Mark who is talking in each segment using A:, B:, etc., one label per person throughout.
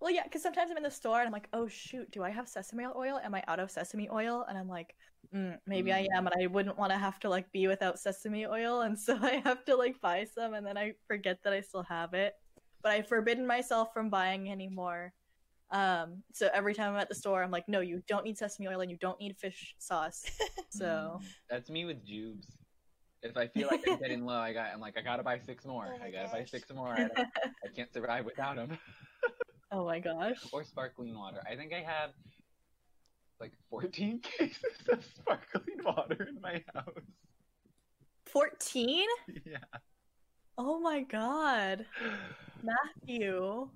A: Well, yeah, because sometimes I'm in the store and I'm like, oh shoot, do I have sesame oil? Am I out of sesame oil? And I'm like, mm, maybe I am, and I wouldn't want to have to like be without sesame oil, and so I have to like buy some, and then I forget that I still have it. But I've forbidden myself from buying anymore. Um, so every time I'm at the store, I'm like, no, you don't need sesame oil, and you don't need fish sauce. so
B: Mm.
C: That's me with jubes. If I feel like I'm getting low, I got. I'm like, I gotta buy six more.
B: Oh my
C: I gotta buy
B: gosh.
C: six more. I, don't- I can't survive without them.
A: oh my gosh,
C: Or sparkling water. I think I have like 14 cases of sparkling water in my house.
A: fourteen.
C: Yeah.
A: Oh my god, Matthew.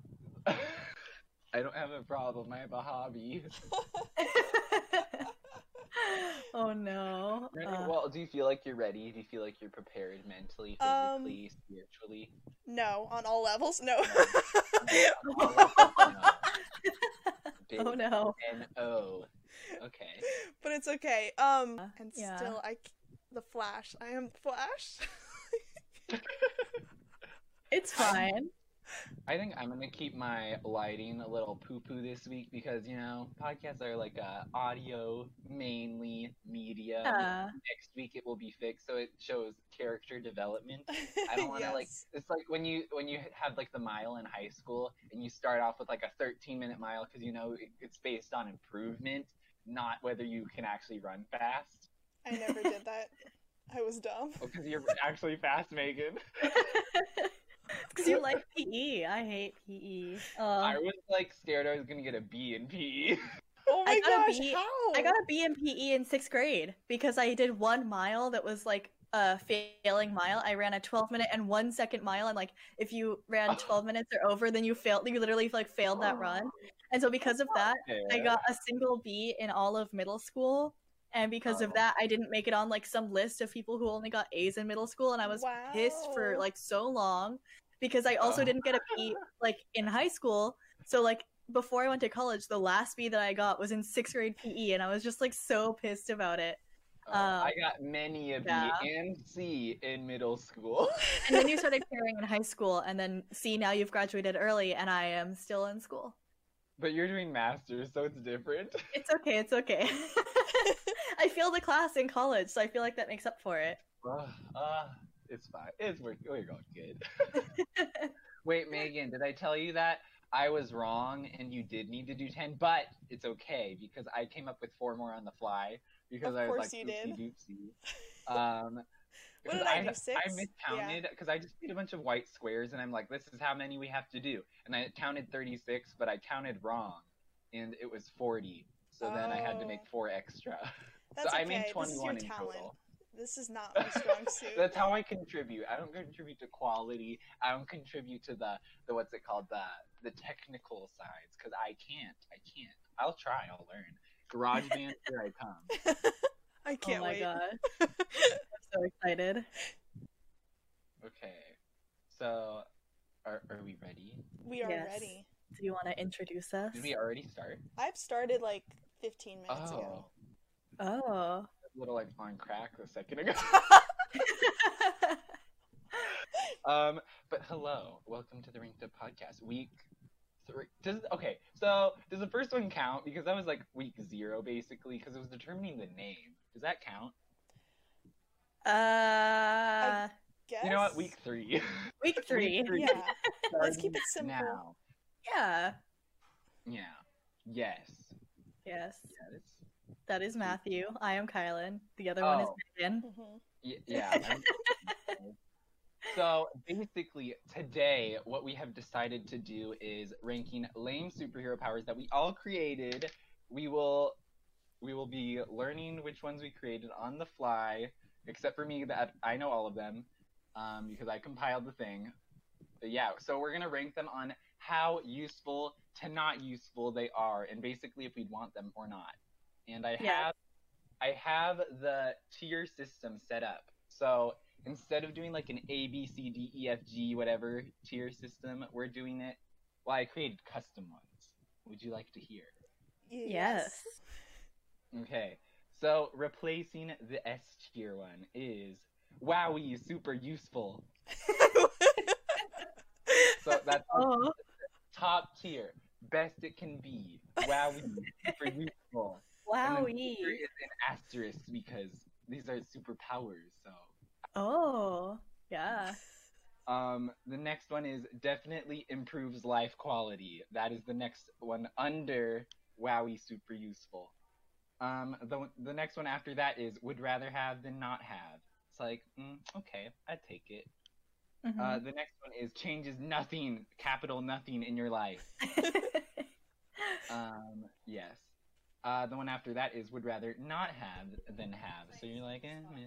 C: I don't have a problem. I have a hobby.
A: oh no.
C: Really?
A: Uh,
C: well, do you feel like you're ready? Do you feel like you're prepared mentally,
B: Um,
C: physically, spiritually?
B: No, on all levels, no.
C: Big
A: oh no.
C: N-O. Okay.
B: but it's okay. Um,
A: Yeah.
B: and
A: Uh, Yeah.
B: still, I c- the Flash. I am Flash.
A: It's fine.
C: I think I'm gonna keep my lighting a little poo-poo this week because you know podcasts are like a audio mainly media.
A: Yeah.
C: Next week it will be fixed, so it shows character development. I don't want to like.
B: Yes.
C: It's like when you when you have like the mile in high school and you start off with like a 13 minute mile because you know it, it's based on improvement, not whether you can actually run fast.
B: I never did that. I was dumb.
C: Because you're actually fast, Megan.
A: Because you like PE. I hate PE. Uh,
C: I
A: I,
C: was like scared I was gonna get a B in E. PE.
B: Oh my
A: I gotta
B: gosh,
A: be-
B: how?
A: got a B in PE in sixth grade because I did one mile that was like a failing mile. I ran a 12 minute and one second mile, and like if you ran 12 minutes or over, then you failed. You literally like failed that run.
C: Oh,
A: And so because of that, I got a single B in all of middle school. And because
C: Oh.
A: of that, I didn't make it on like some list of people who only got A's in middle school. And I was pissed for
B: Wow.
A: like so long because I also
C: Oh.
A: didn't get a B like in high school. So like before I went to college, the last B that I got was in sixth grade PE. And I was just like so pissed about it.
C: Oh, I
A: Um,
C: got many a B
A: yeah.
C: and C in middle school.
A: And then you started caring in high school. And then see, now you've graduated early and I am still in school.
C: but you're doing masters, so it's different.
A: It's okay. It's okay. I failed a class in college. So I feel like that makes up for it.
C: uh, uh, it's fine. It's work. We're going good. Wait, Megan, did I tell you that I was wrong and you did need to do ten? But it's okay because I came up with four more on the fly because
B: Of
C: I was
B: course
C: like,
B: you did.
C: oopsie doopsie. Um, because
B: What did I do, six?
C: I
B: Yeah.
C: miscounted because I just did a bunch of white squares and I'm like, this is how many we have to do. And I counted 36, but I counted wrong, and it was 40. So then I had to
B: Oh.
C: make four extra.
B: That's
C: so
B: okay.
C: I made 21
B: this is your
C: in
B: talent.
C: total.
B: This is not my strong suit.
C: That's how I contribute. I don't contribute to quality. I don't contribute to the the what's it called the the technical sides because I can't. I can't. I'll try. I'll learn. GarageBand, here I come.
B: I can't
A: oh my
B: wait.
A: gosh. I'm so excited.
C: Okay, so are are we ready?
B: We are
A: Yes.
B: ready.
A: Do you want to introduce us?
C: Did we already start?
B: I've started like 15 minutes ago.
A: Oh.
C: a little like on crack a second ago. um, but hello, welcome to the Ring Up Podcast, week three. Does okay? So does the first one count? Because that was like week zero basically, because it was determining the name. Does that count?
A: uh,
B: Guess?
C: You know what? Week three.
A: week three.
C: three.
B: Yeah. Let's keep it simple.
C: Now,
A: Yeah.
C: yeah, yes,
A: Yes.
C: yes,
A: That is Matthew. I am Kylan. The other one is
C: Oh.
A: Megan.
B: Mhm.
C: y- yeah. I'm- So basically, today, what we have decided to do is ranking lame superhero powers that we all created. We will, we will be learning which ones we created on the fly, except for me that I know all of them, um, because I compiled the thing. But yeah, so we're gonna rank them on how useful to not useful they are, and basically if we'd want them or not. And I
A: Yeah.
C: have, I have the tier system set up. So instead of doing like an A B C D E F G whatever tier system, we're doing it. Well, I created custom ones. Would you like to hear?
A: Yes.
C: Okay, so replacing the S tier one is wowie super useful. So that's
A: Oh.
C: top tier. best it can be. Wowie for useful. And then
A: Wowie.
C: There is an asterisk because these are superpowers. So,
A: Oh, yeah.
C: um, the next one is definitely improves life quality. That is the next one under Wowie super useful. Um, the the next one after that is would rather have than not have. It's like mm, okay, I take it. Uh,
A: Mhm.
C: the next one is changes nothing, capital nothing in your life. Um, yes. Uh, the one after that is would rather not have than have. So you're like, eh, meh.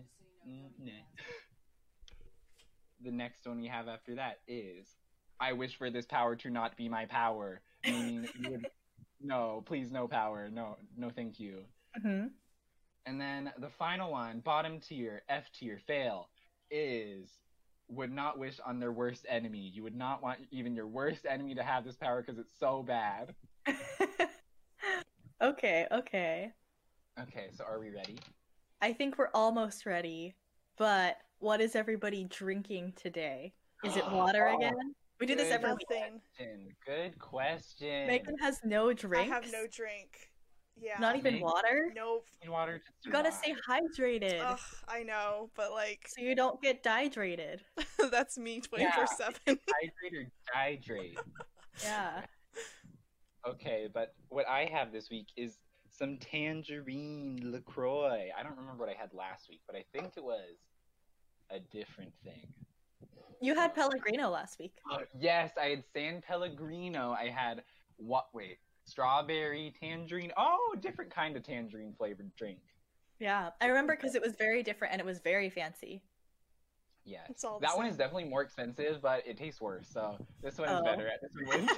C: Mm, nah. the next one we have after that is, I wish for this power to not be my power. Meaning, you would, no, please, no power, no, no, thank you.
A: Mhm.
C: And then the final one, bottom tier, F tier, fail, is would not wish on their worst enemy. You would not want even your worst enemy to have this power because it's so bad.
A: okay, okay.
C: Okay, so are we ready?
A: I think we're almost ready, but what is everybody drinking today? Is it water
C: Oh,
A: again? We do this every week.
B: Nothing.
C: Question. Good question.
A: Megan has no drinks.
B: I have no drink. Yeah.
A: Not even
C: Megan-
A: water?
B: Nope.
C: Need water to
A: You gotta
C: survive.
A: stay hydrated
B: Ugh, I know, but like
A: so you don't get dehydrated.
B: that's me twenty four seven.
C: hydrate or dihydrate.
A: Yeah.
C: Okay, but what I have this week is some tangerine LaCroix. I don't remember what I had last week, but I think it was a different thing.
A: You had Pellegrino last week.
C: Uh, yes, I had San Pellegrino. I had what? Wait, strawberry tangerine. Oh, different kind of tangerine flavored drink.
A: Yeah. I remember because it was very different and it was very fancy.
C: Yes,
B: It's all the
C: that one
B: same.
C: is definitely more expensive, but it tastes worse. So this one is
A: Oh.
C: better. This one wins.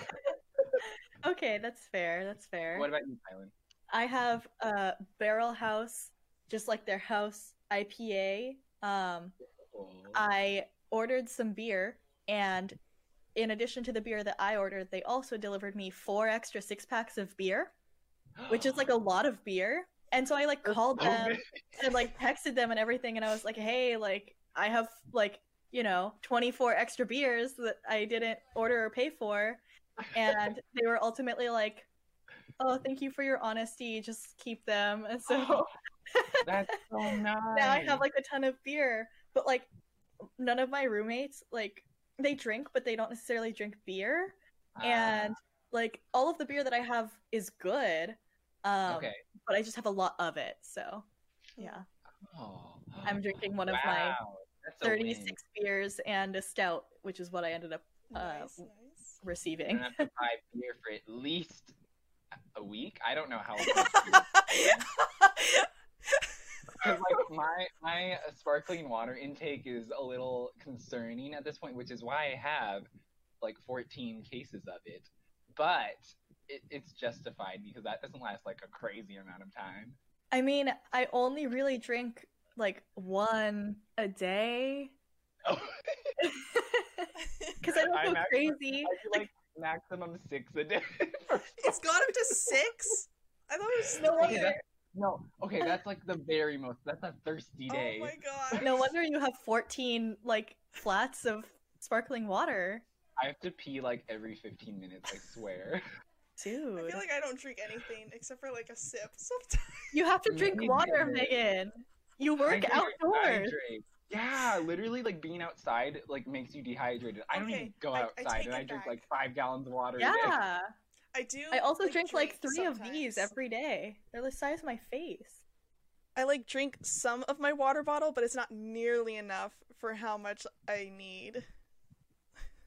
A: Okay, that's fair. That's fair.
C: what about you, Tylen?
A: I have uh, Barrel House, just like their house IPA. Um,
C: Oh.
A: I ordered some beer, and in addition to the beer that I ordered, they also delivered me four extra six packs of beer, which is like a lot of beer. And so I like called
C: so
A: them and like texted them and everything, and I was like, "Hey, like I have like you know 24 extra beers that I didn't order or pay for," and they were ultimately like, "Oh, thank you for your honesty. Just keep them." And
C: Oh,
A: so.
C: That's so nice.
A: now I have like a ton of beer, but like none of my roommates like they drink, but they don't necessarily drink beer.
C: Ah.
A: and like all of the beer that I have is good,
C: Ah,
A: um,
C: okay.
A: but I just have a lot of it. So yeah,
C: Oh.
A: I'm drinking one of my
C: Wow, that's a win.
A: 36 beers and a stout, which is what I ended up
B: nice,
A: uh,
B: nice.
C: I'm
A: receiving.
C: gonna have to buy beer for at least a week. I don't know how. Long Because like my my sparkling water intake is a little concerning at this point, which is why I have like 14 cases of it. But it, it's justified because that doesn't last like a crazy amount of time.
A: I mean, I only really drink like one a day because I don't
C: I'm
A: go
C: actually-
A: crazy.
C: I do, like maximum six a day.
B: it's gone up to six? I thought it was
A: No
C: Okay,
A: wonder.
C: that's- no, okay, that's like the very most. That's a thirsty day.
B: Oh my god.
A: No wonder you have 14 like flats of sparkling water.
C: I have to pee like every 15 minutes. I swear.
A: Dude,
B: I feel like I don't drink anything except for like a sip sometimes.
A: you have to
C: Me
A: drink
C: neither.
A: water, Megan. You work
C: Hydrate,
A: outdoors.
C: hydrate. Yeah, literally, like being outside like makes you dehydrated. I don't
B: Okay,
C: even go
B: I- I
C: outside,
B: take
C: and
B: it
C: I drink
B: back.
C: like five gallons of water. A day.
A: Yeah,
B: I do.
A: I also
B: like,
A: drink like three of
B: sometimes.
A: these every day. They're the size of my face.
B: I like drink some of my water bottle, but it's not nearly enough for how much I need.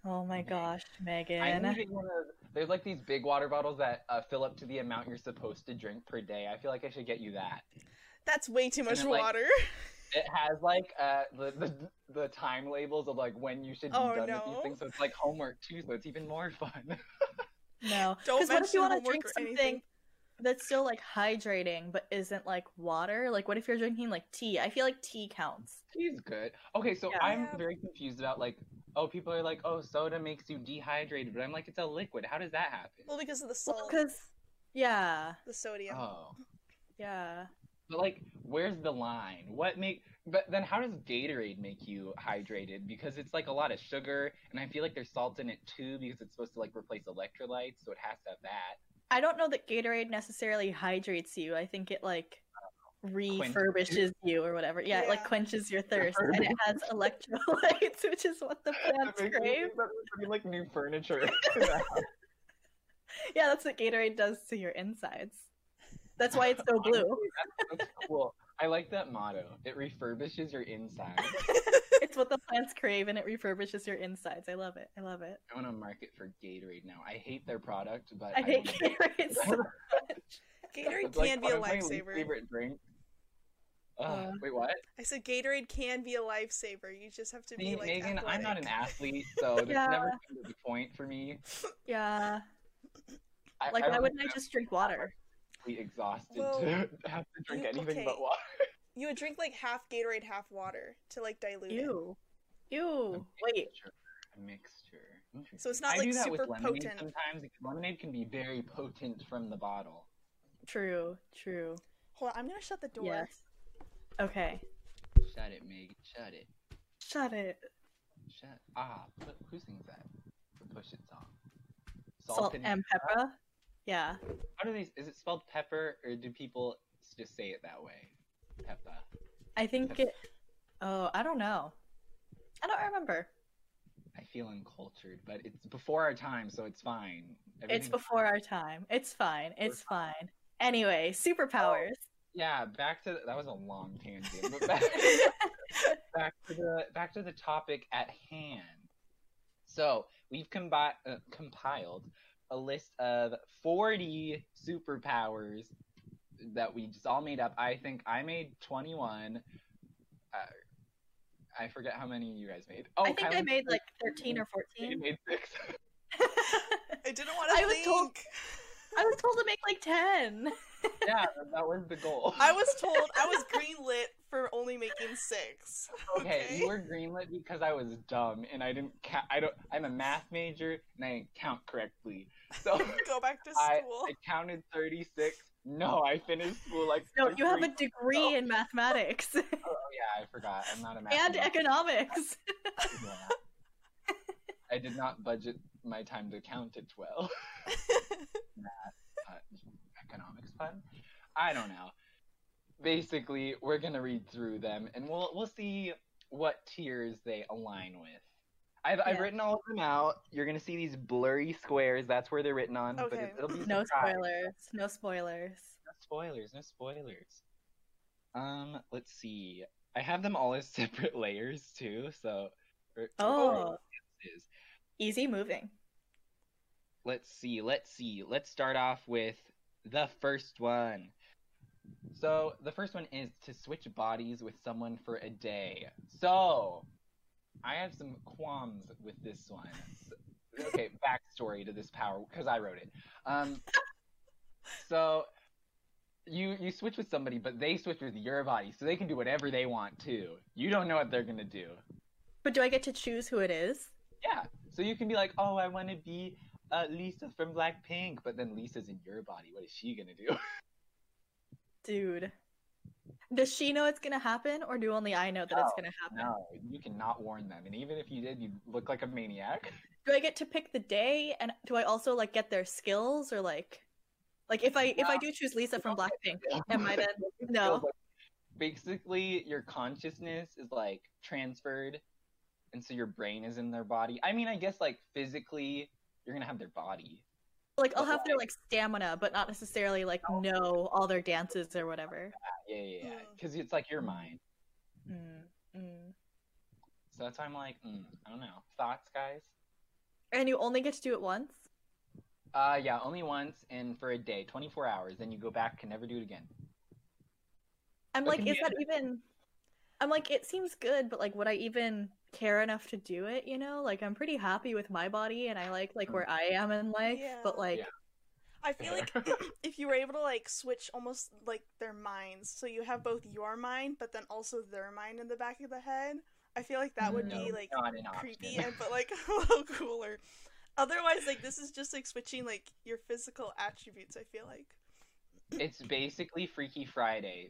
A: Oh my gosh,
C: I need
A: Megan.
C: to get one of those- There's like these big water bottles that uh, fill up to the amount you're supposed to drink per day. I feel like I should get you that.
B: That's way too much
C: then, like,
B: water.
C: It has like uh, the, the the time labels of like when you should be
B: Oh,
C: done with
B: no.
C: these things, so it's like homework too. So it's even more fun.
A: No,
B: Don't
A: because what if you
B: mention
A: want to
B: homework
A: drink
B: or
A: something
B: anything.
A: that's still like hydrating but isn't like water? Like, what if you're drinking like tea? I feel like tea counts.
C: He's good. Okay, so
A: Yeah.
C: I'm
B: Yeah.
C: very confused about like, oh, people are like, oh, soda makes you dehydrated, but I'm like, it's a liquid. How does that happen?
B: Well, because of the
A: Well,
B: salt,
A: because yeah,
B: the sodium.
C: Oh,
A: yeah.
C: but like, where's the line? What make But then how does Gatorade make you hydrated? Because it's like a lot of sugar, and I feel like there's salt in it too because it's supposed to like replace electrolytes, so it has to have that.
A: I don't know that Gatorade necessarily hydrates you. I think it like refurbishes you or whatever. Yeah, it like
B: Yeah.
A: quenches your thirst, and it has electrolytes, which is what the plants
C: That makes me
A: crave.
C: think that we're putting, like new furniture.
A: Yeah, that's what Gatorade does to your insides. That's why it's so blue.
C: That's cool. I like that motto. It refurbishes your inside.
A: It's what the plants crave, and it refurbishes your insides. I love it. I love it.
C: I want to market for Gatorade now. I hate their product, but
A: I hate
C: will-
A: Gatorade. So
B: Gatorade
C: It's, like,
B: can be
C: one
B: a
C: of my least
B: lifesaver.
C: Favorite drink. Ugh,
A: Uh,
C: wait, what?
B: I said Gatorade can be a lifesaver. You just have to
C: See,
B: be like.
C: Megan, I'm not an
B: athletic.
C: athlete, so this
A: Yeah.
C: never comes to the point for me.
A: yeah,
C: I,
A: like
C: I
A: why
C: was
A: wouldn't I just drink water?
C: actually exhausted
B: Well,
C: to have to drink
B: you-
C: anything
B: okay.
C: but water.
B: You would drink like half Gatorade, half water to like dilute it.
A: Ew, ew. Wait,
C: A mixture. A mixture.
B: So it's not,
C: I
B: like,
C: do that with
B: super
C: lemonade
B: potent.
C: Sometimes because lemonade can be very potent from the bottle.
A: true, true.
B: Hold on, I'm gonna shut the door.
A: Yes. Okay.
C: Shut it, Meg. Shut it.
A: Shut it.
C: Shut ah. But who sings that? The Push It song.
A: Salt,
C: and-
A: and pepper. Yeah.
C: How do they? Is it spelled pepper, or do people s- just say it that way? Peppa.
A: I think it. Oh, I don't know. I don't remember.
C: I feel uncultured, but it's before our time, so it's fine.
A: It's
C: Everything's-
A: before our time. It's fine. It's fine. Anyway, superpowers.
C: Yeah, back to that was a long tangent, but back, back to the back to the topic at hand. So we've combi- uh, compiled a list of forty superpowers that we just all made up. I think I made twenty-one. Uh, I forget how many you guys made. Oh,
A: I think I
C: Kylan-
A: made like 13 or
C: You
A: 14.
C: made six.
B: I didn't want to
A: I was
B: think.
A: told- I was told to make like 10.
C: yeah, that was the goal.
B: I was told I was greenlit for only making six.
C: Okay, you were greenlit because I was dumb and I didn't. Ca- I don't. I'm a math major and I didn't count correctly. So
B: Go back to
C: I,
B: school.
C: I counted 36. No, I finished school like.
A: No, you have a
C: 33.
A: degree in mathematics
C: Oh yeah, I forgot. I'm not a math.
A: and
C: major.
A: economics.
C: Yeah. I did not budget my time to count it well. uh, economics fun. I don't know. Basically, we're gonna read through them, and we'll we'll see what tiers they align with. I've, I've
A: Yeah.
C: written all of them out. You're gonna see these blurry squares. That's where they're written on. But
B: Okay.
C: it, it'll be a
A: No
C: surprise.
A: spoilers. No spoilers.
C: No spoilers. No spoilers. Um, let's see. I have them all as separate layers too. So. or- or
A: Oh,
C: layers.
A: easy moving.
C: let's see, let's see. Let's start off with the first one. So, the first one is to switch bodies with someone for a day. So, I have some qualms with this one. S- Okay, backstory to this power because I wrote it. Um, so, you you switch with somebody, but they switch with your body, so they can do whatever they want to. You don't know what they're gonna do.
A: But do I get to choose who it is?
C: Yeah. So you can be like, oh, I want to be uh, Lisa from Blackpink, but then Lisa's in your body. What is she gonna do?
A: Dude. Does she know it's gonna happen, or do only I know that it's
C: No,
A: gonna happen?
C: no, you cannot warn them. And even if you did, you'd look like a maniac.
A: Do I get to pick the day, and do I also like get their skills, or like, like if I if I
C: No.
A: do choose Lisa from Blackpink, am I then? No.
C: Basically, your consciousness is like transferred, and so your brain is in their body. I mean, I guess like physically, you're gonna have their body.
A: Like I'll have their like stamina, but not necessarily like know all their dances or whatever.
C: Yeah, yeah, yeah.
B: Mm.
C: Because it's like your mind.
A: Mm, mm.
C: So that's why I'm like, mm, I don't know. Thoughts, guys?
A: And you only get to do it once.
C: Uh, yeah, only once and for a day, 24 hours. Then you go back, can never do it again.
A: I'm
C: That
A: like,
C: can
A: is
C: be
A: that even? I'm like, it seems good, but like, would I even care enough to do it? You know, like I'm pretty happy with my body, and I like like where I am in life.
B: Yeah.
A: But like,
C: Mm. Yeah.
B: I feel like if you were able to like switch almost like their minds, so you have both your mind, but then also their mind in the back of the head. I feel like that would
A: No,
B: be like
C: not an
B: creepy
C: option.
B: and but like a little cooler. Otherwise, like this is just like switching like your physical attributes. I feel like
C: it's basically Freaky Friday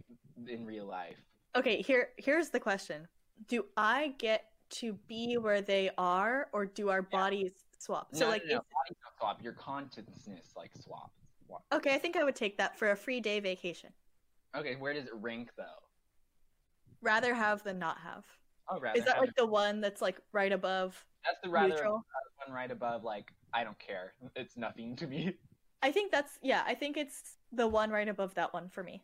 C: in real life.
A: Okay, here here's the question. Do I get to be where they are or do our
C: Yeah.
A: bodies swap? So
C: no,
A: like
C: no, no,
A: if-
C: bodies don't swap. Your consciousness like swap. Swap.
A: okay, I think I would take that for a free day vacation.
C: Okay, where does it rank though?
A: Rather have than not have.
C: Oh, rather
A: Is that
C: have
A: like
C: it-
A: the one that's like right above
C: that's the rather
A: neutral?
C: one right above. Like I don't care. It's nothing to me.
A: I think that's yeah, I think it's the one right above that one for me.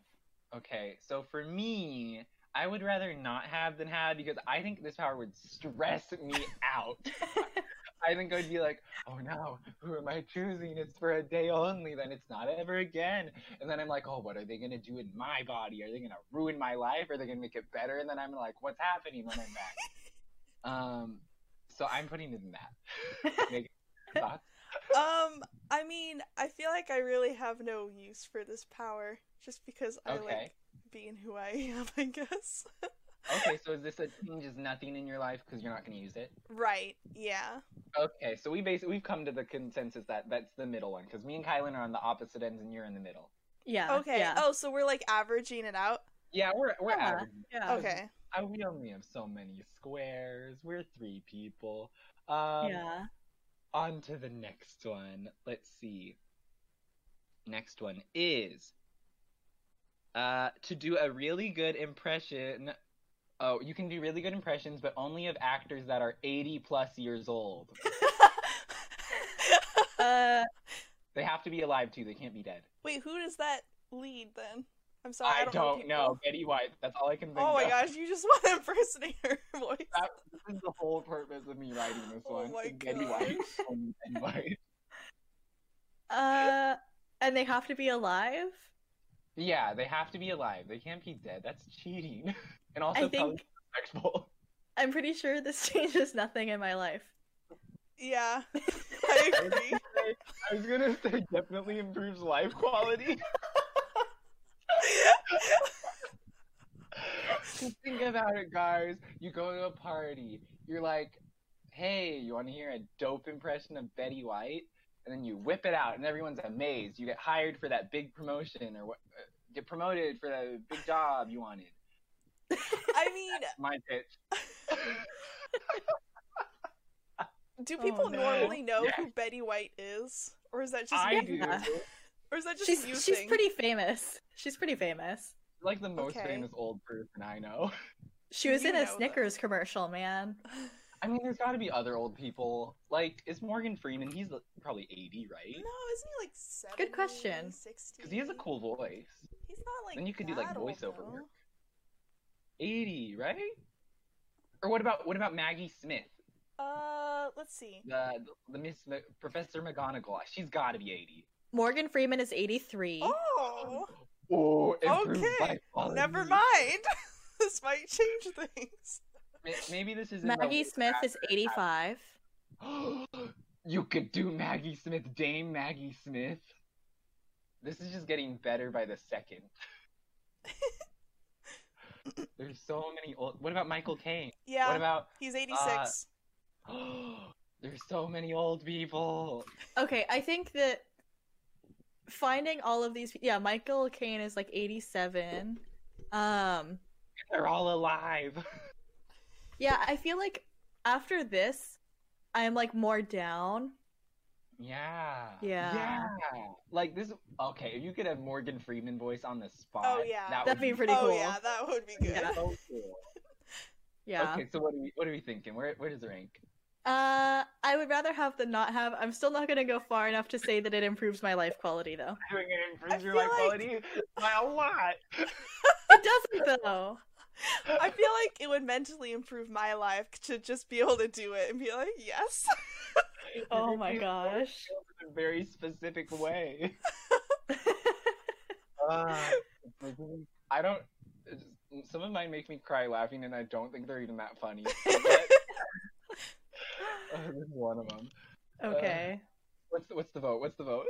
C: Okay, so for me, I would rather not have than have because I think this power would stress me out. I think I'd be like, oh no, who am I choosing? It's for a day only, then it's not ever again. And then I'm like, oh, what are they gonna do in my body? Are they gonna ruin my life? Are they gonna make it better? And then I'm like, what's happening when I'm back? um, so I'm putting it in that. Megan, thoughts?
B: Um, I mean, I feel like I really have no use for this power just because I
C: Okay.
B: like being who I am, I guess.
C: okay, so is this a changes nothing in your life because you're not gonna use it?
B: Right, yeah.
C: Okay, so we basically we've come to the consensus that that's the middle one because me and Kylan are on the opposite ends and you're in the middle.
A: Yeah.
B: Okay.
A: Uh, Yeah.
B: Oh, so we're like averaging it out?
C: Yeah, we're we're
A: Yeah,
C: average.
A: yeah.
C: Oh,
B: Okay.
C: I, we only have so many squares. We're three people. Um,
A: yeah.
C: On to the next one. Let's see. Next one is uh, to do a really good impression. Oh, you can do really good impressions, but only of actors that are 80 plus years old.
A: Uh
C: They have to be alive too. They can't be dead.
B: Wait, who does that lead then? I'm sorry, Oh, I
C: I
B: don't,
C: don't know.
B: people.
C: Betty White. That's all I can think
B: Oh my
C: of.
B: gosh, you just want to impersonate her voice.
C: That- This is the whole purpose of me writing this
B: Oh
C: one.
B: my
C: is Betty White. Only Betty White.
A: uh and they have to be alive?
C: Yeah, they have to be alive. They can't be dead. That's cheating. And also
A: I think
C: sexual.
A: I'm pretty sure this changes nothing in my life.
B: Yeah, I agree.
C: I was gonna say definitely improves life quality. Just think about it, guys. You go to a party. You're like, hey, you want to hear a dope impression of Betty White? And then you whip it out, and everyone's amazed. You get hired for that big promotion, or what? uh, Get promoted for that big job you wanted.
B: I mean,
C: My pitch.
B: do
A: Oh,
B: people
A: no.
B: normally know
C: Yeah.
B: who Betty White is, or is that just
C: I
B: you?
C: do.
A: Yeah.
B: or is that just
A: she's
B: you?
A: she's
B: thing?
A: pretty famous. She's pretty famous.
C: Like the most
B: Okay.
C: famous old person I know.
A: She was
B: You
A: in a
B: know that.
A: Snickers commercial, man.
C: I mean, there's got to be other old people. Like, is Morgan Freeman? He's like, probably 80, right?
B: No, isn't he like seventy?
A: Good question.
B: 60?
C: Because he has a cool voice.
B: He's not like.
C: Then you could do like
B: that old,
C: voiceover
B: though.
C: work. 80, right? Or what about what about Maggie Smith,
B: Uh, let's see.
C: the the Miss Ma- Professor McGonagall? She's got to be 80.
A: Morgan Freeman is 83.
B: Oh,
C: Oh, improved
B: Okay,
C: life quality.
B: never mind. this might change things.
C: Ma- Maybe this is in the-
A: Maggie Smith is 85.
C: you could do Maggie Smith, Dame Maggie Smith. This is just getting better by the second. There's so many old. What about Michael Caine?
B: Yeah,
C: What about? uh,
B: he's eighty-six.
C: There's so many old people.
A: Okay, I think that finding all of these yeah, Michael Caine is like 87. Um
C: They're all alive.
A: yeah, I feel like after this I'm like more down.
C: Yeah.
A: Yeah.
C: Yeah. Like this. Okay, if you could have Morgan Freeman voice on the spot.
B: Oh, yeah.
C: that
A: That'd
C: would
A: be pretty
B: oh
A: cool.
B: yeah, that would be good.
A: Yeah.
C: so cool.
A: Yeah.
C: Okay, so what are we what are we thinking? Where where does it rank?
A: Uh I would rather have than not have. I'm still not going to go far enough to say that it improves my life quality though.
C: doing it
B: I
C: improves your
B: feel
C: life
B: like-
C: quality by a lot.
A: It doesn't though.
B: I feel like it would mentally improve my life to just be able to do it and be like, yes.
A: Oh my
C: It
A: gosh.
C: In a very specific way. Ah, I don't. it's- Some of mine make me cry laughing, and I don't think they're even that funny. But, uh, this is one of them.
A: okay.
C: What's the, what's the vote? What's the vote?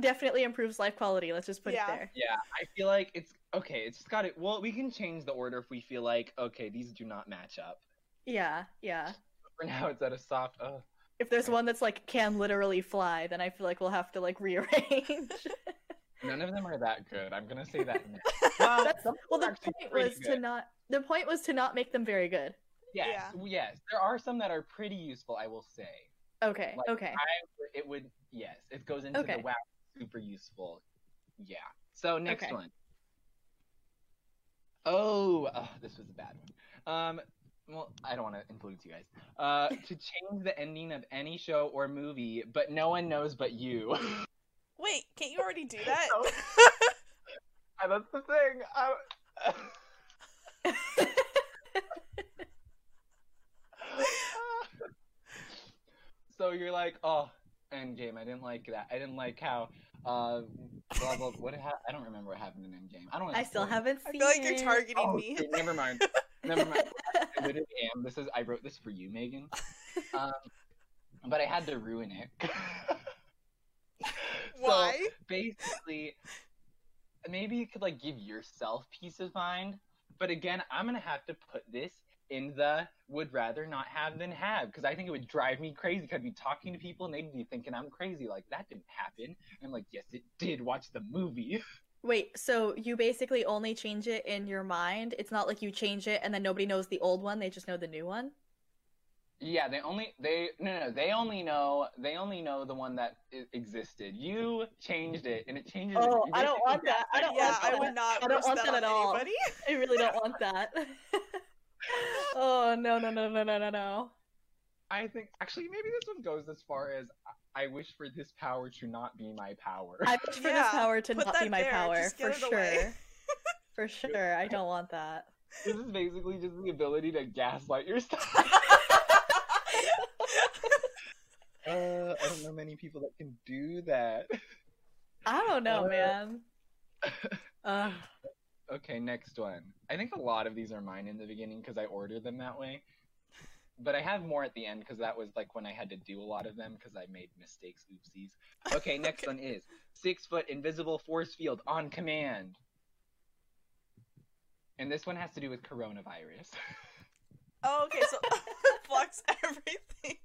A: Definitely improves life quality. Let's just put
B: Yeah.
A: it there.
C: Yeah, I feel like it's okay. It's got it. Well, we can change the order if we feel like okay, these do not match up.
A: Yeah, yeah.
C: For now, it's at a soft. Uh,
A: If there's one that's like can literally fly, then I feel like we'll have to like rearrange.
C: None of them are that good. I'm gonna say that. now. Well,
A: That's-
C: some
A: Well,
C: are
A: the
C: actually
A: point
C: pretty
A: was
C: good.
A: to not. The point was to not make them very good.
C: Yes,
B: Yeah.
C: w- yes. There are some that are pretty useful. I will say
A: Okay.
C: Like,
A: okay.
C: it would. Yes, it goes into
A: Okay.
C: the wow. Super useful. Yeah. So next
A: Okay.
C: one. Oh, ugh, this was a bad one. Um, well, I don't want to influence you guys. Uh, to change the ending of any show or movie, but no one knows but you.
B: Wait, can't you already do that?
C: Oh. And That's the thing. I... so you're like, oh, Endgame. I didn't like that. I didn't like how. Uh, blah, blah, what ha- I don't remember what happened in Endgame. I don't. wanna
A: I still
C: spoil it.
A: haven't
B: I
A: seen.
B: feel like you're
A: it.
B: targeting
C: Oh,
B: me.
C: shoot, never mind. Never mind. I literally am. This is. I wrote this for you, Megan. Um, but I had to ruin it. So-
B: Why?
C: basically maybe you could like give yourself peace of mind but again i'm gonna have to put this in the would rather not have than have because i think it would drive me crazy 'cause i'd be talking to people and they'd be thinking i'm crazy like that didn't happen and i'm like yes it did watch the movie
A: Wait. So you basically only change it in your mind. It's not like you change it and then nobody knows the old one. They just know the new one.
C: yeah they only they no no they only know they only know the one that I- existed you changed it and it changes it.
A: Oh,
C: You're
A: I don't
C: basically
A: want that. I don't
B: yeah,
A: want
B: I
A: that.
B: would not
A: I don't
B: wish
A: want
B: that
A: that at
B: on
A: all.
B: anybody.
A: I really don't want that. oh no no no no no no no.
C: I think actually maybe this one goes as far as I I wish for this power to not be my power.
A: I wish for
B: Yeah,
A: this power to
B: put
A: not
B: that
A: be my
B: there,
A: power
B: just
A: for
B: get it away.
A: sure. for sure, I don't want that.
C: this is basically just the ability to gaslight yourself. uh, I don't know many people that can do that.
A: I don't know,
C: Uh,
A: man. Ugh.
C: Okay, next one. I think a lot of these are mine in the beginning because I ordered them that way. But I have more at the end because that was like when I had to do a lot of them because I made mistakes. Oopsies. Okay, next
B: Okay.
C: one is six foot invisible force field on command. And this one has to do with coronavirus.
B: Oh, okay, so blocks everything.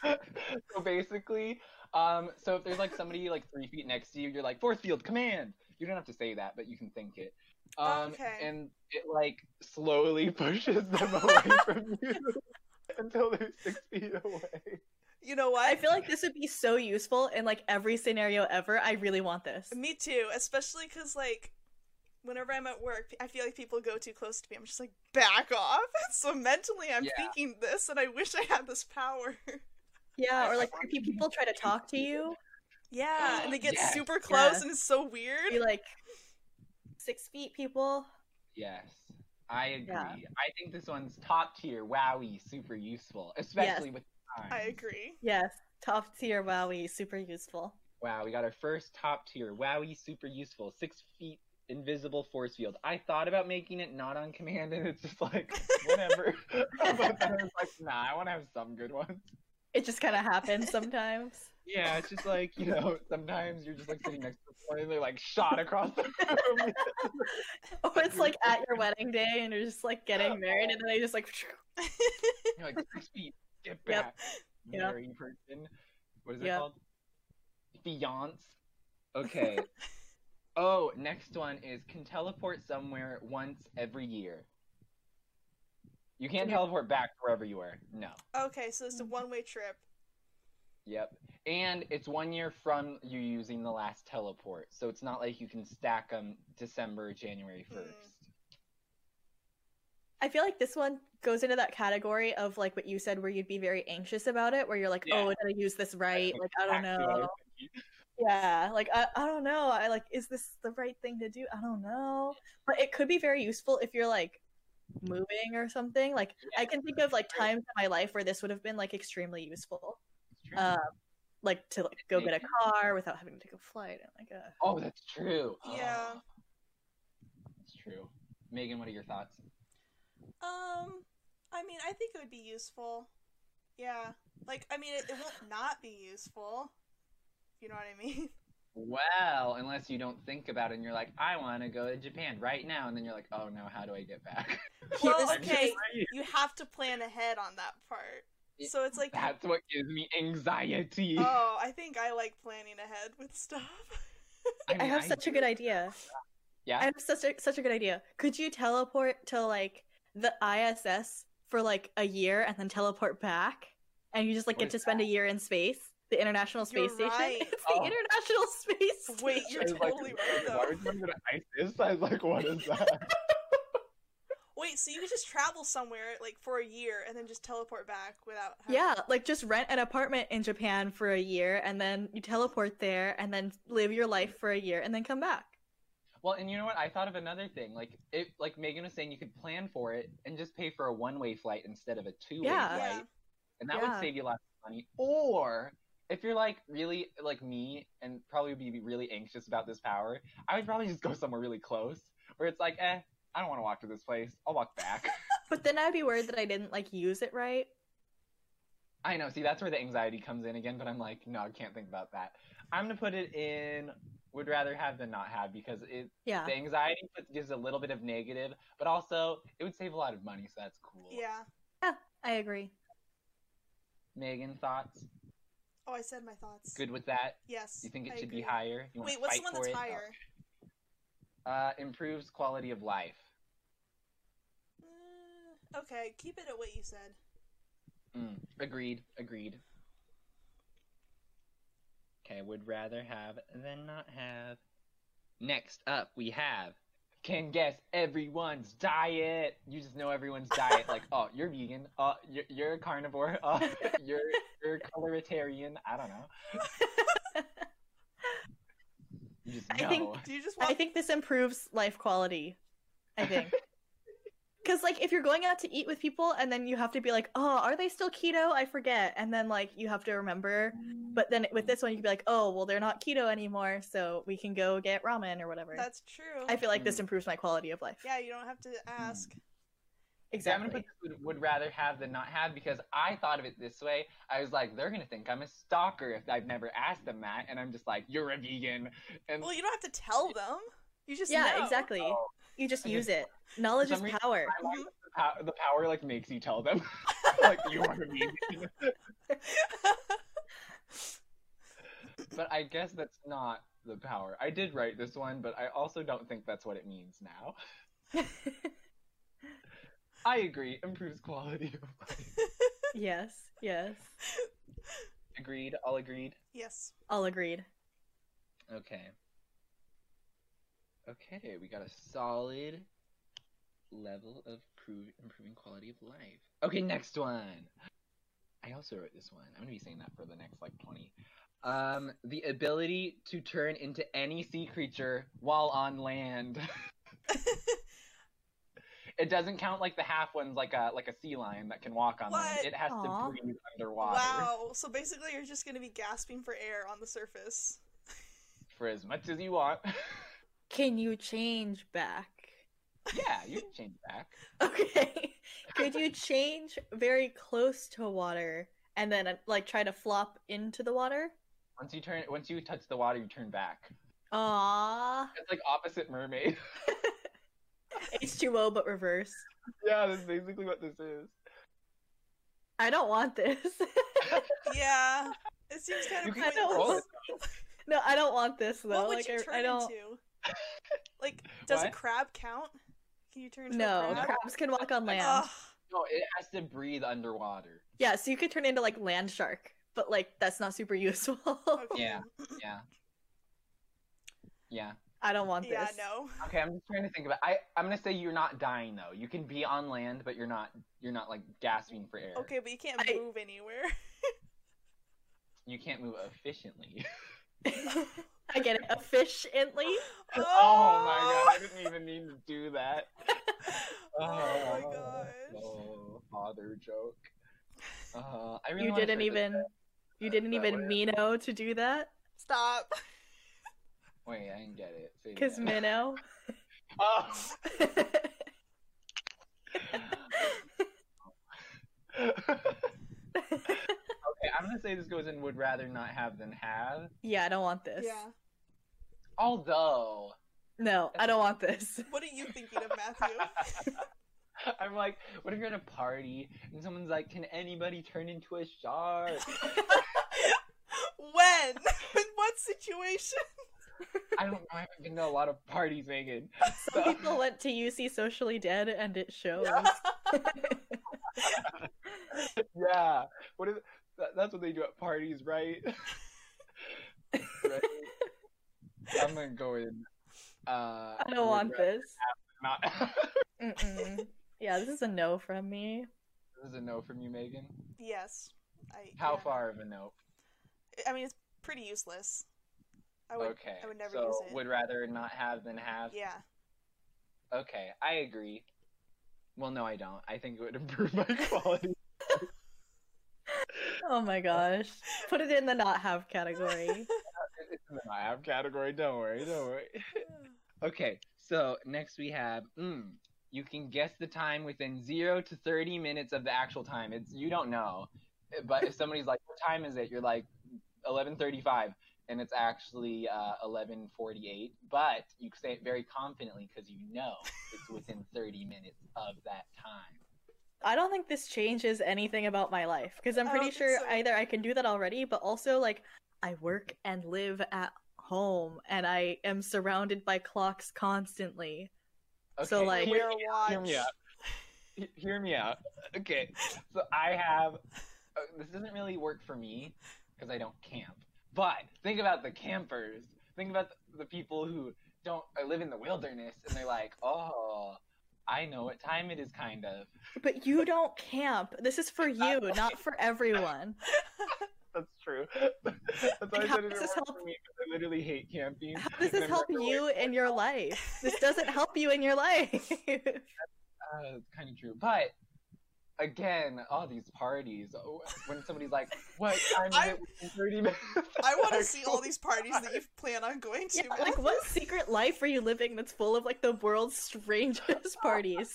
C: so basically, um, so if there's like somebody like three feet next to you, you're like force field command. You don't have to say that, but you can think it. Um,
B: Okay.
C: And it like slowly pushes them away from you until they're six feet away.
B: You know what?
A: I feel like this would be so useful in like every scenario ever. I really want this.
B: Me too, especially because like whenever I'm at work, I feel like people go too close to me. I'm just like, back off. So mentally, I'm
C: Yeah.
B: thinking this, and I wish I had this power.
A: Yeah, or
C: I
A: like
C: want
A: creepy
C: to be
A: people try to talk to you,
B: Yeah, and they get
C: Yes.
B: super close,
A: Yeah.
B: and it's so
A: be
B: weird.
A: like six feet people.
C: Yes, I agree.
A: Yeah.
C: I think this one's top tier. Wowie, super useful, especially with time.
B: I agree.
A: Yes, top tier wowie, super useful.
C: Wow, we got our first top tier. Wowie, super useful. Six feet invisible force field. I thought about making it not on command, and it's just like, whatever. but then I was like, nah, I want to have some good ones.
A: It just kind of happens sometimes.
C: Yeah, it's just like, you know, sometimes you're just like sitting next to someone and they're like shot across the room.
A: Or it's like at your wedding day and you're just like getting married and then they just like
C: you're like, six feet, get
A: Yep.
C: back.
A: Yep.
C: Marry person. What is that
A: Yep.
C: called? Fiance. Okay. oh, next one is can teleport somewhere once every year. You can't
A: Yeah.
C: teleport back wherever you were. No.
B: Okay, so
A: Mm.
B: it's a one way trip.
C: Yep. And it's one year from you using the last teleport. So it's not like you can stack them December, January
B: Hmm.
C: 1st.
A: I feel like this one goes into that category of like what you said, where you'd be very anxious about it, where you're like,
C: Yeah.
A: oh, did I use this right?
C: That's
A: Like, I don't
C: exactly what I
A: know.
C: was thinking.
A: Yeah, like I, I don't know. I like, is this the right thing to do? I don't know. But it could be very useful if you're like moving or something. Like, I can think of like
C: Right.
A: times in my life where this would have been like extremely useful.
C: It's true.
A: Um, like to like go get a
C: Maybe.
A: car without having to take a flight and like a.
C: Oh, that's true.
B: Yeah.
C: That's true. Megan, what are your thoughts?
B: Um, I mean, I think it would be useful. Yeah, like I mean, it, it won't not be useful. You know what I mean?
C: Well, unless you don't think about it and you're like, I want to go to Japan right now. And then you're like, oh no, how do I get back?
B: Well,
A: Here's-
C: I'm just
B: okay.
C: saying,
B: You have to plan ahead on that part.
C: Yeah,
B: So it's like,
C: That's what gives me anxiety.
B: oh, I think I like planning ahead with stuff.
C: I, mean,
A: I have
C: I-
A: such a good idea.
C: Yeah?
A: I have such a, such a good idea. Could you teleport to like the ISS for like a year and then teleport back, and you just like
C: What
A: get to
C: is
A: spend a year in space, the International
B: You're
A: Space Station?
B: right.
A: It's
C: Oh.
A: the International Space Station.
B: Wait, you're
C: I was like,
B: totally right, though.
C: Why would you go to ISIS? I was like, what is that?
B: Wait, so you could just travel somewhere like for a year and then just teleport back without having
A: Yeah, like just rent an apartment in Japan for a year and then you teleport there and then live your life for a year and then come back.
C: well, and you know what? I thought of another thing. Like, it, like Megan was saying, you could plan for it and just pay for a one-way flight instead of a two-way
A: Yeah.
C: flight,
B: Yeah.
C: and that would
A: Yeah.
C: save you lots of money. Or if you're like really like me and probably be really anxious about this power, I would probably just go somewhere really close where it's like, eh, I don't want to walk to this place. I'll walk back.
A: But then I'd be worried that I didn't like use it right.
C: I know. See, that's where the anxiety comes in again. But I'm like, no, I can't think about that. I'm gonna put it in. Would rather have than not have because it
A: Yeah.
C: the anxiety put- gives a little bit of negative, but also it would save a lot of money, so that's cool.
B: Yeah.
A: I agree.
C: Megan, thoughts?
B: Oh, I said my thoughts.
C: Good with that?
B: Yes.
C: You think it
B: I
C: should be
B: agree.
C: higher? You wanna
B: Wait, what's the
C: fight
B: one
C: for
B: that's
C: it? No.
B: higher?
C: Uh, improves quality of life.
B: Uh, okay, keep it at what you said.
C: Mm, agreed. Agreed. Okay, would rather have than not have. Next up, we have can guess everyone's diet. You just know everyone's diet. like, oh, you're vegan. Uh, you're, you're a carnivore. Uh, you're you're a coloritarian. I don't know. you just know.
A: I think-
B: Do you just want?
A: I think this improves life quality. I think. Because, like, if you're going out to eat with people and then you have to be like, oh, are they still keto? I forget. And then, like, you have to remember. But then with this one, you can be like, oh, well, they're not keto anymore, so we can go get ramen or whatever.
B: That's true.
A: I feel like this
C: Mm.
A: improves my quality of life.
B: yeah, you don't have to ask.
C: Yeah, I'm gonna
A: exactly.
C: put this would, would rather have than not have because I thought of it this way. I was like, they're gonna think I'm a stalker if I've never asked them that, and I'm just like, you're a vegan. And
B: Well, you don't have to tell them. You just
A: yeah,
B: know.
A: exactly. Mm-hmm.
C: Oh.
A: You just
C: I
A: use
C: guess-
A: it. Knowledge
C: For
A: is
C: some reason,
A: power.
C: I like the, pow- the power like makes you tell them, like you are a vegan. but I guess that's not the power. I did write this one, but I also don't think that's what it means now. I agree. Improves quality of life.
A: yes, yes.
C: Agreed. All agreed.
B: yes.
A: All agreed.
C: Okay. Okay, we got a solid level of prove, improving quality of life. Okay, next one. I also wrote this one. I'm gonna be saying that for the next like 20. Um, the ability to turn into any sea creature while on land. it doesn't count like the half ones, like a like a sea lion that can walk on land.
B: What?
C: It has
A: Aw.
C: to breathe underwater.
B: Wow. So basically, you're just going to be gasping for air on the surface.
C: For as much as you want.
A: Can you change back?
C: yeah, you can change back.
A: Okay. Could you change very close to water and then uh, like try to flop into the water?
C: Once you turn, once you touch the water, you turn back.
A: Ah,
C: It's like opposite mermaid.
A: H2O but reverse.
C: yeah, that's basically what this is.
A: I don't want this.
B: Yeah. It seems kind
C: You
B: of
C: can
A: I don't
C: roll
B: pointless.
A: want. No, I don't want this though.
B: What would
A: like
B: you
A: I-
B: turn
A: I, don't.
B: into? Like, does a
C: What?
B: crab count? Can you turn into
A: No,
B: a crab?
A: crabs can walk on land.
B: Ugh.
C: No, it has to breathe underwater.
A: Yeah, so you could turn into like land shark, but like that's not super useful.
B: Okay.
C: Yeah. Yeah. Yeah.
A: I don't want
B: Yeah,
A: this.
B: no.
C: Okay, I'm just trying to think about. I I'm gonna say you're not dying though. You can be on land, but you're not you're not like gasping for air.
B: Okay, but you can't
A: I-
B: move anywhere.
C: You can't move efficiently.
A: I get it. Efficiently.
C: oh, my god! I didn't even mean to do that.
B: Oh my gosh.
C: Oh, father joke. Uh, I really
A: You
C: wanna
A: didn't
C: start this
A: even. You didn't
C: that
A: even
C: way.
A: Mino to do that,
B: Stop.
C: Wait, I didn't get it. Say it
A: cause
C: again.
A: Minnow.
C: Oh. okay, I'm gonna say this goes in would rather not have than have.
A: yeah, I don't want this.
B: Yeah.
C: Although
A: No, I don't want this.
B: What are you thinking of, Matthew?
C: I'm like, what if you're at a party and someone's like, "Can anybody turn into a shark?"
B: when? In what situation?
C: I don't know. I haven't been to a lot of parties, Megan.
A: Some people went to UC Socially Dead and it shows.
C: yeah. What is that, that's what they do at parties, right? right? I'm gonna go in. Uh,
A: I don't want
C: regret
A: this.
C: Not.
A: Mm-mm. Yeah, this is a no from me.
C: this is a no from you, Megan.
B: yes. I,
C: How
B: yeah.
C: far of a no?
B: I mean, it's pretty useless. I would,
C: okay.
B: I would never
C: so
B: use it.
C: would rather not have than have.
B: yeah.
C: Okay, I agree. Well, no, I don't. I think it would improve my quality.
A: Oh my gosh. Put it in the not have category.
C: it's in the not have category. Don't worry. Don't worry. Okay, so next we have. Mm, you can guess the time within zero to thirty minutes of the actual time. It's you don't know, but if somebody's like, "What time is it?" You're like, eleven thirty-five, and it's actually uh, eleven forty-eight. But you say it very confidently because you know it's within thirty minutes of that time.
A: I don't think this changes anything about my life because I'm
B: I
A: pretty
B: don't think
A: sure
B: so.
A: either I can do that already, but also like I work and live at home and I am surrounded by clocks constantly. So, like-
C: hear,
B: Wear a
C: hear me
B: watch.
C: out. He- Hear me out. Okay, so I have. Uh, this doesn't really work for me because I don't camp. But think about the campers. Think about the, the people who don't uh, live in the wilderness, and they're like, "Oh, I know what time it is." Kind of.
A: But you don't camp. This is for you, not for everyone.
C: That's true. That's why I
A: And how
C: said it
A: does
C: didn't
A: this
C: work
A: help-
C: for me 'cause I literally hate camping.
A: How does
C: and
A: this
C: I'm
A: help
C: like, "Oh,
A: you in your life? This doesn't help you in your life.
C: Uh, kind of true, but again, all these parties. oh, When somebody's like, "What time is
B: I-
C: it?" within Thirty minutes.
B: I want to see all these parties that you plan on going to.
A: Yeah, like what secret life are you living that's full of like the world's strangest parties?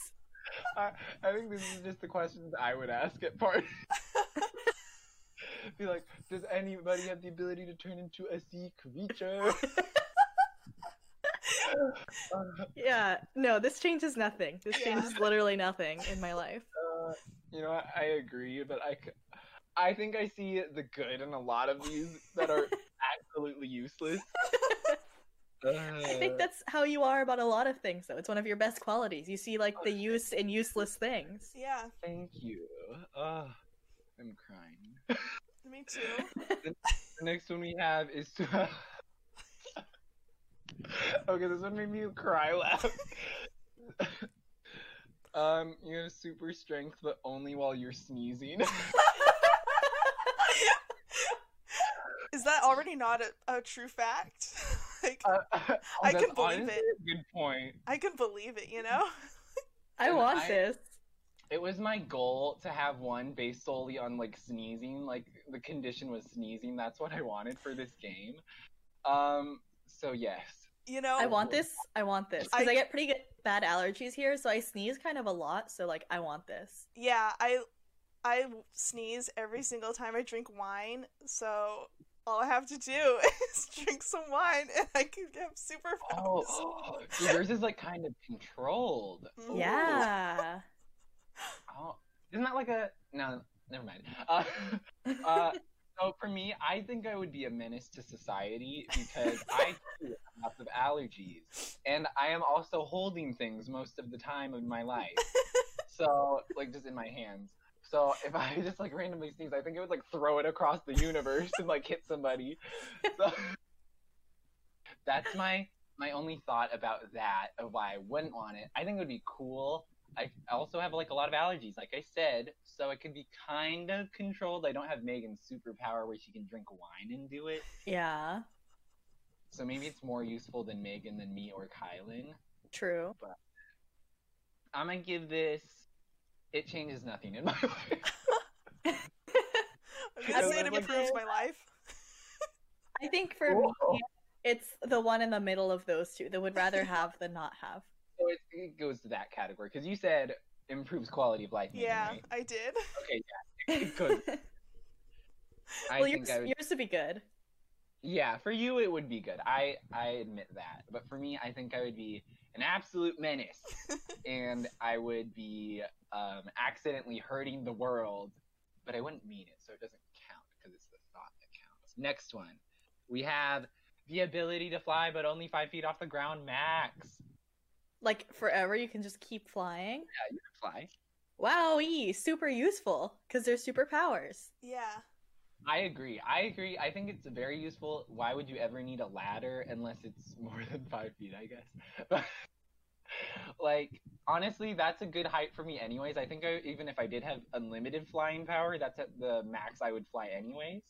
C: I, I think this is just the questions I would ask at parties. Be like, does anybody have the ability to turn into a sea creature? Uh,
A: Yeah, no, this changes nothing. This
B: Yeah.
A: changes literally nothing in my life.
C: Uh, you know, I, I agree, but I, c- I think I see the good in a lot of these that are absolutely useless. Uh,
A: I think that's how you are about a lot of things, though. It's one of your best qualities. You see, like, the use in useless things.
B: Yeah,
C: Thank you. Uh, I'm crying.
B: me too.
C: The next one we have is to. okay, this one made me cry loud. um, you have super strength, but only while you're sneezing. Uh,
B: Is that already not a, a true fact? like,
C: Uh,
B: I
C: that's
B: can believe
C: honestly
B: it.
C: a Good point.
B: I can believe it, you know?
A: I
C: And
A: want
C: I-
A: this.
C: It was my goal to have one based solely on like sneezing. Like the condition was sneezing. That's what I wanted for this game. Um. So yes.
B: You know?
A: I want this. I want this. Because
B: Oh. I-
A: I get pretty good, bad allergies here, so I sneeze kind of a lot. So, like, I want this.
B: Yeah, I I sneeze every single time I drink wine, so all I have to do is drink some wine and I can get super
C: Oh,
B: fast.
C: dude, yours is like kind of controlled.
B: Mhm.
A: Yeah.
C: Oh, isn't that like a no? Never mind. Uh, uh, so for me, I think I would be a menace to society because I too have lots of allergies, and I am also holding things most of the time in my life. So like just in my hands. So if I just like randomly sneeze, I think I would like throw it across the universe and like hit somebody. So that's my my only thought about that of why I wouldn't want it. I think it would be cool I also have like a lot of allergies, like I said, so it could be kind of controlled. I don't have Megan's superpower where she can drink wine and do it,
A: yeah.
C: so maybe it's more useful than Megan than me or Kylan.
A: True.
C: I'm gonna give this. It changes nothing in my life.
B: I'm gonna
C: I
B: say it
C: would like-
B: improves my life.
A: I think for
C: Whoa.
A: me, it's the one in the middle of those two that would rather have than not have.
C: so it, it goes to that category because you said improves quality of life. Megan,
B: Yeah,
C: right?
B: I did.
C: Okay. Yeah. It could. I
A: well,
C: think
A: yours,
C: I would.
A: yours would be good.
C: Yeah, for you it would be good. I I admit that. But for me, I think I would be an absolute menace, and I would be um, accidentally hurting the world. But I wouldn't mean it, so it doesn't count because it's the thought that counts. Next one, we have the ability to fly, but only five feet off the ground max.
A: Like forever, you can just keep flying.
C: Yeah, you can fly.
A: Wowee, super useful because they're superpowers.
B: Yeah.
C: I agree. I agree. I think it's very useful. Why would you ever need a ladder unless it's more than five feet? I guess. like honestly, that's a good height for me, anyways. I think I, even if I did have unlimited flying power, that's at the max I would fly, anyways.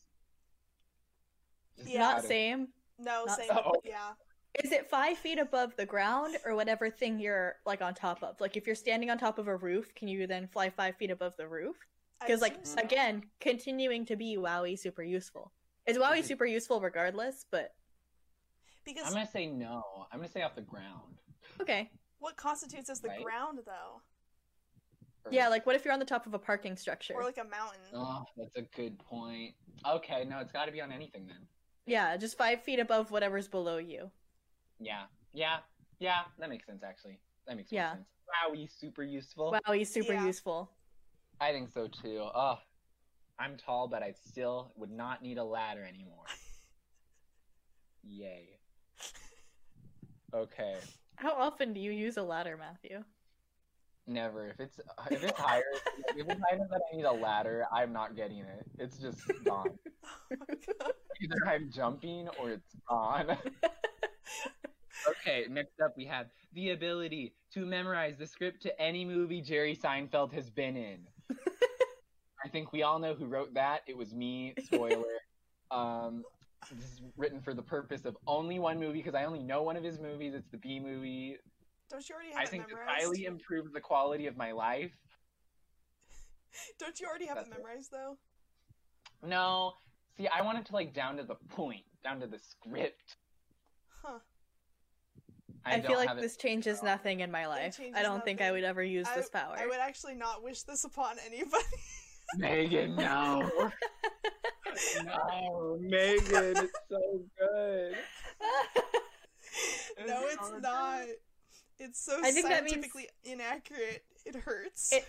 C: Just
B: Yeah.
C: out
A: Not
C: of-
A: same.
B: No,
A: Not-
B: same.
C: Oh.
B: Yeah.
A: Is it five feet above the ground or whatever thing you're like on top of? Like if you're standing on top of a roof, can you then fly five feet above the roof?
B: I
A: Because like
B: assume so.
A: again, continuing to be Wowie super useful. Is Wowie
C: Mhm.
A: super useful regardless? But
C: I'm
B: Because
C: gonna say no. I'm gonna say off the ground.
A: okay,
B: what constitutes as the
C: Right?
B: ground, though?
C: Or-
A: yeah. Like what if you're on the top of a parking structure?
B: Or like a mountain?
C: Oh, that's a good point. Okay, no, it's got to be on anything then.
A: yeah, just five feet above whatever's below you.
C: Yeah, yeah, yeah. That makes sense. Actually, that makes more
A: Yeah.
C: sense. Wowie, super useful.
A: Wowie super
B: Yeah.
A: useful.
C: I think so too. Oh, I'm tall, but I still would not need a ladder anymore. Yay. Okay.
A: How often do you use a ladder, Matthew?
C: Never. If it's if it's higher, if it's higher enough that I need a ladder, I'm not getting it. It's just gone.
B: Oh my God.
C: Either I'm jumping or it's gone. okay. Next up, we have the ability to memorize the script to any movie Jerry Seinfeld has been in. I think we all know who wrote that. It was me. Spoiler. um, this is written for the purpose of only one movie because I only know one of his movies. It's the B movie.
B: Don't you already have
C: I
B: it
C: think this
B: memorized?
C: highly improved the quality of my life.
B: Don't you already have it
C: That's it.
B: memorized though?
C: No, see, I wanted to like down to the point, down to the script.
B: Huh.
A: I,
C: don't
A: feel like
C: have it-
A: this changes nothing in my life. I
B: changes
A: don't think I
B: nothing.
A: would ever use this power.
B: I would actually not wish this upon anybody.
C: Megan, no, no, Megan, it's so good. Is
B: no,
C: it
B: it's
C: on a
B: not. It's so
A: I think that means-
B: scientifically inaccurate. It hurts.
A: it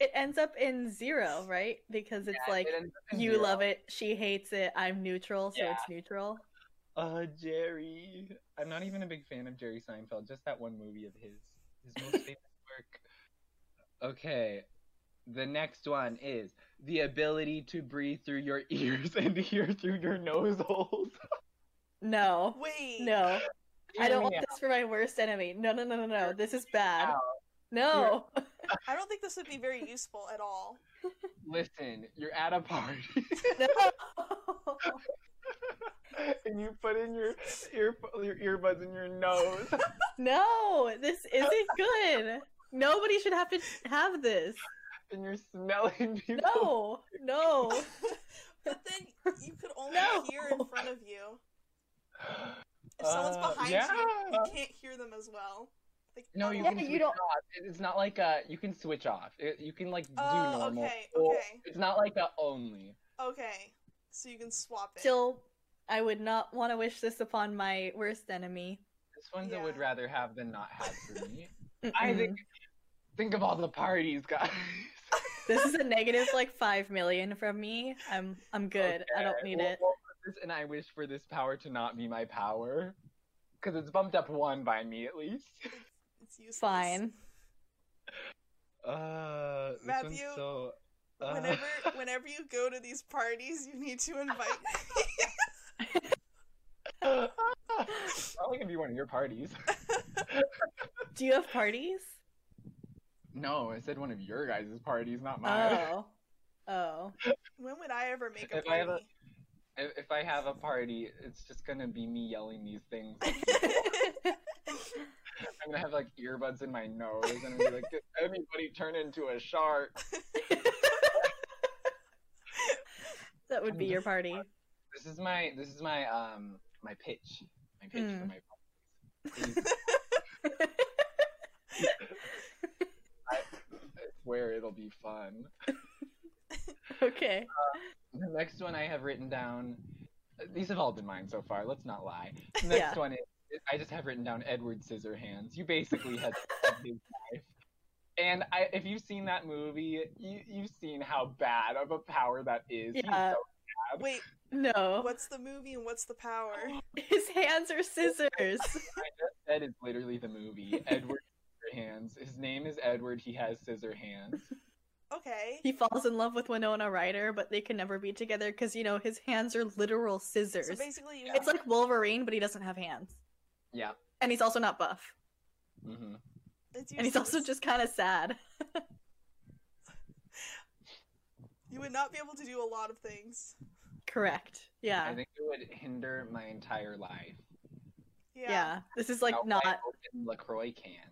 A: it ends up in zero, right? Because it's like
C: It ends up in
A: you
C: zero.
A: love it, she hates it, I'm neutral, so
C: Yeah.
A: it's neutral.
C: Uh, Jerry. I'm not even a big fan of Jerry Seinfeld. Just that one movie of his, his most famous work. Okay, the next one is the ability to breathe through your ears and to hear through your nose holes.
A: No,
B: Wait.
A: no, I don't
C: Hear
A: want
C: me
A: this for my worst enemy. No, no, no, no, no.
C: Hear
A: This is bad.
C: out.
A: No,
B: I don't think this would be very useful at all.
C: Listen, you're at a party.
A: no.
C: and you put in your ear your earbuds in your nose.
A: No, this isn't good. Nobody should have to have this.
C: and you're smelling people.
A: No, no.
B: But then you could only
A: No.
B: hear in front of you. If someone's
C: Uh,
B: behind you,
C: yeah.
B: you can't hear them as well. Like oh,
C: No,
B: I
C: you
A: Yeah,
C: can
A: you
C: switch
A: don't-
C: off. It- It's not like a you can switch off. It, you can like do
B: Oh,
C: normal.
B: okay,
C: or-
B: okay.
C: It's not like a only.
B: Okay. So you can swap it.
A: Still, I would not want to wish this upon my worst enemy.
C: This one's I
B: Yeah.
C: would rather have than not have for me. I think
A: Mm-hmm.
C: think of all the parties, guys.
A: this is a negative like five million from me. I'm I'm good. I don't
C: Okay,
A: need
C: we'll-
A: it.
C: we'll put this- and I wish for this power to not be my power, because it's bumped up one by me at least.
B: It's useless.
A: Fine.
C: Uh, this one's
B: Matthew,
C: so. uh,
B: Whenever whenever you go to these parties, you need to invite
C: it's probably gonna be one of your parties.
A: Do you have parties?
C: No, I said one of your guys' parties, not mine.
A: Oh. Oh.
B: When would I ever make a
C: If I have a-
B: party?
C: If, if I have a party, it's just gonna be me yelling these things. I'm gonna have like earbuds in my nose and I'm gonna be like, "Did anybody turn into a shark?"
A: That would be your party.
C: This is my this is my um my pitch, my pitch for
A: Mm.
C: my. parties. Please. I swear it'll be fun.
A: Okay.
C: The next one I have written down. These have all been mine so far. Let's not lie. The
A: Yeah.
C: next one is I just have written down Edward Scissorhands. You basically had saved his life. And I, if you've seen that movie, you, you've seen how bad of a power that is. He's
A: Yeah.
C: so-
B: Wait,
A: No.
B: What's the movie and what's the power?
A: His hands are scissors.
C: That is literally the movie. Edward Scissor Hands. His name is Edward. He has scissor hands.
B: Okay.
A: he falls in love with Winona Ryder, but they can never be together because, you know, his hands are literal scissors.
B: So basically, you
A: it's
B: have,
A: like Wolverine, but he doesn't have hands.
C: Yeah.
A: And he's also not buff.
C: hmm
B: it's
A: And he's also
B: useless.
A: just kind of sad.
B: You would not be able to do a lot of things.
A: Correct. Yeah.
C: I think it would hinder my entire life.
A: yeah.
B: Yeah.
A: This is like
C: Now, why
A: not.
C: open Lacroix can.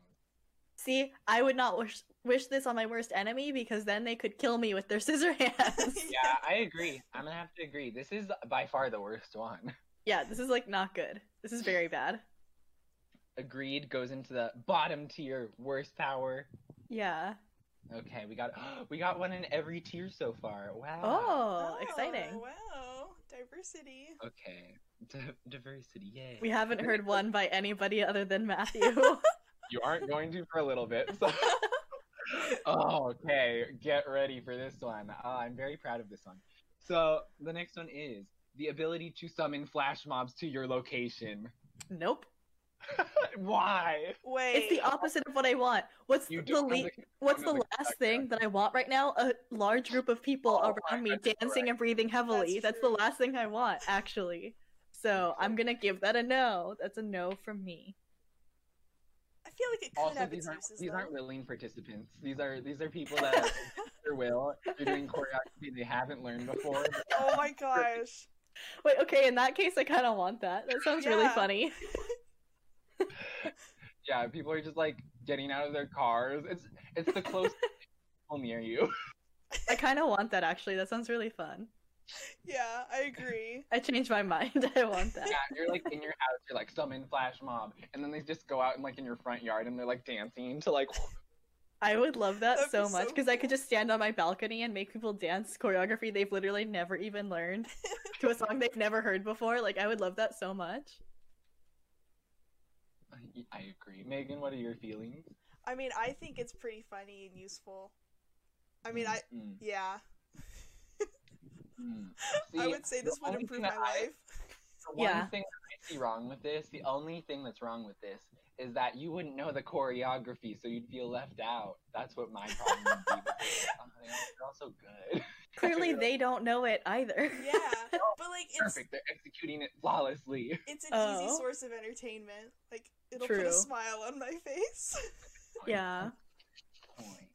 A: See, I would not wish wish this on my worst enemy because then they could kill me with their scissor hands.
C: Yeah, I agree. I'm gonna have to agree. This is by far the worst one.
A: yeah, this is like not good. This is very bad.
C: Agreed goes into the bottom tier worst power.
A: Yeah.
C: Okay, we got we got one in every tier so far. Wow.
B: Ah.
A: Oh, exciting.
B: Wow. Diversity.
C: Okay. D- diversity. Yay.
A: Oh. We haven't heard one by anybody other than Matthew.
C: You aren't going to for a little bit. So. oh, okay. Get ready for this one. Uh, I'm very proud of this one. So the next one is the ability to summon flash mobs to your location.
A: nope.
C: Why?
B: Wait.
A: It's the opposite of what I want. What's
C: You
A: the
C: sound
A: le-
C: like-
A: what's
C: I'm
A: the
C: like-
A: last thing that I want right now? A large group of people
C: Oh,
A: around me
C: right, that's
A: dancing
C: correct.
A: and breathing heavily.
B: That's
A: That's, the
B: true.
A: last thing I want, actually. So I'm gonna give that a no. That's a no from me.
B: I feel like it could
C: Also,
B: have
C: these
B: its
C: aren't
B: uses.
C: these
B: though.
C: aren't willing participants. These are these are people that have their will. They're doing choreography they haven't learned before.
B: oh my gosh.
A: Wait, okay. In that case, I kind of want that. That sounds really
B: Yeah.
A: funny.
C: Yeah, people are just like getting out of their cars. It's it's the closest people near you.
A: I kind of want that actually. That sounds really fun.
B: Yeah, I agree.
A: I changed my mind. I want that.
C: Yeah, you're like in your house. You're like summon flash mob, and then they just go out and like in your front yard and they're like dancing to like.
A: I would love that
B: That'd
A: so
B: be
A: much
B: so
A: because I could just stand on my balcony and make people dance choreography they've literally never even learned to a song they've never heard before. Like I would love that so much.
C: I agree, Megan. What are your feelings?
B: I mean, I think it's pretty funny and useful. I mean, I
C: Mm,
B: yeah.
C: mm.
B: I
C: See,
B: would say
C: the
B: this would
C: only thing
B: improve my
C: that I-
B: life.
C: The one
A: Yeah.
C: thing that I see wrong with this, the only thing that's wrong with this, is that you wouldn't know the choreography, so you'd feel left out. That's what my problem would be. with this. Oh, they all- They're all so good.
A: Clearly,
C: Yeah.
A: they don't know it either.
B: Yeah, but like it's
C: Perfect. They're executing it flawlessly.
B: it's an easy
A: Oh.
B: source of entertainment. Like it'll put
A: True.
B: a smile on my face.
A: Yeah.
C: Point.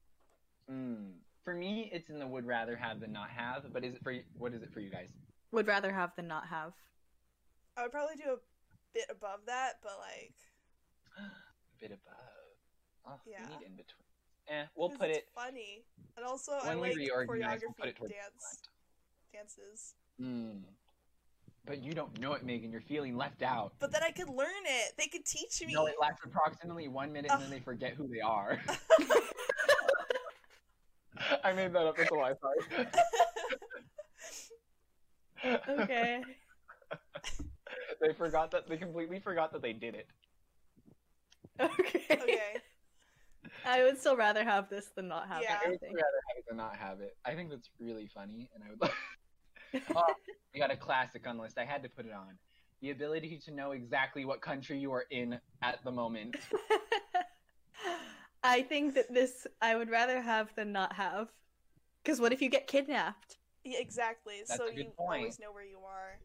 C: Mm. For me, it's in the would rather have than not have. But is it for y- what is it for you guys?
A: Would rather have than not have.
B: I would probably do a bit above that, but like
C: A bit above. Oh,
B: Yeah.
C: We need in between. Eh, we'll
B: 'cause
C: put
B: it's
C: it.
B: funny. And also I
C: When we
B: like
C: reorganize,
B: choreography
C: we'll put it towards the
B: dance dances.
C: Mm. But you don't know it, Megan. You're feeling left out.
B: But then I could learn it. They could teach me.
C: No, it lasts approximately one minute and then they forget who they are. I made that up. That's a lie. Sorry.
A: Okay.
C: they forgot that they completely forgot that they did it.
A: okay.
B: okay.
A: I would still rather have this than not have
B: Yeah.
A: it.
C: I
A: I
C: would
A: think.
C: rather have it than not have it. I think that's really funny, and I would. oh, we got a classic on the list. I had to put it on. The ability to know exactly what country you are in at the moment.
A: I think that this I would rather have than not have. Because what if you get kidnapped?
B: Yeah, exactly.
C: That's
B: so
C: a good
B: you
C: point.
B: always know where you are.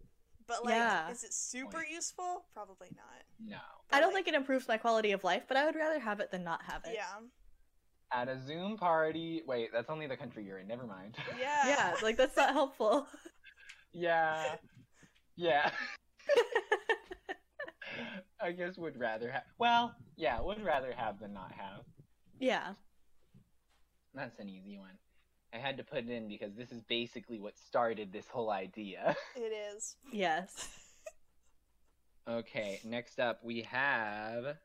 B: But like
A: Yeah.
B: is it super
C: Point.
B: useful? Probably not.
C: No.
B: But,
A: I don't
B: like,
A: think it improves my quality of life, but I would rather have it than not have it.
B: Yeah.
C: At a Zoom party. Wait, that's only the country you're in. Never mind.
B: Yeah.
A: Yeah, like that's not helpful.
C: Yeah. Yeah. I guess would rather have. Well, yeah, would rather have than not have.
A: Yeah.
C: That's an easy one. I had to put it in because this is basically what started this whole idea.
B: It is.
A: Yes.
C: Okay, next up we have.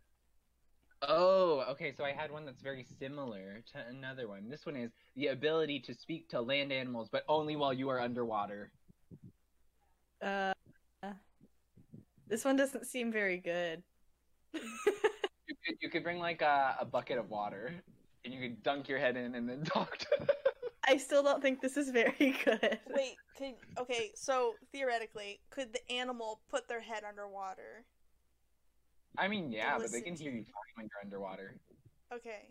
C: Oh, okay, so I had one that's very similar to another one. This one is the ability to speak to land animals, but only while you are underwater.
A: Uh, this one doesn't seem very good.
C: You could, you could bring like a, a bucket of water and you could dunk your head in and then talk to them.
A: I still don't think this is very good.
B: Wait, could okay, so theoretically, could the animal put their head underwater?
C: I mean, yeah, but they
B: listen
C: can
B: to
C: hear
B: you.
C: you fine when you're underwater.
B: Okay.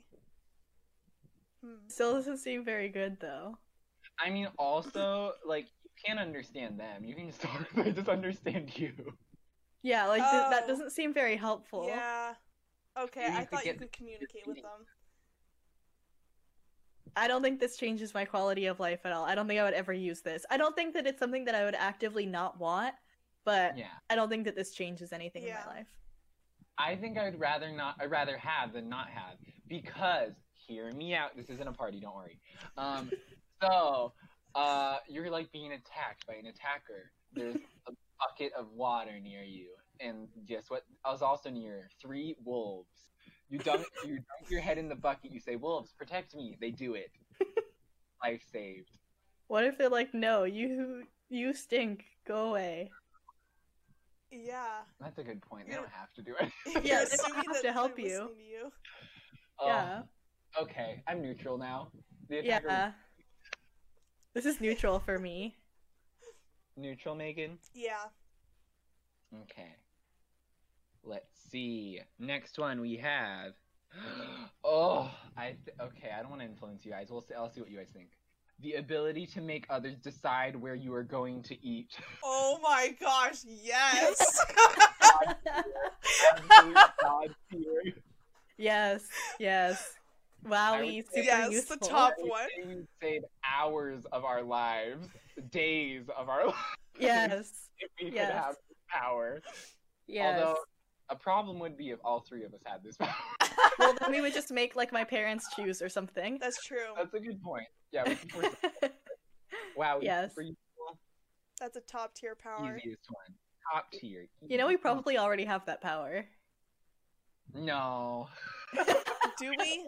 B: Hmm.
A: Still doesn't seem very good though.
C: I mean, also, like, you can't understand them. You can just, they just understand you.
A: Yeah, like th- that
B: Oh.
A: doesn't seem very helpful.
B: Yeah. Okay,
C: You
B: I
C: could
B: thought you
C: get
B: could communicate with
C: feeding.
B: them.
A: I don't think this changes my quality of life at all. I don't think I would ever use this. I don't think that it's something that I would actively not want, but
C: Yeah.
A: I don't think that this changes anything in
B: Yeah.
A: my life.
C: I think I'd rather not. I'd rather have than not have because hear me out. This isn't a party. Don't worry. Um, so uh, you're like being attacked by an attacker. There's a bucket of water near you, and guess what? I was also near three wolves. You dunk, you dunk your head in the bucket. You say, "Wolves, protect me." They do it. Life saved.
A: What if they're like, "No, you you stink. Go away."
B: Yeah.
C: That's a good point. They don't have to do it.
A: Yeah,
B: You're
A: they don't
B: assuming
A: have
B: that
A: to
B: they're
A: help you.
B: listening to you.
C: Oh,
A: yeah.
C: Okay, I'm neutral now. The attacker
A: Yeah. This is neutral for me.
C: neutral, Megan.
B: Yeah.
C: Okay. Let's see. Next one we have. oh, I th- okay. I don't want to influence you guys. We'll see. I'll see what you guys think. The ability to make others decide where you are going to eat.
B: Oh my gosh, yes.
C: Absolute god tier.
A: yes. Yes. Wowie,
C: would
A: super
B: yes,
A: useful.
B: the top one.
C: It would save hours of our lives, days of our lives
A: Yes.
C: if we could
A: Yes.
C: have this power.
A: Yes.
C: Although a problem would be if all three of us had this power.
A: Well, then we would just make like my parents choose or something.
B: That's true.
C: That's a good point. Yeah. We can wow. we
A: Yes.
C: super useful.
B: That's a top tier power.
C: Easiest one. Top tier.
A: you know, we probably already have that power.
C: No.
B: Do we?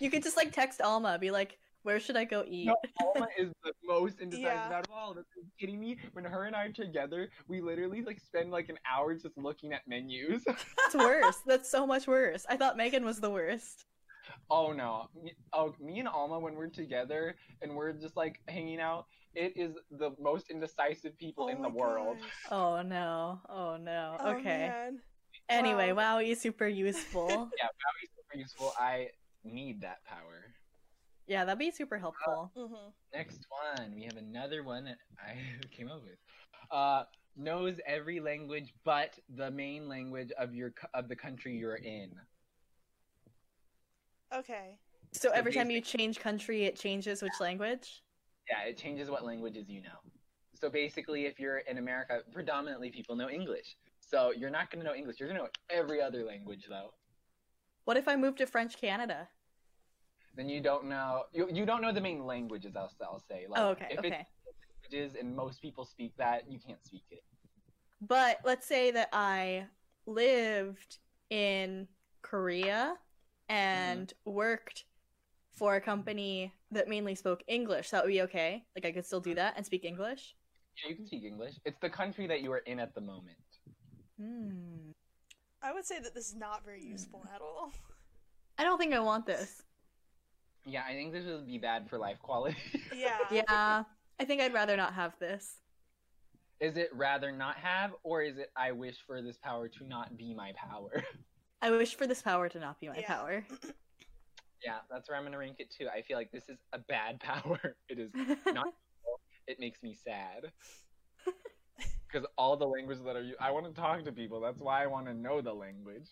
A: You could just like text Alma, be like, "Where should I go eat?"
C: No, Alma is the most indecisive
B: Yeah.
C: out of all of us. Are you kidding me? When her and I are together, we literally like spend like an hour just looking at menus.
A: That's worse. That's so much worse. I thought Megan was the worst.
C: oh no. Me- Oh, me and Alma when we're together and we're just like hanging out, it is the most indecisive people
B: Oh
C: in the
B: my
C: world.
B: gosh.
A: Oh no. Oh no.
B: Oh,
A: okay.
B: man.
A: Anyway,
B: Wow.
A: Wowie is super useful.
C: That was super useful. I need that power.
A: yeah, that'd be super helpful.
B: Mhm.
C: Next one, we have another one that I came up with. Uh, knows every language but the main language of your co- of the country you're in.
B: Okay.
A: So
C: So
A: every time you change country, it changes which language.
C: Yeah, it changes what languages you know. So basically, if you're in America, predominantly people know English. So you're not going to know English. You're going to know every other language though.
A: What if I move to French Canada?
C: Then you don't know you, you don't know the main languages. I'll, I'll say. Like,
A: oh, okay,
C: If
A: okay.
C: it's languages and most people speak that, you can't speak it.
A: But let's say that I lived in Korea and worked for a company that mainly spoke English. That would be okay. Like I could still do that and speak English.
C: Yeah, you can speak English. It's the country that you are in at the moment.
A: Hmm.
B: I would say that this is not very useful at all.
A: I don't think I want this.
C: Yeah, I think this would be bad for life quality.
B: Yeah.
A: Yeah. I think I'd rather not have this.
C: is it rather not have, or is it I wish for this power to not be my power?
A: I wish for this power to not be my
B: Yeah.
A: power.
C: yeah, that's where I'm gonna rank it too. I feel like this is a bad power. It is. It makes me sad. Because all the languages that are you, I want to talk to people. That's why I want to know the language.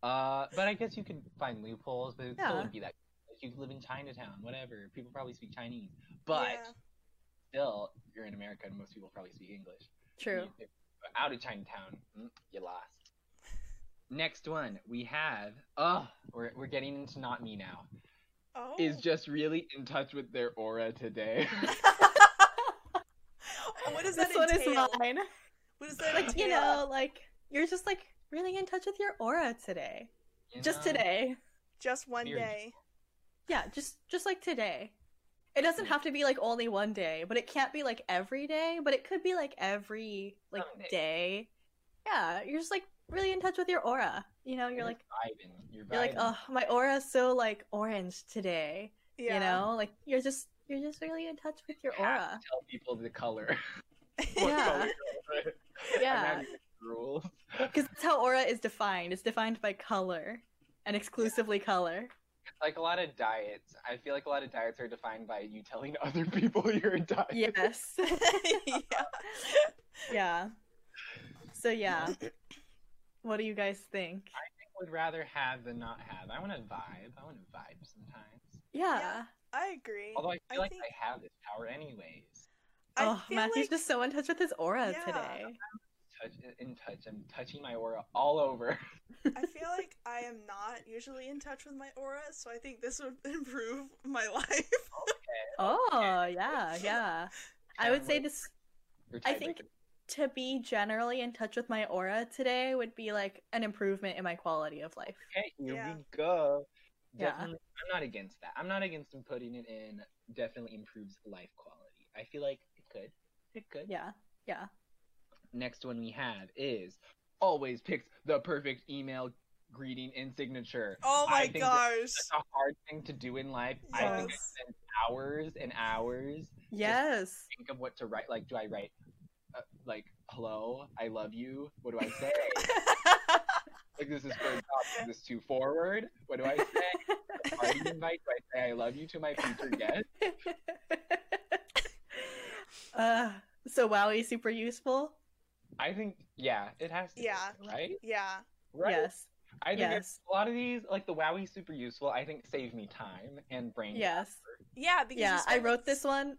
C: Uh, but I guess you could find loopholes, but it
A: Yeah.
C: still wouldn't be that. Like you could live in Chinatown, whatever. People probably speak Chinese, but
B: Yeah.
C: still, you're in America, and most people probably speak English.
A: True.
C: You- Out of Chinatown, Mm, you lost. Next one we have. Oh, we're we're getting into not me now.
B: Oh.
C: Is just really in touch with their aura today.
B: what does that
A: This one is
B: entail?
A: mine.
B: What does that
A: Like, you
B: entail?
A: know, like you're just like really in touch with your aura today.
C: You
A: Just
C: know?
A: today.
B: Just one
C: Very
B: day.
A: Yeah, just just like today. It doesn't have to be like only one day, but it can't be like every day, but it could be like every like
C: Some days.
A: day. Yeah, you're just like really in touch with your aura. You know, you're like
C: vibing. You're,
A: you're like,
C: vibing.
A: "Oh, my aura's so like orange today." You know, like you're just you're just really in touch with your
C: Have
A: aura.
C: to tell people the color. what
A: Yeah.
C: color- I'm
A: Yeah,
C: having rules.
A: because that's how aura is defined. It's defined by color, and exclusively color.
C: Like a lot of diets, I feel like a lot of diets are defined by you telling other people you're a diet.
A: Yes.
B: yeah.
A: yeah. So yeah. What do you guys think?
C: Would rather have than not have. I want to vibe. I want to vibe sometimes.
A: Yeah.
B: Yeah. I agree.
C: Although I feel
B: I
C: like
B: think-
C: I have this power anyways.
B: I
A: oh,
B: feel
A: Matthew's
B: like-
A: just so in touch with his aura
B: Yeah.
A: today.
C: Touch in touch. I'm touching my aura all over.
B: I feel like I am not usually in touch with my aura, so I think this would improve my life.
A: Oh, yeah, yeah. I would say this
C: Your
A: I think-
C: tiebreaker.
A: to be generally in touch with my aura today would be like an improvement in my quality of life.
C: Okay, here
B: Yeah.
C: we go.
A: Yeah.
C: Definitely, I'm not against that. I'm not against them putting it in. Definitely improves life quality. I feel like it could. It could.
A: Yeah. Yeah.
C: Next one we have is always picks the perfect email greeting and signature.
B: Oh
C: I
B: my
C: think that-
B: gosh.
C: That's a hard thing to do in life. I think I
B: Yes.
C: spend hours and hours
A: Yes.
C: think of what to write. Like, do I write uh, like "Hello, I love you"? What do I say? like, this is for a job. Is this too forward? What do I say? Party invite? Do I say "I love you" to my future guest?
A: uh, so Wowie super useful?
C: I think, yeah, it has to. be,
B: Yeah.
C: right.
B: yeah.
C: Right.
A: Yes.
C: I think
A: Yes.
C: a lot of these, like the Wowie, super useful. I think save me time and brain.
A: Yes.
B: Yeah, because you
A: Yeah, I
B: spend-
A: wrote this one.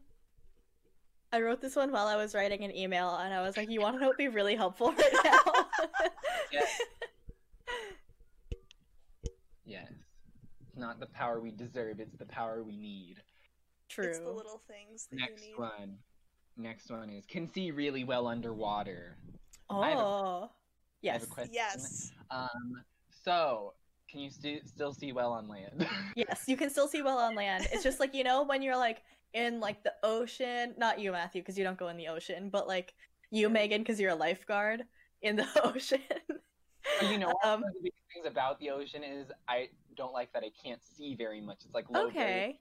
A: I wrote this one while I was writing an email, and I was like, "You want to know what would be really helpful right now?"
C: Yes. It's not the power we deserve. It's the power we need.
A: True.
B: It's the little things that
C: Next
B: you need.
C: one. Next one is can see really well underwater. I have a-
A: oh,
C: I have
A: yes,
C: a question.
B: Yes.
C: Um, so can you stu- still see well on land?
A: yes. You can still see well on land. It's just like you know when you're like in like the ocean. Not you, Matthew, because you don't go in the ocean, but like you, Megan, because you're a lifeguard in the ocean.
C: But you know, what?
A: Um,
C: one of the biggest things about the ocean is I don't like that I can't see very much. It's like low
A: okay.
C: variability.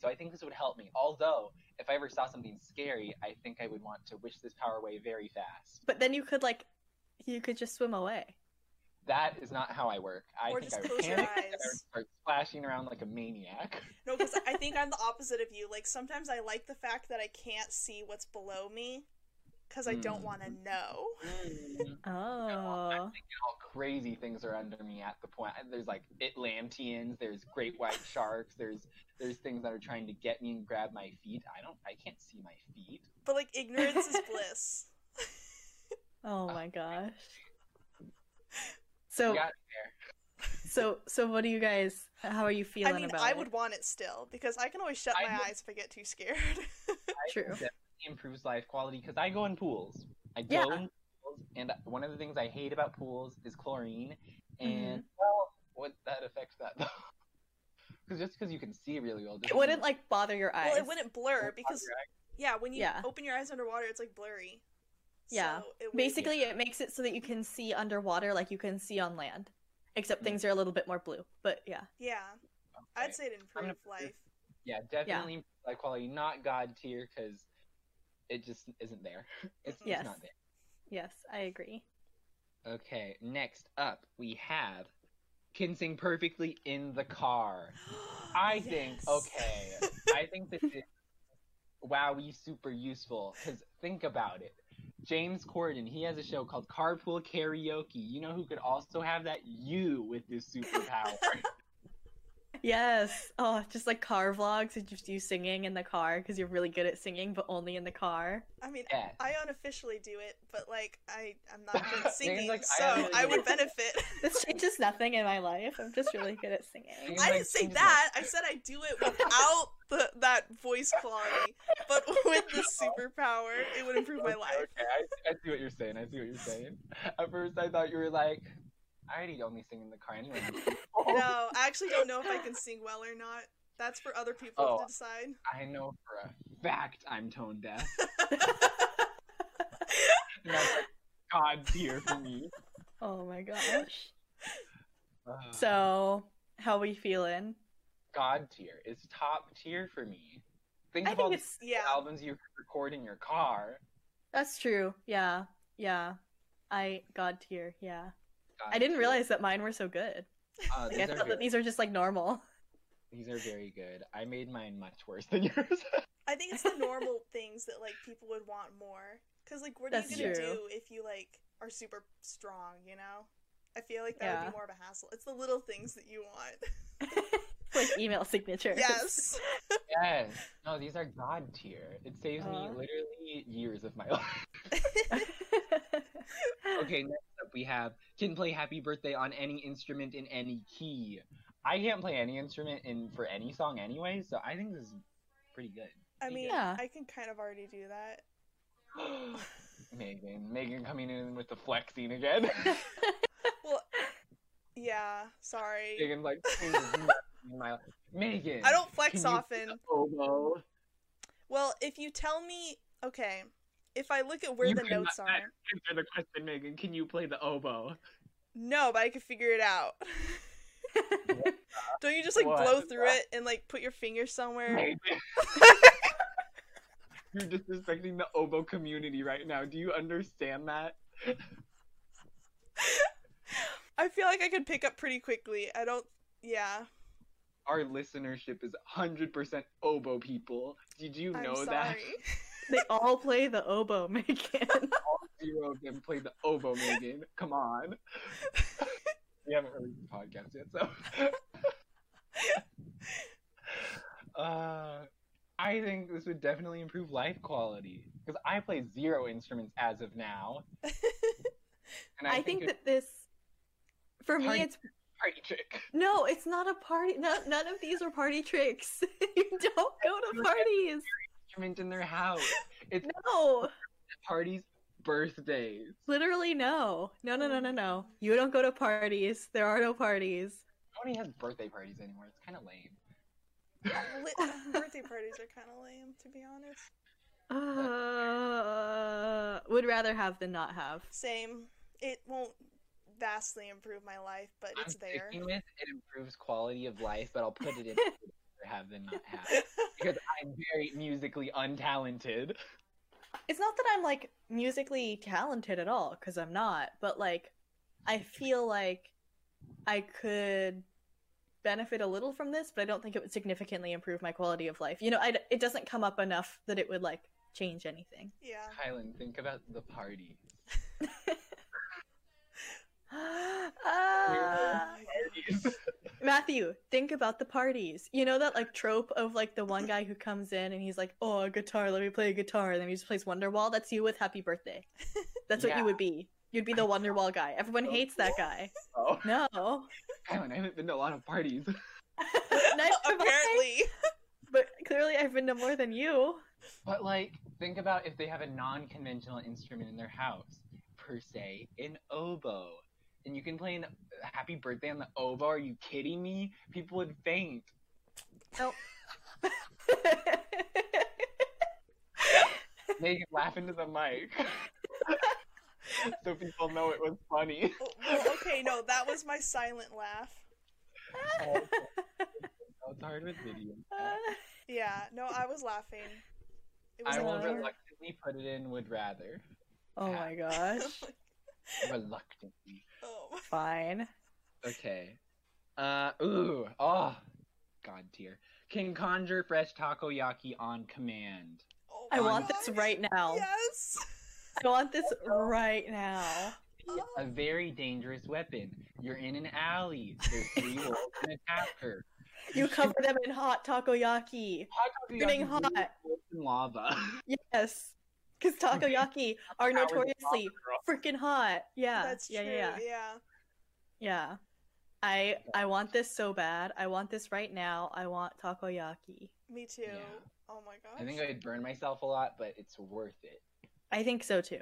C: So I think this would help me. Although, if I ever saw something scary, I think I would want to wish this power away very fast.
A: But then you could like, you could just swim away.
C: That is not how I work. I
B: Or
C: think
B: just
C: I would
B: close your
C: panic. and I would
B: eyes.
C: start splashing around like a maniac.
B: No, because I think I'm the opposite of you. Like sometimes I like the fact that I can't see what's below me because I don't
C: Mm.
B: want to know.
A: Oh,
C: all crazy things are under me at the point. There's like Atlanteans, there's great white sharks, there's there's things that are trying to get me and grab my feet. I don't, I can't see my feet.
B: But like ignorance is bliss.
A: oh my gosh. So.
C: Yeah,
A: So, so what do you guys? How are you feeling
B: I mean,
A: about
B: I
A: it?
B: would want it still because I can always shut
C: I
B: my
C: would-
B: eyes if I get too scared.
A: True.
C: definitely improves life quality because I go in pools. I go
A: Yeah.
C: in pools, and one of the things I hate about pools is chlorine. And
A: Mhm.
C: well, what that affects that though, because just because you can see really well,
A: It wouldn't like bother your eyes.
B: well, it wouldn't blur because yeah, when you
A: Yeah.
B: open your eyes underwater, it's like blurry.
A: Yeah.
B: So it would-
A: Basically, it makes it so that you can see underwater like you can see on land, except
C: Mm.
A: things are a little bit more blue. But yeah,
B: yeah, I'd say it
C: gonna
B: improved
C: put this-
B: life.
C: Yeah, definitely life quality, not god tier because it just isn't there. It's,
A: Yes.
C: it's not there.
A: yes, I agree.
C: Okay, next up we have can sing perfectly in the car. I think
B: Yes.
C: okay. I think this is wowie super useful because think about it. James Corden, he has a show called Carpool Karaoke. You know who could also have that? You with this superpower.
A: Yes. Oh, just like car vlogs, it's just you singing in the car because you're really good at singing, but only in the car.
B: I mean,
C: yeah.
B: I unofficially do it, but like I, I'm not good at singing,
C: like, I
B: so I,
C: unofficially do
B: would
C: it.
B: benefit.
A: This changes nothing in my life. I'm just really good at singing.
B: I
C: like,
B: didn't say
C: sings
B: that. I said I do it without the, that voice quality, but with the superpower, it would improve my
C: Okay,
B: life.
C: Okay, I, I see what you're saying. I see what you're saying. At first, I thought you were like, I already only sing in the car anyway. oh,
B: No, I actually don't know if I can sing well or not. That's for other people
C: Oh.
B: to decide.
C: I know for a fact I'm tone deaf. And that's like God tier for me.
A: Oh my gosh.
C: Uh,
A: So, how we feeling?
C: god tier. It's top tier for me. Think
A: I
C: of
A: think
C: all the
A: it's-
B: Yeah.
C: albums you record in your car.
A: That's true. Yeah. Yeah. I god tier. Yeah.
C: God
A: I didn't
C: tier.
A: realize that mine were so good.
C: Uh,
A: Like, I
C: these, are
A: thought that
C: very,
A: these are just like normal.
C: these are very good. I made mine much worse than yours.
B: I think it's the normal things that like people would want more. Cause like, what are
A: That's
B: you gonna
A: true.
B: do if you like are super strong? You know, I feel like that would
A: Yeah.
B: be more of a hassle. It's the little things that you want.
A: like email signatures.
B: yes.
C: yes. No, these are god tier. It saves me
A: Uh.
C: literally years of my life. Okay, next up we have can play happy birthday on any instrument in any key. I can't play any instrument in for any song anyway, so I think this is pretty good.
B: I mean,
A: Yeah.
B: I can kind of already do that.
C: Megan. Megan coming in with the flexing again.
B: Well, yeah. Sorry.
C: Megan's like, "This is nothing in my life." Megan.
B: I don't flex
C: can you
B: often.
C: play the oboe?
B: Well, if you tell me, okay, if I look at where
C: You
B: the
C: cannot-
B: notes are,
C: Answer the question, Megan. Can you play the oboe?
B: no, but I can figure it out. Don't you just like
C: What?
B: blow through it and like put your finger somewhere?
C: Megan. You're disrespecting the oboe community right now. Do you understand that?
B: I feel like I could pick up pretty quickly. I don't. Yeah,
C: Our listenership is 100% oboe people. Did you
B: I'm
C: know
B: sorry.
C: that?
A: they all play the oboe, Megan.
C: Zero of them played the oboe, Megan. Come on. we haven't released the podcast yet, so. uh, I think this would definitely improve life quality because I play zero instruments as of now. And
A: I think
C: it's
A: that this, for
C: Party-
A: me, it's
C: a party trick.
A: no, it's not a party. No, none of these are party tricks. you don't go to parties.
C: Instrument in their house,
A: No,
C: parties, birthdays.
A: literally no, no, no, no, no, no. You don't go to parties. There are no parties.
C: Nobody has birthday parties anymore. It's kind of lame.
B: Li- Birthday parties are kind of lame, to be honest.
A: Uh, would rather have than not have.
B: Same. It won't vastly improve my life, but it's
C: I'm
B: there.
C: sticking with it improves quality of life, but I'll put it in rather have than not have. because I'm very musically untalented.
A: it's not that I'm like musically talented at all because I'm not, but like I feel like I could benefit a little from this, but I don't think it would significantly improve my quality of life. You know, I, it doesn't come up enough that it would like change anything.
B: yeah.
C: Kylan, think about the party.
B: Oh
A: Ah. Matthew, think about the parties. You know that like trope of like the one guy who comes in and he's like, "Oh, a guitar, let me play a guitar," and then he just plays Wonderwall. That's you with Happy Birthday. That's what
C: Yeah.
A: you would be. You'd be the Wonderwall guy. Everyone hates that guy.
C: oh,
A: No,
C: Kylan, I haven't been to a lot of parties.
A: Neither have I,
B: Apparently.
A: but clearly I've been to more than you.
C: But like, think about if they have a non-conventional instrument in their house, per se, an oboe, and you can play an Happy Birthday on the oboe. Are you kidding me? People would faint. They could laugh into the mic. so people know it was funny.
B: Oh, well, okay, no, that was my silent laugh.
C: Oh, It's hard with video.
B: Yeah, no, I was laughing. It was
C: I will
A: Uh.
B: hilarious.
C: reluctantly put it in. Would rather
A: oh my gosh.
C: reluctantly.
B: oh.
A: Fine.
C: Okay. Uh ooh. Oh god tier. Can conjure fresh takoyaki on command.
B: Oh
A: I
B: my
A: want this
B: gosh.
A: right now.
B: Yes.
A: I want this right now.
C: A very dangerous weapon. You're in an alley. There's three wolves and attack her.
A: You cover them in hot takoyaki.
C: Takoyaki
A: Getting hot.
C: really floats in lava.
A: Yes. Because takoyaki are
C: Powers lava,
A: notoriously
C: girl.
A: freaking hot. Yeah.
B: That's
A: yeah,
B: true.
A: yeah, yeah. Yeah. I I want this so bad. I want this right now. I want takoyaki.
B: Me too.
C: Yeah.
B: Oh my gosh.
C: I think I'd burn myself a lot, but it's worth it.
A: I think so too.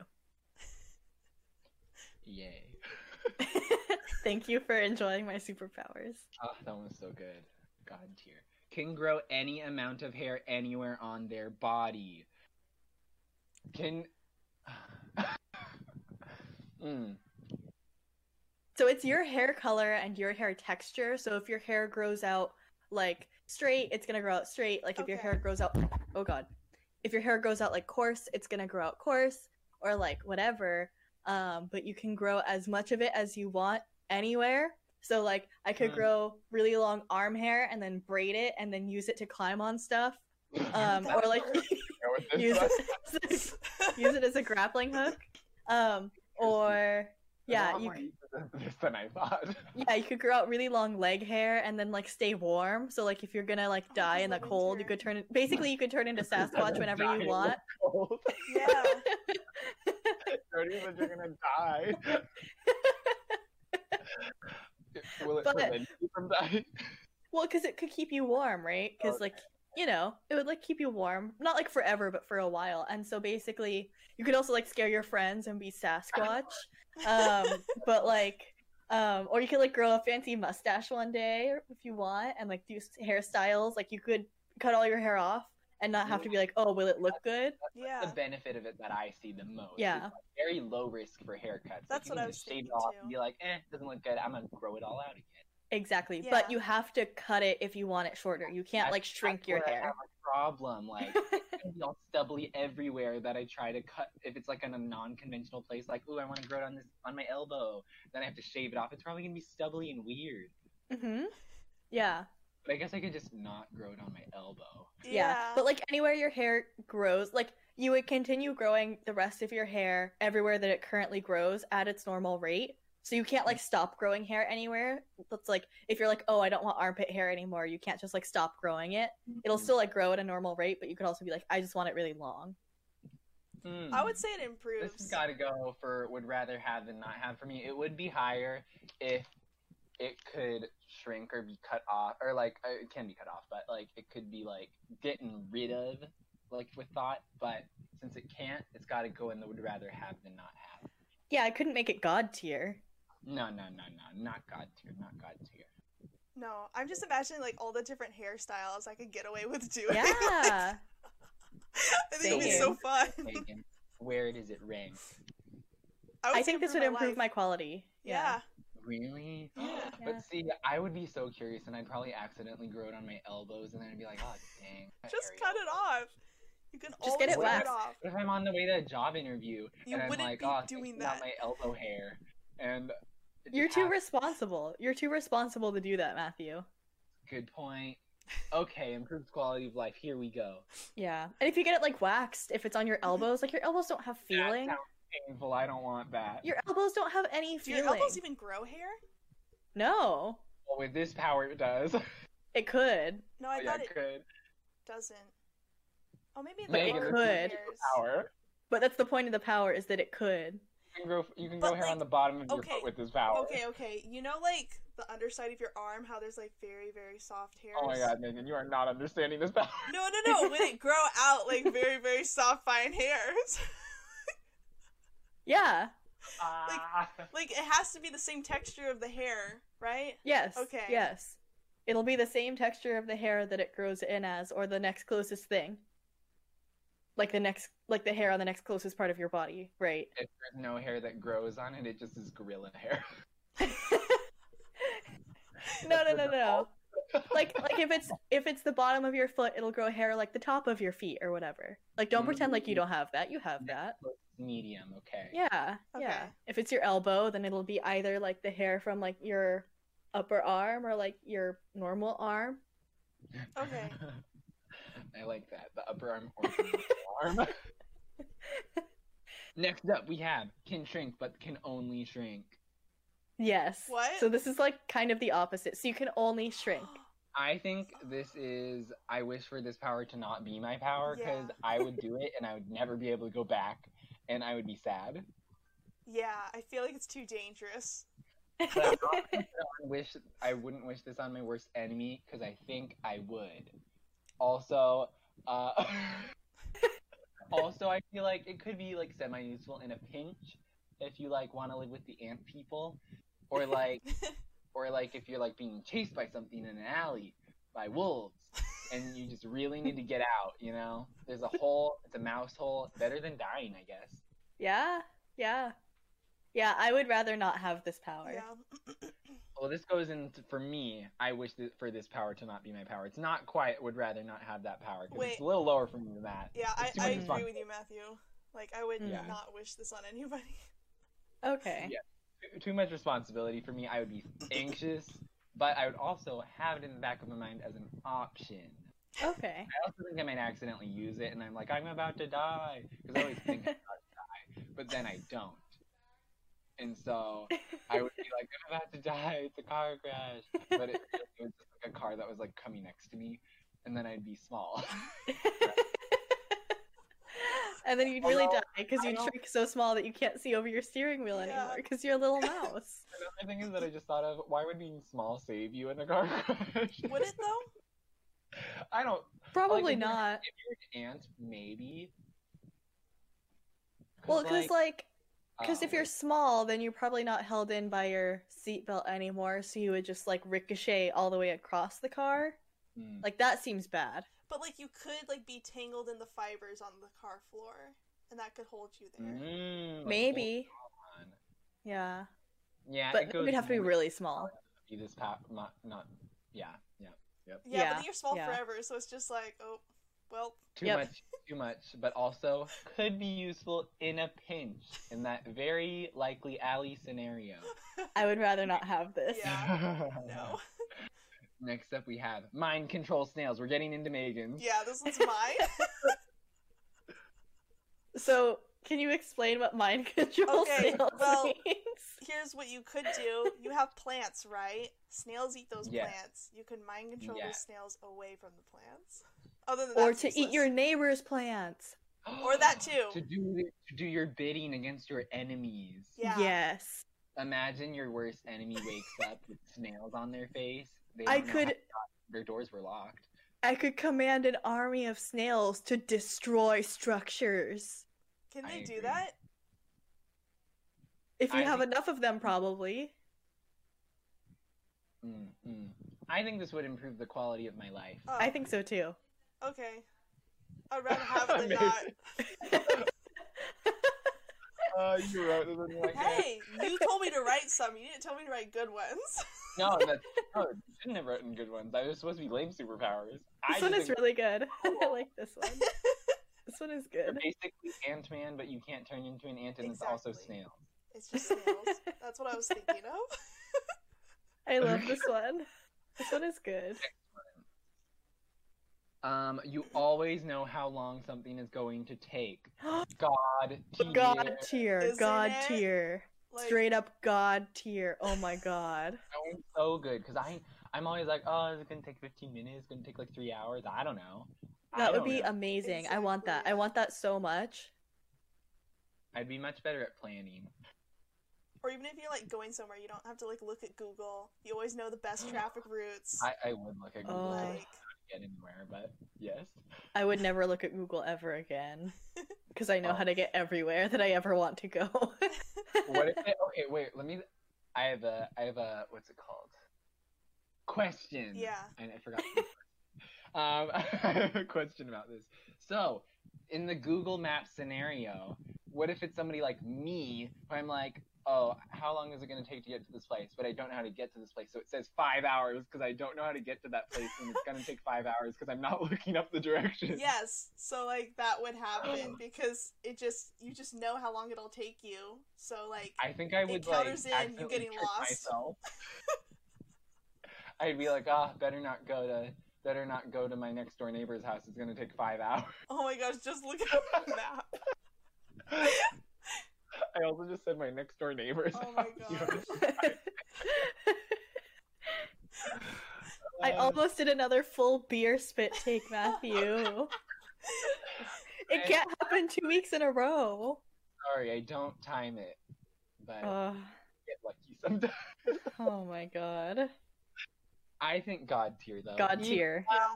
C: Yay.
A: Thank you for enjoying my superpowers.
C: Oh, that one was so good. God tier. Can grow any amount of hair anywhere on their body. Can.
A: Um,
C: mm.
A: So it's your hair color and your hair texture. So if your hair grows out like straight, it's gonna grow out straight. Like if your
B: Okay.
A: hair grows out, oh god, if your hair grows out like coarse, it's gonna grow out coarse or like whatever. Um, but you can grow as much of it as you want anywhere. So like I could
C: Mm.
A: grow really long arm hair and then braid it and then use it to climb on stuff. Um, or like use it, use it as a grappling hook. Um, or yeah, you
C: you... this Oh than I thought.
A: yeah, you could grow out really long leg hair and then like stay warm. So like if you're gonna like
B: Oh,
A: die in the
B: the
A: cold, you
B: winter.
A: could turn it basically you could turn into Sasquatch whenever
C: Die in
A: you
C: the
A: want.
C: cold.
B: Yeah.
C: Jody said you're gonna die. Will it
A: But-
C: prevent you from dying?
A: Well, because it could keep you warm, right? Because like you know, it would like keep you warm, not like forever, but for a while. And so basically, you could also like scare your friends and be Sasquatch. um, but like, um, or you could like grow a fancy mustache one day if you want, and like do s- hairstyles. Like you could cut all your hair off and not have to be like, oh, will it look good?
C: The
B: yeah.
C: benefit of it that I see the most. is,
A: Yeah.
C: like, very low risk for haircuts. like,
B: That's
C: you
B: what I
C: can
B: was
C: just shave it
B: thinking,
C: off
B: too.
C: and be like, eh, doesn't look good. I'm gonna grow it all out again.
A: Exactly.
B: Yeah.
A: But you have to cut it if you want it shorter. You can't
C: That's-
A: like shrink
C: that's
A: your
C: where I
A: hair.
C: have a problem. Like it's gonna be all stubbly everywhere that I try to cut. If it's like in a non-conventional place, like, ooh, I want to grow it on this on my elbow, then I have to shave it off. It's probably gonna be stubbly and weird.
A: hmm Yeah.
C: But I guess I could just not grow it on my elbow.
A: yeah but like anywhere your hair grows like you would continue growing the rest of your hair everywhere that it currently grows at its normal rate so you can't like stop growing hair anywhere that's like if you're like oh i don't want armpit hair anymore you can't just like stop growing it it'll
C: Mm.
A: still like grow at a normal rate but you could also be like i just want it really long
C: Hmm.
B: I would say it
C: This
B: improves.
C: has got to go for would rather have than not have for me. It would be higher if it could shrink or be cut off, or like uh, it can be cut off, but like it could be like getting rid of, like with thought. But since it can't, it's got to go in the would rather have than not have.
A: yeah i couldn't make it god tier
C: No, no, no, no, not God tier, not God tier.
B: no, I'm just imagining like all the different hairstyles I could get away with doing.
A: yeah
B: I think it'd be so
A: Same.
B: fun.
C: Megan, where does it rank?
B: would
A: i
B: say
A: think this would improve
B: life.
A: my quality yeah,
B: Yeah.
C: Really?
B: Yeah.
A: Yeah.
C: But see, I would be so curious, and I'd probably accidentally grow it on my elbows, and then I'd be like, oh dang. that
B: Just
C: area
B: cut it off. You can
A: Just
B: always
A: get
C: it
B: cut
A: waxed.
B: it off.
C: What if I'm on the way to a job interview
B: You
C: and I'm
B: wouldn't
C: like,
B: be
C: oh,
B: doing
C: doing that.
B: that."
C: my elbow hair, and it
A: you're
C: just
A: too
C: happened.
A: responsible you're too responsible to do that matthew
C: Good point. Okay, improved quality of life. Here we go.
A: Yeah. And if you get it like waxed, if it's on your
B: Mm-hmm.
A: elbows, like your elbows don't have
C: That
A: feeling.
C: sounds painful. I don't want that.
A: Your elbows don't have any
B: Do
A: feeling.
B: your elbows even grow hair?
A: No.
C: Well, with this power, it does.
A: It could.
B: No, I
C: Oh, yeah,
B: thought
C: it
B: it
C: could.
B: doesn't. Oh, maybe
C: But it
B: lower
A: could.
B: hairs.
C: Power.
A: But that's the point of the power is that it could.
C: You can grow. You can
B: But,
C: grow hair
B: like,
C: on the bottom of
B: okay,
C: your foot with this power.
B: Okay, okay. You know, like the underside of your arm, how there's like very, very soft hairs.
C: Oh my god, Megan, you are not understanding this power.
B: No, no, no. when it grow out, like very, very soft, fine hairs.
A: Yeah.
C: Ah.
B: like it has to be the same texture of the hair, right?
A: Yes.
B: Okay.
A: Yes. It'll be the same texture of the hair that it grows in as or the next closest thing. Like the next like the hair on the next closest part of your body, right?
C: if there's no hair that grows on it, it just is gorilla hair.
A: No, no, no, no. Like like if it's if it's the bottom of your foot, it'll grow hair like the top of your feet or whatever. Like
B: Mm-hmm.
A: don't pretend like you don't have that. You have that.
C: Medium. Okay.
A: Yeah, yeah.
B: Okay.
A: If it's your elbow, then it'll be either like the hair from like your upper arm or like your normal arm.
B: Okay.
C: I like that. The upper arm or the lower arm. Next up, we have can shrink but can only shrink.
A: Yes.
B: What?
A: So this is like kind of the opposite. So you can only shrink.
C: I think this is. I wish for this power to not be my power because
B: Yeah.
C: I would do it and I would never be able to go back and I would be sad.
B: Yeah, I feel like it's too dangerous.
C: But I'm not, I don't wish I wouldn't wish this on my worst enemy because I think I would. Also, uh, also I feel like it could be like semi-useful in a pinch if you like want to live with the ant people, or like or like if you're like being chased by something in an alley by wolves and you just really need to get out. You know, there's a hole. It's a mouse hole. Better than dying, I guess.
A: yeah. Yeah. Yeah, I would rather not have this power.
B: Yeah.
C: Well, this goes in for me. I wish th- for this power to not be my power. It's not quite. Would rather not have that power because it's
B: Wait.
C: a little lower for me than that.
B: Yeah, I,
C: It's too
B: I
C: much
B: agree
C: fun.
B: with you, Matthew. Like, I would
A: Yeah.
B: not wish this on anybody.
A: Okay.
C: Yeah. Too- Too much responsibility for me. I would be anxious, but I would also have it in the back of my mind as an option.
A: Okay.
C: I also think I might accidentally use it, and I'm like, I'm about to die because I always think I'm about to die, but then I don't, and so I would be like, I'm about to die. It's a car crash, but it, it was just like a car that was like coming next to me, and then I'd be small.
A: and then you'd really
C: Although,
A: die because
C: I
A: you're
C: don't-
A: trick so small that you can't see over your steering wheel
B: Yeah.
A: anymore because you're a little mouse.
C: Another thing is that I just thought of why would being small save you in a car crash?
B: Would it, though?
C: I don't.
A: Probably
C: if you're-
A: not.
C: If you're an ant, maybe.
A: Well, because like, because
C: uh,
A: if you're small, then you're probably not held in by your seatbelt anymore, so you would just like ricochet all the way across the car.
C: mm,
A: Like that seems bad.
B: But, like, you could, like, be tangled in the fibers on the car floor, and that could hold you there.
C: mm, like,
A: Maybe.
C: hold on.
A: Yeah.
C: Yeah,
A: But
C: it
A: then
C: goes
A: we'd have to be
C: with
A: really small.
C: you this path, not, not. Yeah, yeah.
B: Yeah,
A: Yeah,
B: but then you're small
A: yeah.
B: forever, so it's just like, oh, well,
C: Too
A: Yep.
C: much, too much, but also could be useful in a pinch in that very likely alley scenario.
A: I would rather not have this.
B: Yeah.
C: Uh-huh.
B: no.
C: Next up, we have mind control snails. We're getting into Megan's.
B: yeah, this one's mine.
A: So, can you explain what mind control
B: Okay,
A: sales
B: well-
A: means?
B: Here's what you could do you have plants, right? Snails eat those
C: Yeah.
B: plants. You can mind control
C: Yeah.
B: those snails away from the plants. Other than that,
A: Or
B: it's
A: to eat
B: useless.
A: your neighbor's plants.
B: Or that too.
C: to do to do your bidding against your enemies.
B: Yeah.
A: Yes.
C: Imagine your worst enemy wakes up with snails on their face. They
A: I
C: don't know
A: could
C: how- their doors were locked.
A: I could command an army of snails to destroy structures.
B: Can
C: I
B: they do
C: agree.
B: that?
A: If you
C: I
A: have
C: think-
A: enough of them probably.
C: Mm, mm. I think this would improve the quality of my life.
B: Oh,
A: I think so too.
B: Okay. I'd rather have it than
C: Amazing.
B: not.
C: Uh, you wrote it and like,
B: Hey, you told me to write some. You didn't tell me to write good ones.
C: No, that's no, you shouldn't have written good ones. That was supposed to be lame superpowers. I
A: This one
C: just
A: is
C: think
A: really good. I like this one. this one is
C: you're
A: good.
C: basically Ant Man, but you can't turn into an ant, and it's also
B: Exactly.
C: snail.
B: It's just snails. That's what I was thinking of.
A: I love this one. This one is good.
C: Um, you always know how long something is going to take. God,
A: God
C: tier.
A: tier.
B: Isn't
A: God
B: it?
A: tier.
B: Like,
A: Straight up god tier. Oh my god.
C: Sounds so good because I I'm always like, oh, it's gonna take 15 minutes. It's gonna take like three hours. I don't know. I
A: That would
C: don't
A: be
C: know.
A: amazing. I want that.
B: Exactly.
A: I want that so much.
C: I'd be much better at planning.
B: Or even if you're like going somewhere, you don't have to like look at Google. You always know the best traffic routes.
C: I, I would look at Google
A: Oh.
C: to
B: Like,
C: get anywhere, but yes.
A: I would never look at Google ever again because I know
C: Oh.
A: how to get everywhere that I ever want to go.
C: What if it, okay? Wait, let me. I have a I have a what's it called? Question.
B: Yeah.
C: And I forgot. the question. um, I have a question about this. So, in the Google Maps scenario, what if it's somebody like me where I'm like, oh, how long is it going to take to get to this place? But I don't know how to get to this place, so it says five hours because I don't know how to get to that place, and it's going to take five hours because I'm not looking up the directions.
B: yes, so like that would
A: Oh.
B: happen because it just you just know how long it'll take you. So like
C: I think I
B: It
C: would like
B: counters in you
C: accidentally
B: getting
C: trick
B: lost.
C: myself. I'd be like, ah, better not go to better not go to my next door neighbor's house. It's gonna take five hours.
B: oh my gosh, just look at the map.
C: I also just said my next door neighbor's
B: Oh my
C: house.
B: gosh.
A: I
B: Uh,
C: Um,
A: almost did another full beer spit take, Matthew. it can't happen two weeks in a row.
C: sorry, I don't time it, but
A: Ugh.
C: get lucky sometimes.
A: oh my god.
C: I think God tier though.
A: God
C: E-
A: tier.
B: Yeah.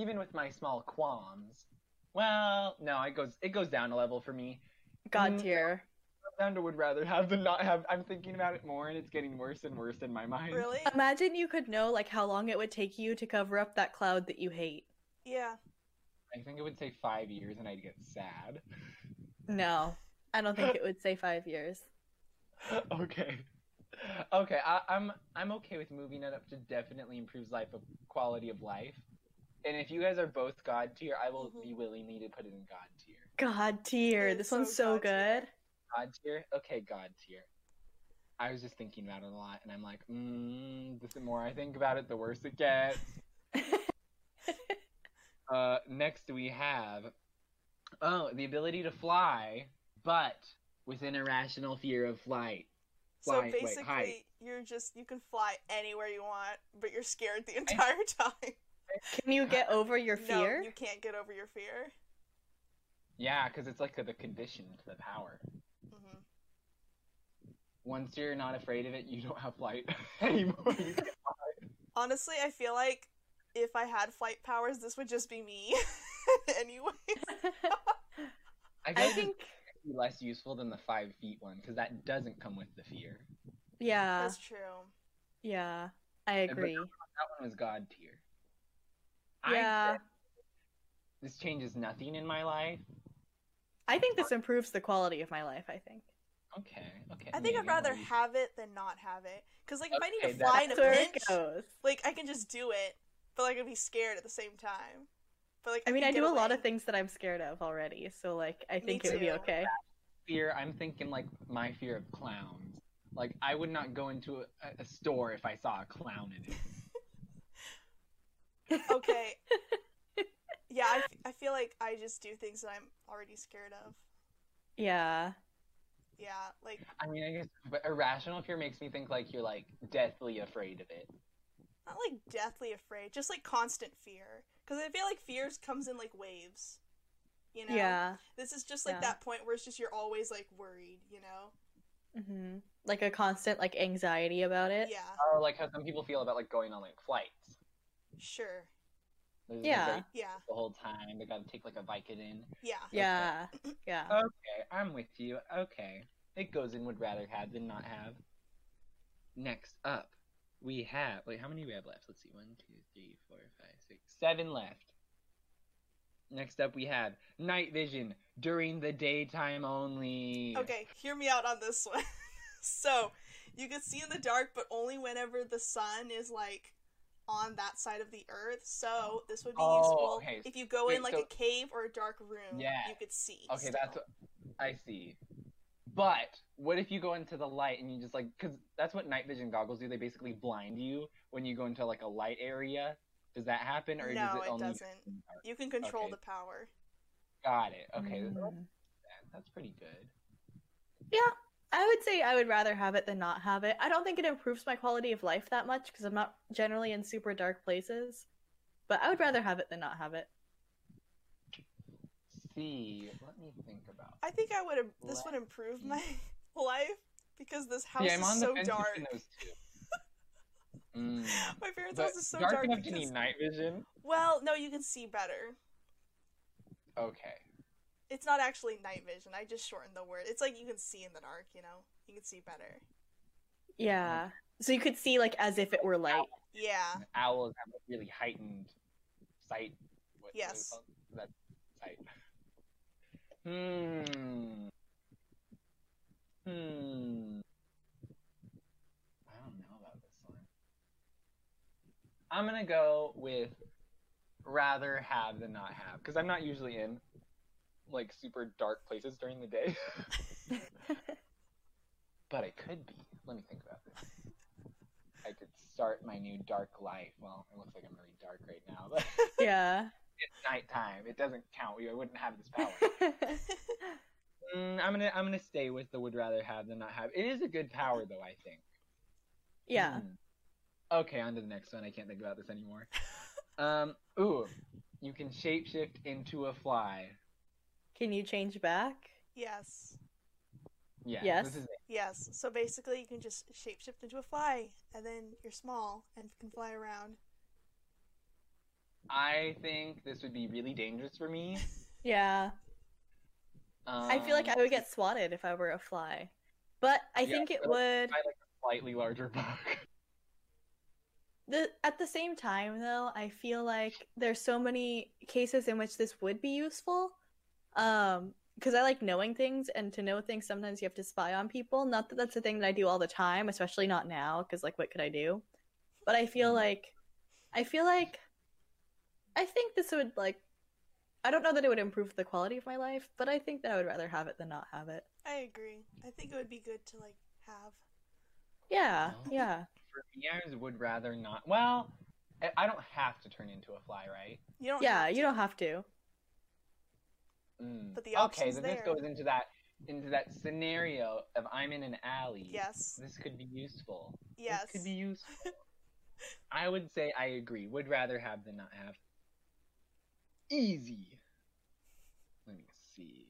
C: Even with my small qualms. Well, no, it goes it goes down a level for me.
A: God
C: Mm.
B: Mm-hmm.
A: tier.
C: Thunder would rather have than not have. I'm thinking about it more, and it's getting worse and worse in my mind.
B: Really?
A: Imagine you could know like how long it would take you to cover up that cloud that you hate.
B: Yeah.
C: I think it would take five years, and I'd get sad.
A: No. I don't think it would say five years.
C: okay. Okay, I, I'm I'm okay with moving it up to definitely improves life of quality of life. And if you guys are both god tier, I will
B: Mhm.
C: be willingly to put it in god tier.
A: God tier.
B: It
A: This
B: is
A: one's so
B: so God tier.
A: good.
C: God tier? Okay, god tier. I was just thinking about it a lot, and I'm like, mm, the more I think about it, the worse it gets. Uh, next we have, oh, the ability to fly, but with an irrational fear of flight.
B: So
C: Fly- wait,
B: basically,
C: height.
B: you're just you can fly anywhere you want, but you're scared the entire time.
A: Can you get over your
B: No,
A: fear?
B: you can't get over your fear.
C: Yeah, because it's like the condition to the power.
B: hmm
C: Once you're not afraid of it, you don't have flight anymore. You can't
B: Honestly, I feel like if I had flight powers, this would just be me. anyway,
C: I
A: I
C: guess
A: think.
C: it's be less useful than the five feet one because that doesn't come with the fear.
A: Yeah.
B: that's true.
A: Yeah. I
C: but-
A: agree.
C: That one was god tier. I
A: Yeah.
C: said this changes nothing in my life.
A: I think this improves the quality of my life, I think.
C: Okay, okay.
B: I think I'd
C: maybe,
B: rather
C: maybe.
B: have it than not have it. Cause like if I need
C: Okay,
B: to fly in a
A: That's where it
B: pinch,
A: goes.
B: like I can just do it, but like I'd be scared at the same time. But like
A: I mean,
B: can
A: I
B: get
A: do a lot
B: away.
A: of things that I'm scared of already, so like I
B: Me
A: think it would be
B: too.
A: okay.
C: fear. I'm thinking like my fear of clowns. Like I would not go into a, a store if I saw a clown in it.
B: Okay. yeah, I, f- I feel like I just do things that I'm already scared of.
A: Yeah.
B: Yeah, like
C: I mean, I guess, but irrational fear makes me think like you're like deathly afraid of it.
B: not like deathly afraid, just like constant fear. Because I feel like fears comes in like waves. You know.
A: Yeah.
B: This is just like
A: Yeah.
B: that point where it's just you're always like worried. You know.
A: hmm Like a constant like anxiety about it.
B: Yeah.
C: Or like how some people feel about like going on like flights.
B: Sure.
C: They're just, like,
A: Yeah.
C: very-
B: Yeah.
C: the whole time they gotta take like a Vicodin.
B: Yeah.
A: Yeah. Yeah.
C: Okay, I'm with you. Okay. It goes in would rather have than not have. Next up, we have. Wait, how many do we have left? Let's see. One, two, three, four, five, six, seven left. Next up, we have night vision during the daytime only.
B: Okay, hear me out on this one. so, you can see in the dark, but only whenever the sun is like on that side of the earth. So, this would be
C: Oh,
B: useful
C: okay.
B: if you go in
C: Wait,
B: like
C: so-
B: a cave or a dark room.
C: Yeah.
B: You could see.
C: Okay,
B: still.
C: that's what I see. But what if you go into the light and you just like, because that's what night vision goggles do. They basically blind you when you go into like a light area. Does that happen, or
B: no,
C: does it
B: it
C: only?
B: doesn't. You can control
C: Okay.
B: the power.
C: Got it. Okay,
B: Mm-hmm.
A: Mm.
C: that's pretty good.
A: I would say I would rather have it than not have it. I don't think it improves my quality of life that much because I'm not generally in super dark places, but I would rather have it than not have it.
C: see. Let me think about.
B: I think I would. im- This
C: Let
B: would improve
C: me-
B: my life because this house
C: yeah, I'm
B: is
C: on
B: so
C: the fence
B: dark.
C: between those two. Mm.
B: My parents'
C: But
B: house is so
C: dark,
B: dark.
C: enough to
B: because-
C: need night vision.
B: well, no, you can see better.
C: Okay.
B: It's not actually night vision. I just shortened the word. It's like you can see in the dark. You know, you can see better.
A: Yeah. So you could see like as if it were light.
B: Yeah.
C: And owls have a really heightened sight. What, what is it
B: Yes.
C: called? That sight. Hmm. Hmm. I don't know about this one. I'm gonna go with rather have than not have because I'm not usually in like super dark places during the day. But I could be. Let me think about this. I could start my new dark life. Well, it looks like I'm really dark right now, but
A: yeah.
C: it's nighttime. It doesn't count. I wouldn't have this power. mm, I'm gonna I'm gonna stay with the would rather have than not have. It is a good power though, I think.
A: yeah.
C: Hmm. Okay, on to the next one. I can't think about this anymore. um, ooh, you can shapeshift into a fly.
A: Can you change back?
B: Yes.
C: Yeah.
A: Yes.
C: This is it.
B: Yes. So basically, you can just shapeshift into a fly, and then you're small and can fly around.
C: I think this would be really dangerous for me.
A: Yeah.
C: Um,
A: I feel like I would get swatted if I were a fly. But I
C: Yeah,
A: think it
C: but-
A: would.
C: I like a slightly larger bug.
A: The, at the same time, though, I feel like there's so many cases in which this would be useful. Um, because I like knowing things, and to know things, sometimes you have to spy on people. Not that that's a thing that I do all the time, especially not now, because like, what could I do? But I
B: Mm-hmm.
A: feel like, I feel like, I think this would like, I don't know that it would improve the quality of my life, but I think that I would rather have it than not have it.
B: I agree. I think it would be good to like have.
A: Yeah,
C: Well,
A: yeah.
C: For me, I would rather not. Well, I- I don't have to turn into a fly, right?
B: You don't.
A: Yeah,
B: have to.
A: you don't have to.
C: Mm.
B: But the
C: okay,
B: option's
C: then this
B: there.
C: goes into that into that scenario of I'm in an alley.
B: Yes.
C: This could be useful.
B: Yes.
C: This could be useful. I would say I agree. Would rather have than not have. Easy. Let me see.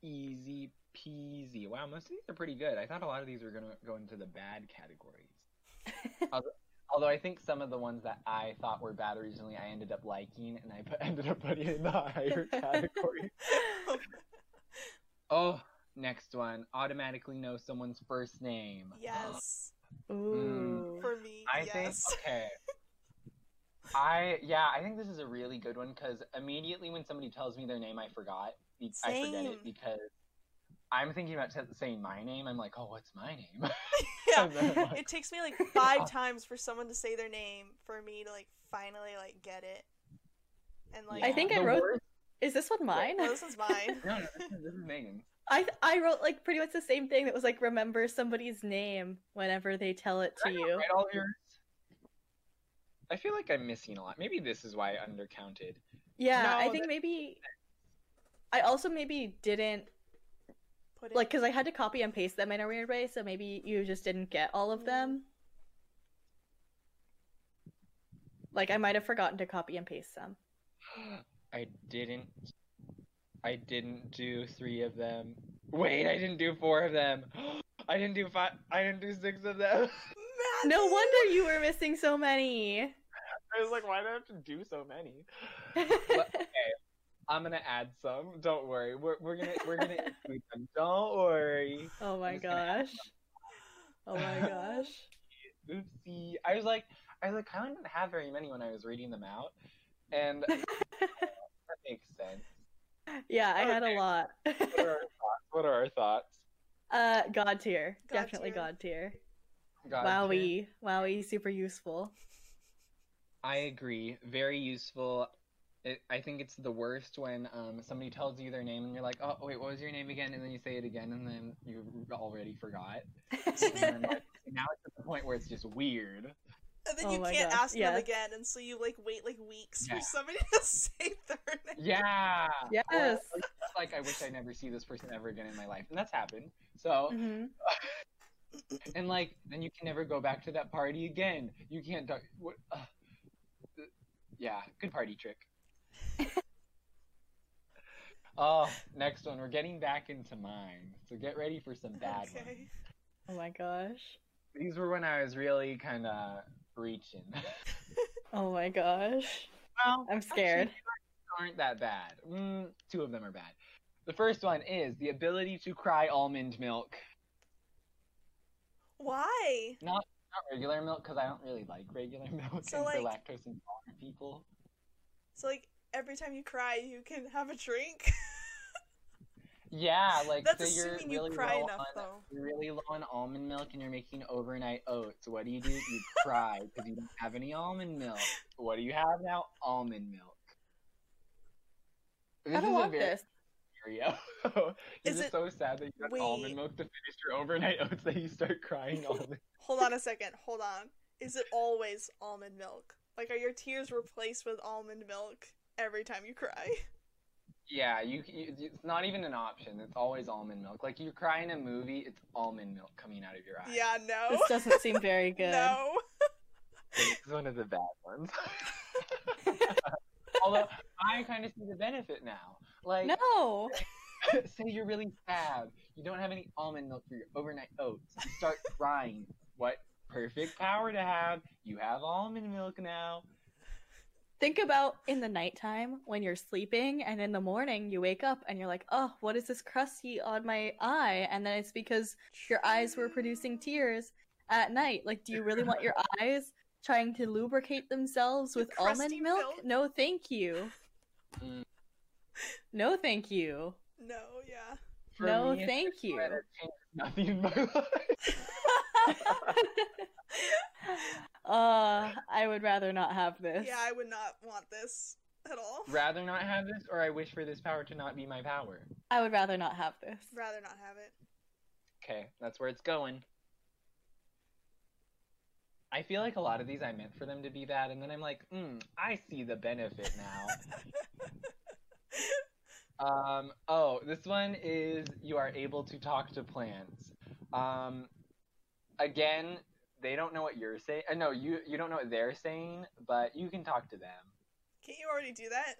C: Easy peasy. Wow, most of these are pretty good. I thought a lot of these were gonna go into the bad categories. although, although I think some of the ones that I thought were bad originally, I ended up liking, and I put, ended up putting in the higher category. Oh, next one. Automatically know someone's first name.
B: yes.
A: Ooh.
B: For me.
C: I
B: yes.
C: think okay. I yeah, I think this is a really good one because immediately when somebody tells me their name, I forgot. be- I forget
B: Same.
C: it because I'm thinking about t- saying my name. I'm like, oh, what's my name?
B: yeah.
C: And then, like,
B: It takes me like five times for someone to say their name for me to like finally like get it. And like
A: I think I
C: The
A: wrote-
C: worst-
A: Is this one mine?
B: Well, this is mine.
C: No, no, this is, this is Megan.
A: I I wrote like pretty much the same thing that was like remember somebody's name whenever they tell it to
C: Did I not
A: you.
C: write all of yours? I feel like I'm missing a lot. Maybe this is why I undercounted.
A: Yeah, I
C: No,
A: think
C: that-
A: maybe I also maybe didn't
B: Put it
A: like because I had to copy and paste them in a weird way, so maybe you just didn't get all of them. Like I might have forgotten to copy and paste some.
C: I didn't. I didn't do three of them. Wait, I didn't do four of them. I didn't do five. I didn't do six of them.
A: No
B: Matthew!
A: wonder you were missing so many.
C: I was like, why do I have to do so many?
A: Oh
C: I'm gonna add some. Don't worry. We're, we're gonna we're gonna include them. Don't worry.
A: oh my
C: I'm just gonna
A: gosh. Oh
C: add
A: my gosh.
C: Oopsie. I was like, I was like, I didn't have very many when I was reading them out, and uh, that makes sense.
A: Yeah, I had a
C: Okay.
A: lot.
C: What are our thoughts? What are our thoughts?
A: uh god tier.
B: God
A: Definitely
B: tier.
A: god tier.
C: God,
A: Wowie. Wowie super useful.
C: I agree. Very useful. It, I think it's the worst when um, somebody tells you their name and you're like, oh, wait, what was your name again? And then you say it again and then you already forgot. And then, like, now it's at the point where it's just weird.
B: And then
A: Oh
B: you
A: my
B: can't
A: gosh,
B: ask
A: yes.
B: them again, and so you like wait like weeks
C: Yeah.
B: for somebody to say their name.
C: Yeah.
A: Yes.
C: Or it's like, I wish I never see this person ever again in my life. And that's happened. So,
A: Mhm.
C: and like, then you can never go back to that party again. You can't talk. What, uh, yeah, good party trick. oh, next one. We're getting back into mine. So get ready for some bad ones.
B: okay.
A: Oh my gosh.
C: These were when I was really kind of reaching.
A: Oh my gosh.
C: well,
A: I'm scared.
C: Actually, these aren't that bad. Mm, two of them are bad. The first one is the ability to cry almond milk,
B: Why?
C: not regular milk, because I don't really like regular milk
B: So,
C: and for
B: like-
C: lactose intolerant people.
B: So like every time you cry, you can have a drink.
C: Yeah, like
B: That's
C: so you're
B: assuming you
C: really
B: cry
C: low
B: enough,
C: on
B: though.
C: you're really low on almond milk and you're making overnight oats. What do you do? You cry because you don't have any almond milk. What do you have now? Almond milk. This
A: I don't
C: is a
A: want
C: very-
A: this.
C: scenario.
B: Is
C: Is
B: it-
C: it so sad that you got
B: Wait.
C: almond milk to finish your overnight oats that you start crying almond?
B: Hold on a second. Hold on. Is it always almond milk? Like, are your tears replaced with almond milk every time you cry?
C: yeah, you, you. It's not even an option. It's always almond milk. Like you cry in a movie, it's almond milk coming out of your eyes.
B: Yeah. No.
A: This doesn't seem very good.
B: No.
C: this is one of the bad ones. Although I kind of see the benefit now. Like,
A: No.
C: say you're really sad, you don't have any almond milk for your overnight oats, you start crying. What perfect power to have! You have almond milk now.
A: Think about in the nighttime when you're sleeping and in the morning you wake up and you're like, "Oh, what is this crusty on my eye?" And then it's because your eyes were producing tears at night. Like, do you really want your eyes trying to lubricate themselves with
B: Crusty
A: almond milk?
B: milk?
A: No, thank you. No, thank you.
B: No, yeah.
C: For
A: no,
C: me,
A: thank you.
C: sweater changes nothing in my life.
A: uh, I would rather not have this.
B: Yeah, I would not want this at all.
C: Rather not have this, or I wish for this power to not be my power.
A: I would rather not have this.
B: Rather not have it.
C: Okay, that's where it's going. I feel like a lot of these I meant for them to be bad, and then I'm like, mm, I see the benefit now. um, oh, this one is you are able to talk to plants. Um, again, they don't know what you're saying. Uh, no, you you don't know what they're saying, but you can talk to them.
B: Can't you already do that?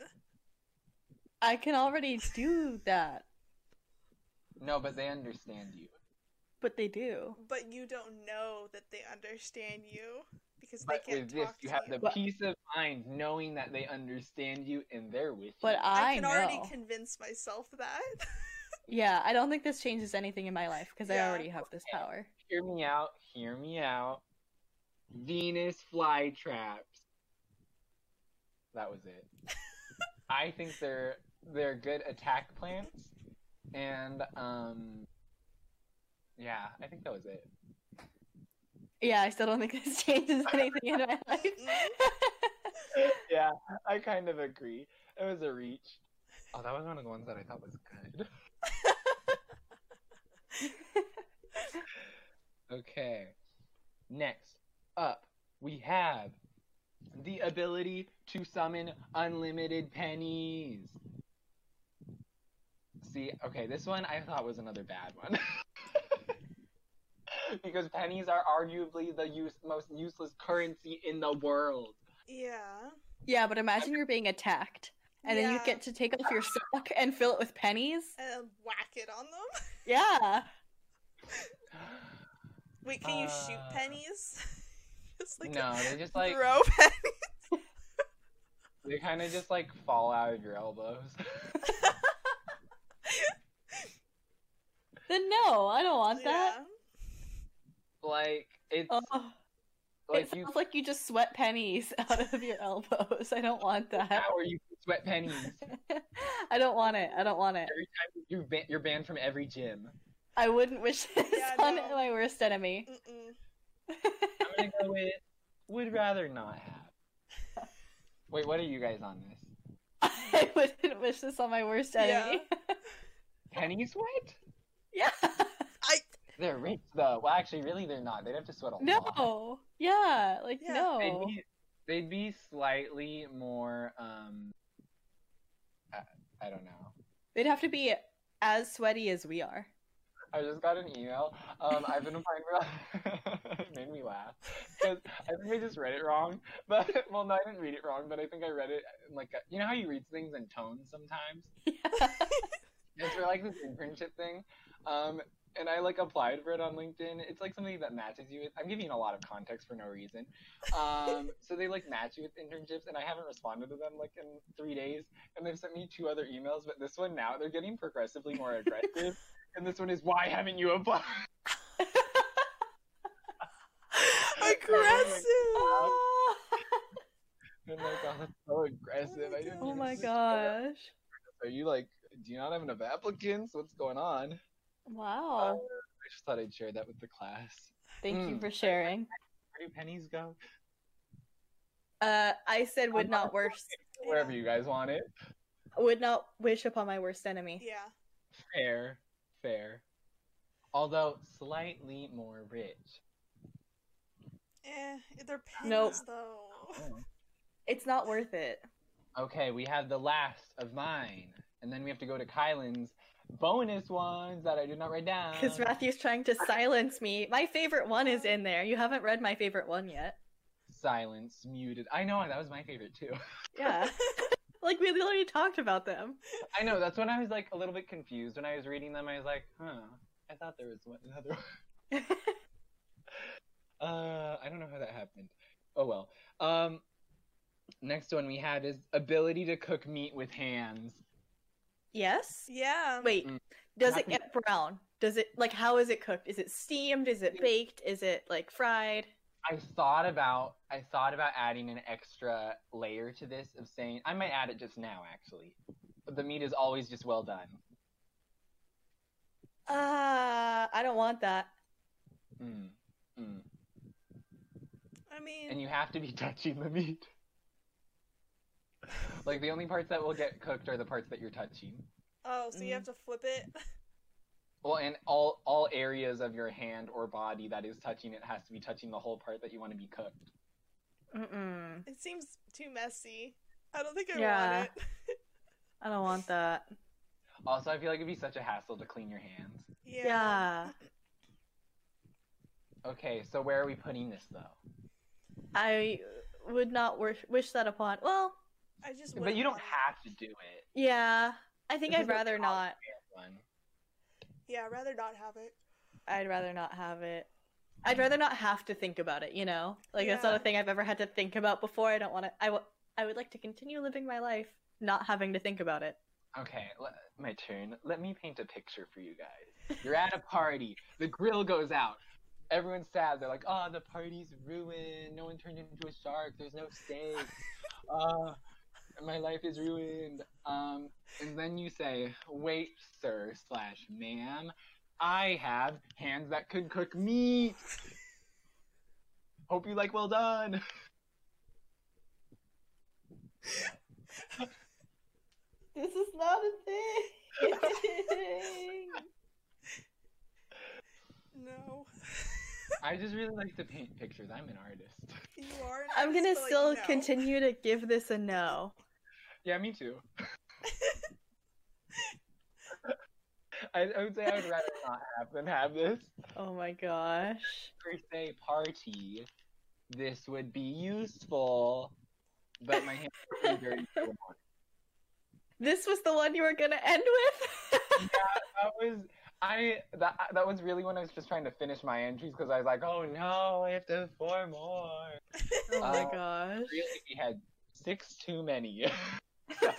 A: I can already do that,
C: No, but they understand you.
A: but they do.
B: But you don't know that they understand you because
C: But
B: they can't
C: with this,
B: talk
C: you
B: to
C: have
B: you.
C: the peace of mind knowing that they understand you and they're with you.
A: But I,
B: I can
A: know.
B: already convince myself that.
A: Yeah, I don't think this changes anything in my life because I
B: Yeah.
A: already have this
C: Okay.
A: power.
C: hear me out. Hear me out. Venus flytraps. That was it. I think they're they're good attack plants, and um, yeah, I think that was it.
A: Yeah, I still don't think this changes anything in my life.
B: Mm-hmm.
C: yeah, I kind of agree. It was a reach. Oh, that was one of the ones that I thought was good. okay. Next up, we have the ability to summon unlimited pennies. See, okay, this one I thought was another bad one. because pennies are arguably the use- most useless currency in the world.
B: yeah.
A: yeah, but imagine you're being attacked. And then you
B: Yeah.
A: get to take off your sock and fill it with pennies.
B: And whack it on them.
A: Yeah.
B: Wait, can you shoot
C: Uh,
B: pennies? just like
C: no, they just like
B: throw pennies.
C: they kind of just like fall out of your elbows.
A: Then no, I don't want that.
B: Yeah.
C: like it's
A: Oh,
C: like
A: it
C: you
A: sounds like you just sweat pennies out of your elbows. I don't want that.
C: or you sweat pennies. Every
A: I don't want it. I don't want it.
C: time you ban- you're banned from every gym.
A: I wouldn't wish this
B: Yeah,
A: on
B: no.
A: my worst enemy.
B: Mm-mm.
C: I'm gonna go with would rather not have. Wait, what are you guys on this?
A: I
B: Mm-hmm.
A: wouldn't wish this on my worst enemy.
C: Penny sweat?
A: Yeah.
B: I
C: They're rich though. Well, actually, really, they're not. They'd have to sweat a lot.
A: No. Yeah. Like
B: Yeah.
C: They'd
A: no.
C: be, they'd be slightly more. um I, I don't know.
A: They'd have to be as sweaty as we are.
C: I just got an email. Um, I've been applying for. it made me laugh because I think I just read it wrong. But well, no, I didn't read it wrong. But I think I read it in like a, you know how you read things in tones sometimes. It's for like this internship thing. Um, and I like applied for it on LinkedIn. It's like something that matches you. With, I'm giving a lot of context for no reason. Um, so they like match you with internships, and I haven't responded to them like in three days. And they've sent me two other emails, but this one now they're getting progressively more aggressive. and this one is why haven't you applied?
B: aggressive.
A: oh
C: And like, oh, that's so aggressive.
B: my
C: I didn't
B: God.
A: Oh
C: even
A: my
C: see that.
A: gosh.
C: Are you like, do you not have enough applicants? What's going on? Uh,
A: Wow.
C: I just thought I'd share that with the class.
A: Thank you
C: mm.
A: for sharing.
C: Where do pennies go?
A: Uh, I said would
C: I'm
A: not worse
C: Wherever you guys want it.
A: would not wish upon my worst enemy.
B: Yeah.
C: Fair, fair. Although slightly more rich.
B: Eh, they're pennies
A: Nope.
B: though.
A: It's not worth it.
C: Okay, we have the last of mine, and then we have to go to Kylan's bonus ones that I did not write down.
A: Because Matthew's trying to silence me. My favorite one is in there. You haven't read my favorite one yet.
C: Silence muted. I know that was my favorite too.
A: Yeah. like we literally talked about them.
C: I know that's when I was like a little bit confused when I was reading them. I was like, huh, I thought there was one another one. Uh, I don't know how that happened. Oh well. Um, next one we have is ability to cook meat with hands.
A: yes?
B: Yeah.
A: Wait,
C: Mm.
A: does
C: Happy-
A: it get brown? Does it like how is it cooked? Is it steamed? Is it baked? Is it like fried?
C: I thought about I thought about adding an extra layer to this of saying I might add it just now actually. but the meat is always just well done.
A: Ah, I don't want that.
C: Mm. Mm.
B: I mean,
C: And you have to be touching the meat. like the only parts that will get cooked are the parts that you're touching.
B: oh, so
A: Mm.
B: you have to flip it.
C: Well, and all all areas of your hand or body that is touching it has to be touching the whole part that you want to be cooked.
A: Mm-mm.
B: It seems too messy. I don't think I
A: Yeah.
B: want it.
A: I don't want that.
C: Also, I feel like it'd be such a hassle to clean your hands.
B: Yeah.
A: Yeah.
C: Okay, so where are we putting this though?
A: I would not wish, wish that upon. Well,
B: I just.
C: But
B: wouldn't
C: you don't
B: want it.
C: have to do it.
A: yeah. I think
C: This
A: I'd
C: is a
A: rather
C: college
A: not.
C: Everyone.
B: Yeah, I'd rather not have it.
A: I'd rather not have it. I'd rather not have to think about it, you know? Like, that's not
B: Yeah.
A: a thing I've ever had to think about before. I don't want to. I wa- I would like to continue living my life not having to think about it.
C: Okay, le- my turn. Let me paint a picture for you guys. You're at a party. The grill goes out. Everyone's sad. They're like, "Oh, the party's ruined. No one turned into a shark. There's no steak. Uh, my life is ruined." Um, and then you say, "Wait, sir slash ma'am, I have hands that could cook meat. Hope you like well done."
A: This is not a thing.
B: No.
C: I just really like to paint pictures. I'm an artist.
B: You are. an
A: I'm
B: artist,
A: gonna
B: but, like,
A: still
B: no.
A: continue to give this a no.
C: Yeah, me too. I, I would say I would rather not have than have this.
A: Oh my gosh.
C: Per se party, this would be useful, but my hands are pretty dirty. for one.
A: This was the one you were gonna end with?
C: That was I that that was really when I was just trying to finish my entries because I was like, oh no, I have to have four more.
A: oh my
C: Uh,
A: gosh.
C: Really, we had six too many.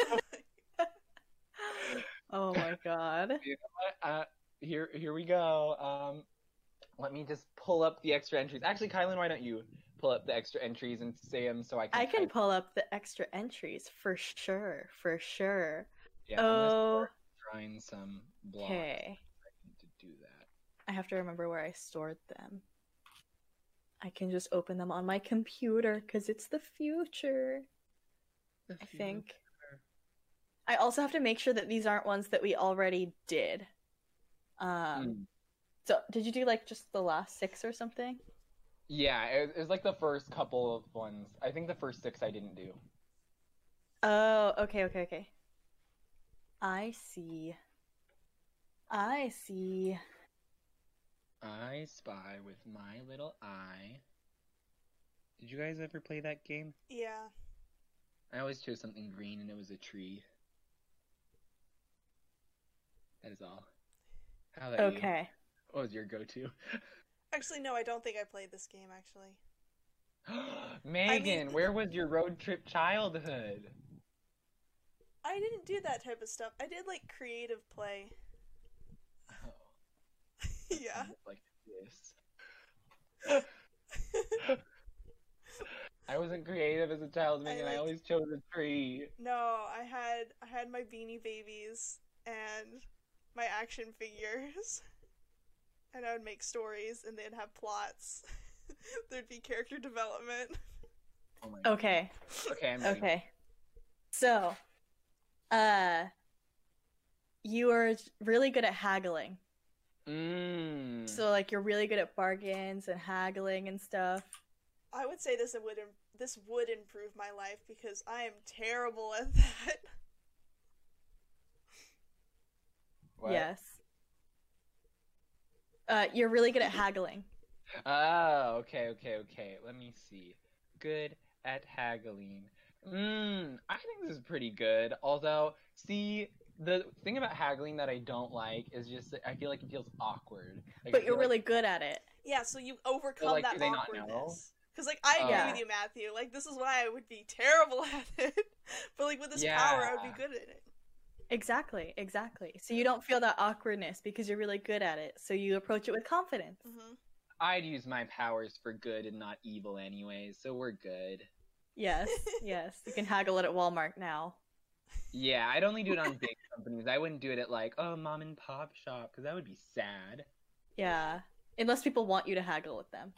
A: Oh my god.
C: uh, here here we go. Um, let me just pull up the extra entries. Actually, Kylan, why don't you pull up the extra entries and say them so I can.
A: I can
C: type-
A: pull up the extra entries for sure. For sure.
C: Yeah,
A: Oh,
C: drawing some blocks.
A: okay.
C: I need to do that.
A: I have to remember where I stored them. I can just open them on my computer because it's the future, I think. I also have to make sure that these aren't ones that we already did. Um,
C: Mm.
A: So, did you do like just the last six or something?
C: Yeah, it, was- it was like the first couple of ones. I think the first six I didn't do.
A: Oh, okay, okay, okay. I see. I see.
C: I spy with my little eye. Did you guys ever play that game?
B: Yeah.
C: I always chose something green and it was a tree. That is all. How about you?
A: Okay.
C: What was your go-to?
B: Actually, no, I don't think I played this game. Actually,
C: Megan, where was your road trip childhood?
B: I didn't do that type of stuff. I did like creative play.
C: Oh,
B: yeah.
C: Like this. I wasn't creative as a child, Megan. I,
B: liked-
C: always chose a tree.
B: No, I had I had my Beanie Babies and my action figures, and I would make stories, and they'd have plots. There'd be character development.
C: Oh my God.
A: Okay.
C: Okay, I'm ready.
A: Okay. So, uh, you are really good at haggling.
C: Mm.
A: So, like, you're really good at bargains and haggling and stuff.
B: I would say this would im- this would improve my life because I am terrible at that.
C: What?
A: Yes. Uh, you're really good at haggling.
C: Oh, okay, okay, okay. Let me see. Good at haggling. Mmm, I think this is pretty good. Although, see, the thing about haggling that I don't like is just that I feel like it feels awkward. Like, I
A: But you're
C: feel like-
A: really good at it.
B: Yeah, so you overcome
C: like, do
B: that
C: they not know?
B: awkwardness. Because like I agree
A: Yeah.
B: with you, Matthew. Like this is why I would be terrible at it, but like with this power, I would
C: Yeah.
B: be good at it.
A: Exactly, exactly. So you don't feel that awkwardness because you're really good at it. So you approach it with confidence.
B: hmm
C: I'd use my powers for good and not evil anyway, so we're good.
B: Mm-hmm.
A: Yes, yes. You can haggle it at Walmart now.
C: Yeah, I'd only do it on big companies. I wouldn't do it at like, oh, mom and pop shop, because that would be sad.
A: Yeah. Unless people want you to haggle with them.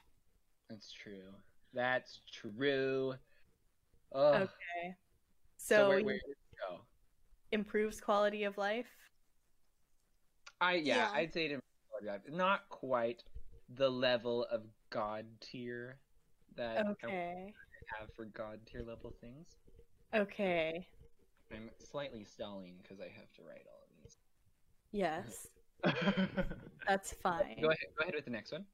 C: That's true. That's true. Ugh.
A: Okay.
C: So,
A: So,
C: where,
A: it
C: where did it go?
A: improves quality of life.
C: I yeah,
B: Yeah.
C: I'd say it improves quality of life. Not quite the level of god tier that I
A: Okay.
C: have for god tier level things.
A: Okay.
C: I'm slightly stalling because I have to write all of these.
A: Yes.
C: go
A: That's fine.
C: ahead. Go ahead with the next one.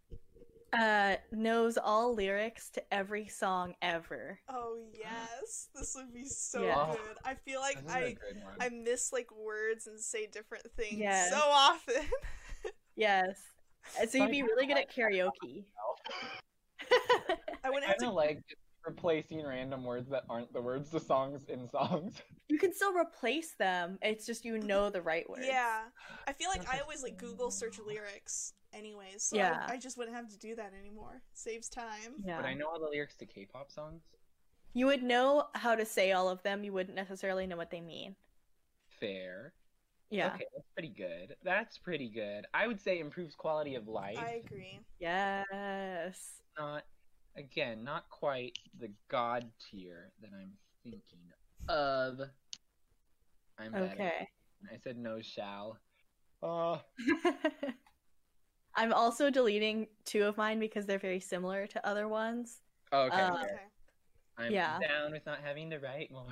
A: Uh knows all lyrics to every song ever.
B: Oh yes, this would be so
A: Yeah.
C: Oh,
B: good. I feel like
C: This is a
B: I
C: good one.
B: I miss like words and say different things
A: Yes.
B: so often.
A: Yes. Uh, So you'd be
C: Fun
A: really good at karaoke.
B: I wouldn't
C: I
B: have
C: kind
B: to.
C: of like just replacing random words that aren't the words to songs in songs.
A: you can still replace them. It's just you know the right words.
B: Yeah, I feel like
C: That's
B: I
C: a-
B: always like Google search lyrics anyways, so
A: Yeah.
B: I, I just wouldn't have to do that anymore. Saves time.
A: Yeah.
C: But I know all the lyrics to K-pop songs.
A: You would know how to say all of them. You wouldn't necessarily know what they mean.
C: Fair.
A: Yeah.
C: Okay, that's pretty good. That's pretty good. I would say improves quality of life.
B: I agree.
A: Yes.
C: Not again, not quite the god tier that I'm thinking of. I'm bad at
A: Okay.
C: I said no shall. Uh,
A: I'm also deleting two of mine because they're very similar to other ones.
C: okay.
A: Uh,
C: fair.
B: Okay.
C: I'm
A: yeah.
C: down with not having to write more.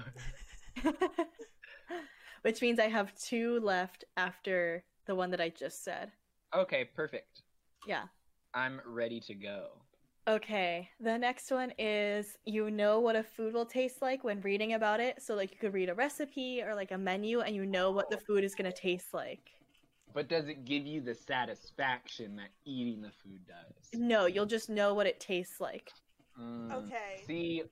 A: Which means I have two left after the one that I just said.
C: okay, perfect.
A: Yeah.
C: I'm ready to go.
A: Okay. The next one is you know what a food will taste like when reading about it. So, like, you could read a recipe or like a menu and you know what the food is going to taste like.
C: But does it give you the satisfaction that eating the food does?
A: No, you'll just know what it tastes like.
C: Mm,
B: Mm-hmm. Okay.
C: See,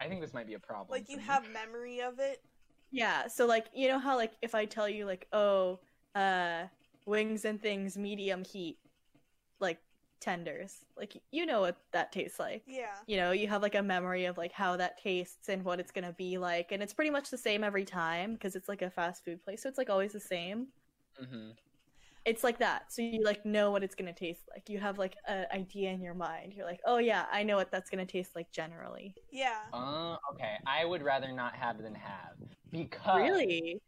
C: I think this might be a problem.
B: Like you
C: for me.
B: have memory of it.
A: Yeah, so like you know how like if I tell you like oh, uh wings and things medium heat like tenders. Like you know what that tastes like.
B: Yeah.
A: You know, you have like a memory of like how that tastes and what it's going to be like and it's pretty much the same every time because it's like a fast food place. So it's like always the same.
C: Mhm.
A: It's like that. So you like know what it's going to taste like. You have like an idea in your mind. You're like, "Oh yeah, I know what that's going to taste like generally."
B: Yeah.
C: Uh, okay, I would rather not have than have because
A: really?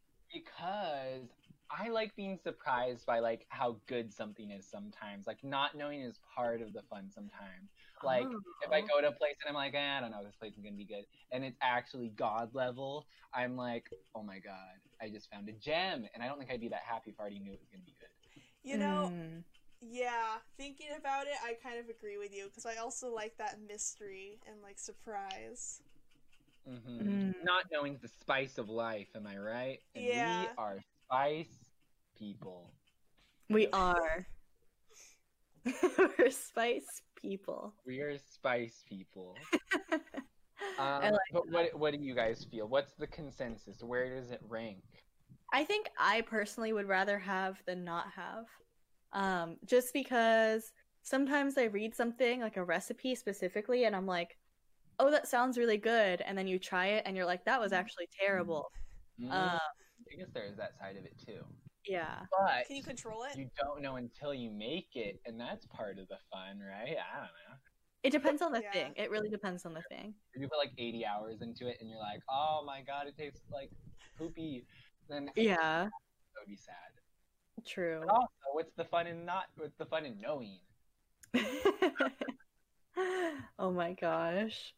C: because I like being surprised by like how good something is sometimes. Like not knowing is part of the fun sometimes. Like if I
A: Oh.
C: go to a place and I'm like, eh, I don't know, this place is gonna be good, and it's actually god level, I'm like, oh my god, I just found a gem, and I don't think I'd be that happy if I already knew it was gonna be good.
B: You know,
A: Mm.
B: yeah, thinking about it, I kind of agree with you because I also like that mystery and like surprise.
C: Mm-hmm.
A: Mm.
C: Not knowing's the spice of life, am I right? And
B: Yeah.
C: we are spice people.
A: We are. We're spice people.
C: We are spice people. Um,
A: I, like-
C: but what what do you guys feel? What's the consensus? Where does it rank?
A: I think I personally would rather have than not have. Um, just because sometimes I read something, like a recipe specifically, and I'm like, oh, that sounds really good. And then you try it and you're like, that was actually terrible.
C: Mm,
A: Uh,
C: I guess there is that side of it too.
A: yeah.
C: But
B: Can you control it?
C: you don't know until you make it, and that's part of the fun, right? I don't know.
A: It depends on the
B: Yeah.
A: thing. It really depends on the thing.
C: If you put like 80 hours into it, and you're like, oh my god, it tastes like poopy, then that
A: Yeah.
C: would be sad.
A: True.
C: But also, what's the fun in not? What's the fun in knowing?
A: oh my gosh.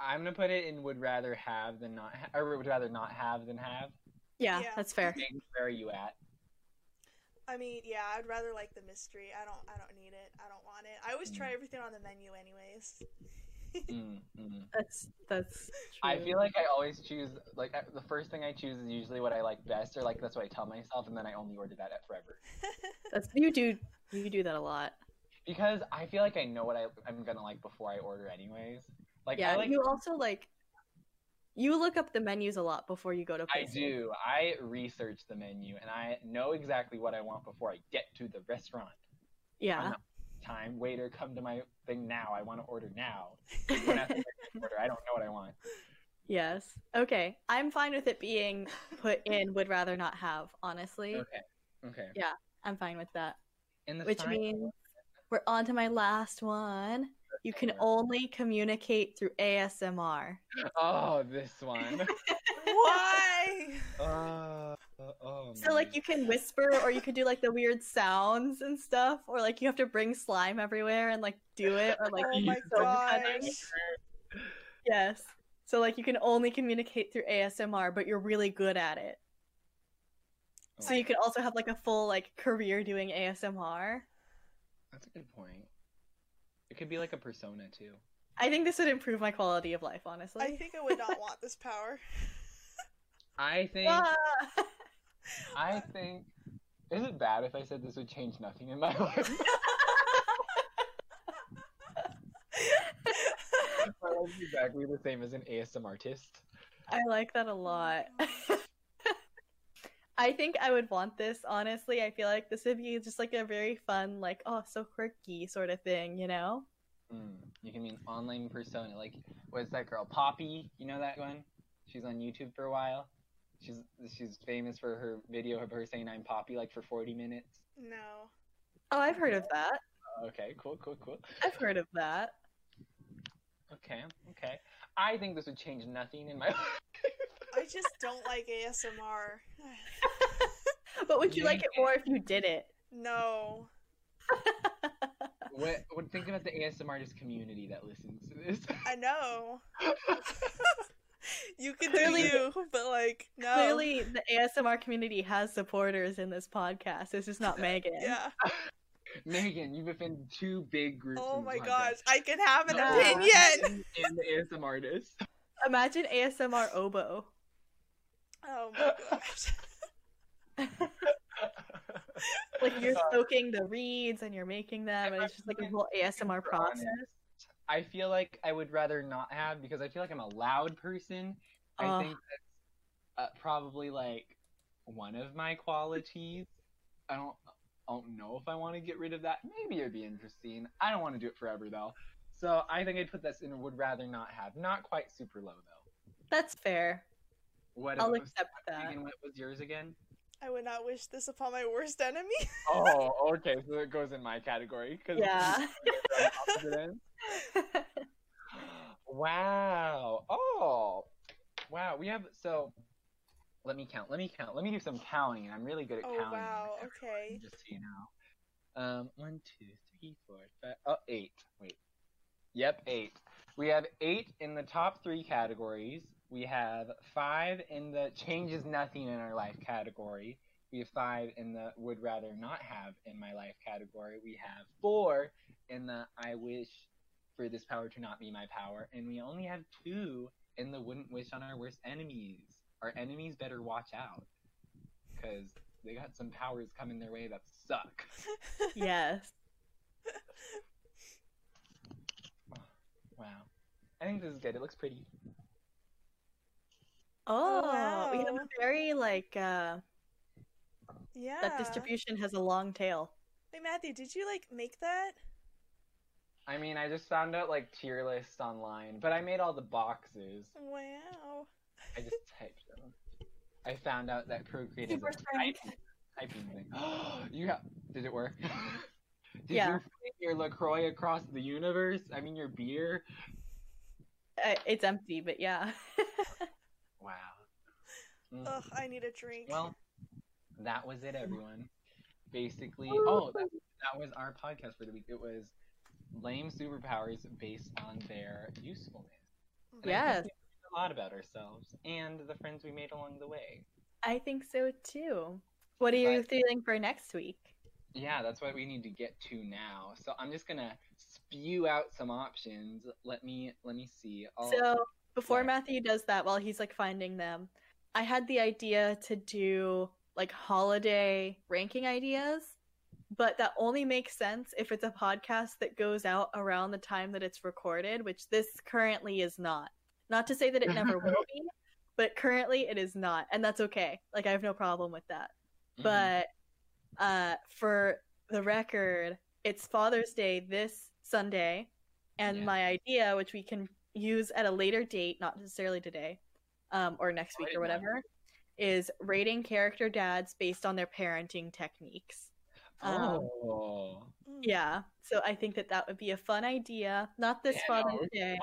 C: I'm gonna put it in would rather have than not, ha- or would rather not have than have.
A: Yeah,
B: Yeah.
A: that's fair.
C: Big, Where are you at?
B: I mean, yeah, I'd rather like the mystery. I don't I don't need it. I don't want it. I always try
A: Mm.
B: everything on the menu anyways.
C: Mm, mm.
A: That's that's true.
C: I feel like I always choose like I- the first thing I choose is usually what I like best, or like that's what I tell myself, and then I only order that at forever
A: That's you do you do that a lot.
C: because I feel like I know what I, I'm gonna like before I order, anyways. Like
A: yeah,
C: I like
A: you also like you look up the menus a lot before you go to
C: I
A: places.
C: do. I research the menu and I know exactly what I want before I get to the restaurant.
A: Yeah.
C: I'm Time waiter, come to my thing now. I want to order now. You don't have to wait for the order. I don't know what I want.
A: Yes. Okay. I'm fine with it being put in would rather not have, honestly.
C: Okay. Okay.
A: I'm fine with that.
C: In the
A: Which
C: sign-
A: means we're on to my last one. You can
C: Okay.
A: only communicate through ASMR.
C: Oh, this one.
B: Why?
C: Uh, oh,
A: So like
C: man.
A: you can whisper or you could do like the weird sounds and stuff or like you have to bring slime everywhere and like do it or like
B: Oh my
A: so funny.
B: gosh.
A: Yes. So like you can only communicate through ASMR but you're really good at it.
B: Oh
A: So you could also have like a full like career doing ASMR.
C: That's a good point. It could be like a persona too.
A: I think this would improve my quality of life honestly.
B: I think I would not want this power.
C: I think.
A: Ah!
C: I think. Is it bad if I said this would change nothing in my life? my life is exactly the same as an ASM artist.
A: I like that a lot. I think I would want this honestly. I feel like this would be just like a very fun, like oh, so quirky sort of thing, you know?
C: Mm, you can be an online persona. Like, what's that girl? Poppy. You know that one? She's on YouTube for a while. She's she's famous for her video of her saying "I'm Poppy" like for 40 minutes.
B: No.
A: Oh, I've heard of that.
C: Okay, cool, cool, cool.
A: I've heard of that.
C: Okay, okay. I think this would change nothing in my life.
B: I just don't like ASMR.
A: But would you like it more if you did it?
B: No.
C: What, what think about the ASM artist community that listens to this?
B: I know. you can do
A: Clearly-
B: you, but like no.
A: Clearly, the ASMR community has supporters in this podcast. It's just not Megan.
B: Yeah.
C: Megan, you've offended two big groups.
B: Oh
C: in
B: my
C: podcast.
B: gosh. I can have an
A: No.
B: opinion.
C: And the ASM artist.
A: Imagine ASMR oboe.
B: Oh my gosh.
A: Like you're
C: Uh,
A: soaking the reeds and you're making them, and it's just like a whole ASMR process.
C: I feel like I would rather not have because I feel like I'm a loud person.
A: Ugh.
C: I think that's uh, probably like one of my qualities. I don't, I don't know if I want to get rid of that. Maybe it'd be interesting. I don't want to do it forever though. So I think I'd put this in. Would rather not have. Not quite super low though.
A: That's fair.
C: What?
A: I'll
C: about-
A: accept that.
C: Megan, what was yours again?
B: I would not wish this upon my worst enemy.
C: Oh, okay. So it goes in my category. 'cause-
A: Yeah.
C: wow. Oh. Wow. We have so. Let me count. Let me count. Let me do some counting. I'm really good at
B: Oh
C: counting.
B: wow, okay.
C: Just so you know. Um. One, two, three, four, five. Oh, eight. Wait. Yep, eight. We have eight in the top three categories. We have five in the changes nothing in our life category. We have five in the would rather not have in my life category. We have four in the I wish for this power to not be my power. And we only have two in the wouldn't wish on our worst enemies. Our enemies better watch out because they got some powers coming their way that suck.
A: yes.
C: Wow. I think this is good. It looks pretty.
A: Oh, we have
B: wow.
A: a very like uh,
B: Yeah.
A: that distribution has a long tail.
B: Wait, Matthew, did you like make that?
C: I mean, I just found out like tier lists online, but I made all the boxes.
B: Wow.
C: I just typed them. I found out that Procreate is
A: Super
C: a
A: strength.
C: typing, typing thing. you got? Did it work? Did
A: Yeah.
C: you fling your Lacroix across the universe? I mean, your beer.
A: Uh, it's empty, but yeah.
C: Wow. Mm.
B: Ugh, I need a drink.
C: Well, that was it, everyone. Basically, oh, that, that was our podcast for the week. It was lame superpowers based on their usefulness. And I
A: yes,
C: think we learned A lot about ourselves and the friends we made along the way.
A: I think so too. What are you
C: Right.
A: feeling for next week?
C: Yeah, that's what we need to get to now. So I'm just gonna spew out some options. Let me let me see. I'll-
A: So before
C: Sorry.
A: Matthew does that, while he's like finding them, I had the idea to do like holiday ranking ideas, but that only makes sense if it's a podcast that goes out around the time that it's recorded, which this currently is not. Not to say that it never will be, but currently it is not, and that's okay. Like I have no problem with that.
C: Mhm.
A: But uh, for the record, it's Father's Day this Sunday, and
C: Yeah.
A: my idea, which we can use at a later date, not necessarily today um, or next week
C: Right,
A: or
C: right.
A: whatever, is rating character dads based on their parenting techniques. Um,
C: oh.
B: Mm.
A: Yeah, so I think that that would be a fun idea. Not this Father's Day.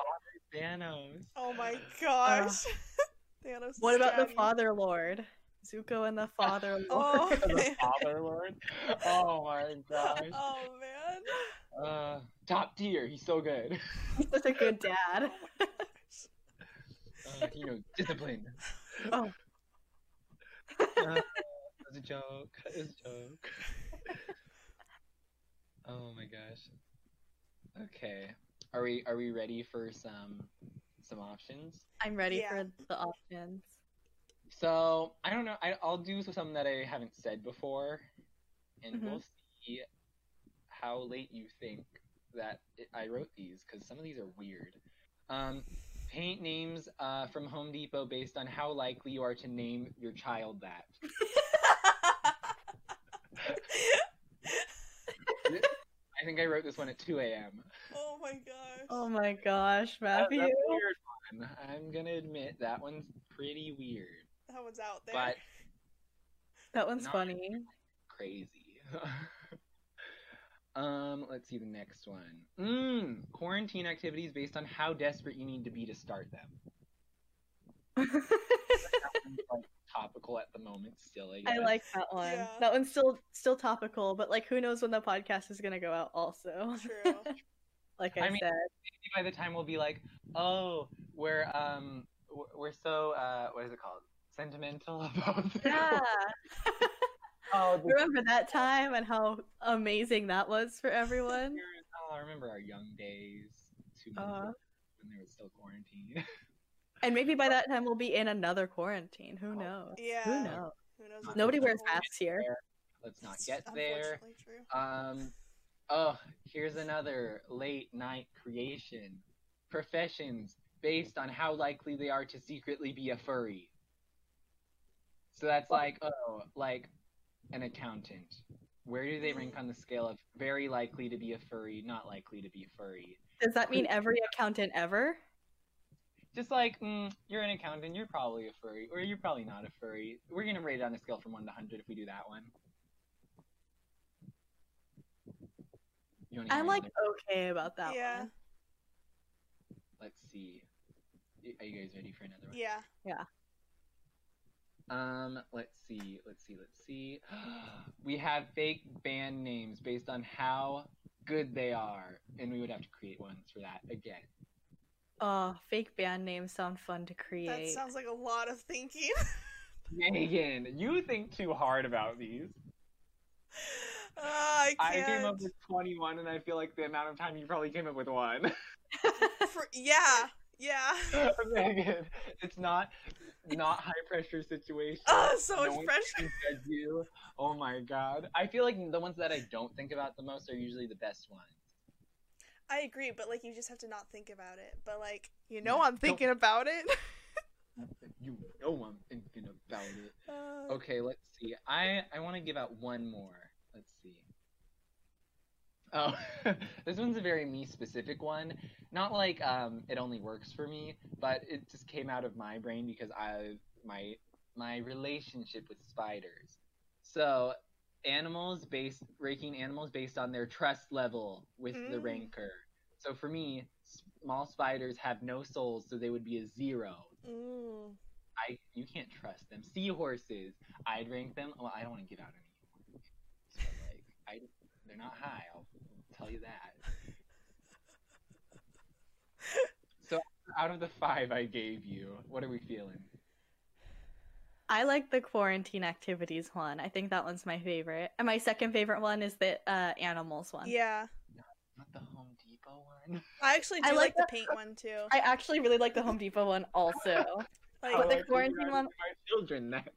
C: Thanos.
B: Oh my
C: Uh,
B: gosh. Thanos
A: What about the
B: stab you.
A: Father Lord? Zuko and the Father Lord.
B: Oh,
C: the
B: man.
C: Father Lord. Oh my gosh.
B: oh man.
C: Uh, top tier. He's so good.
A: He's such a good dad.
C: Uh, you know, discipline.
A: Oh.
C: Uh, it was a joke. It was a joke. oh my gosh. Okay. Are we are we ready for some some options?
A: I'm ready
B: Yeah.
A: for the options.
C: So I don't know. I, I'll do something that I haven't said before, and we'll see how late you think that it, I wrote these because some of these are weird. Um, paint names uh, from Home Depot based on how likely you are to name your child that. I think I wrote this one at 2 a.m.
B: oh my gosh.
A: Oh my gosh,
C: That-
A: Matthew.
C: That's a weird one. I'm gonna admit that one's pretty weird,
B: That one's out there.
C: but
A: That one's
C: Not-
A: funny.
C: crazy. um, let's see the next one. Mm, quarantine activities based on how desperate you need to be to start them. That one's, like, topical at the moment, still. I,
A: I
C: guess.
A: like that one.
B: Yeah.
A: That one's still still topical, but like who knows when the podcast is gonna go out also.
B: True.
A: Like I,
C: I mean-
A: said.
C: Maybe by the time we'll be like, oh, we're um, we're- we're so uh, what is it called? Sentimental about this.
A: Yeah.
C: Oh, the
A: Remember that time and how amazing that was for everyone?
C: years- oh, I remember our young days. Two months
A: Uh-huh.
C: ago when there was still quarantine.
A: And maybe by that time we'll be in another quarantine. Who knows?
B: Yeah.
A: Who knows?
B: Who knows what
A: Nobody
B: the
A: wears
B: fuck
A: masks here.
C: Let's not
B: It's
C: get there.
B: unfortunately true.
C: Um, oh, here's another late night creation. Professions based on how likely they are to secretly be a furry. So that's like, oh, like an accountant. Where do they rank on the scale of very likely to be a furry, not likely to be a furry?
A: Does that mean every accountant ever?
C: Just like, mm, you're an accountant, you're probably a furry, or you're probably not a furry. We're gonna rate it on a scale from 1 to 100 if we do that one. You wanna hear
A: I'm like
C: another-
A: okay about that
B: Yeah.
A: one.
C: Let's see. Are you guys ready for another one?
B: Yeah.
C: Um, let's see, let's see, let's see. we have fake band names based on how good they are, and we would have to create ones for that again.
A: Oh, fake band names sound fun to
B: That
A: create.
B: sounds like a lot of thinking.
C: Megan, you think too hard about these.
B: Uh, I
C: I
B: can't.
C: came up with 21, and I feel like the amount of time you probably came up with one.
B: For- yeah. Yeah.
C: Megan, it's not not high pressure situation.
B: Oh, so
C: No
B: much
C: one-
B: pressure.
C: I do. Oh my god. I feel like the ones that I don't think about the most are usually the best ones.
B: I agree, but like you just have to not think about it. But like you know, I'm thinking about it.
C: You know I'm thinking about it.
B: Uh,
C: Okay, let's see. I I want to give out one more. Let's see. Oh, this one's a very me specific one. Not like um it only works for me, but it just came out of my brain because I my my relationship with spiders. So, animals based ranking animals based on their trust level with the
B: Mm.
C: ranker. So for me, small spiders have no souls, so they would be a zero.
B: mm.
C: I you can't trust them. Seahorses, I'd rank them. Well, I don't want to give out any. So like, I they're not high. I'll tell you that. so out of the five I gave you, what are we feeling?
A: I like the quarantine activities one. I think that one's my favorite. And my second favorite one is the uh, animals one.
B: Yeah.
C: Not the Home Depot one.
B: I actually do
A: I
B: like,
A: like
B: the paint one too.
A: I actually really like the Home Depot one also. But
B: Like,
A: the
C: Oh, I figured
A: quarantine
C: out
A: one-
C: My children. That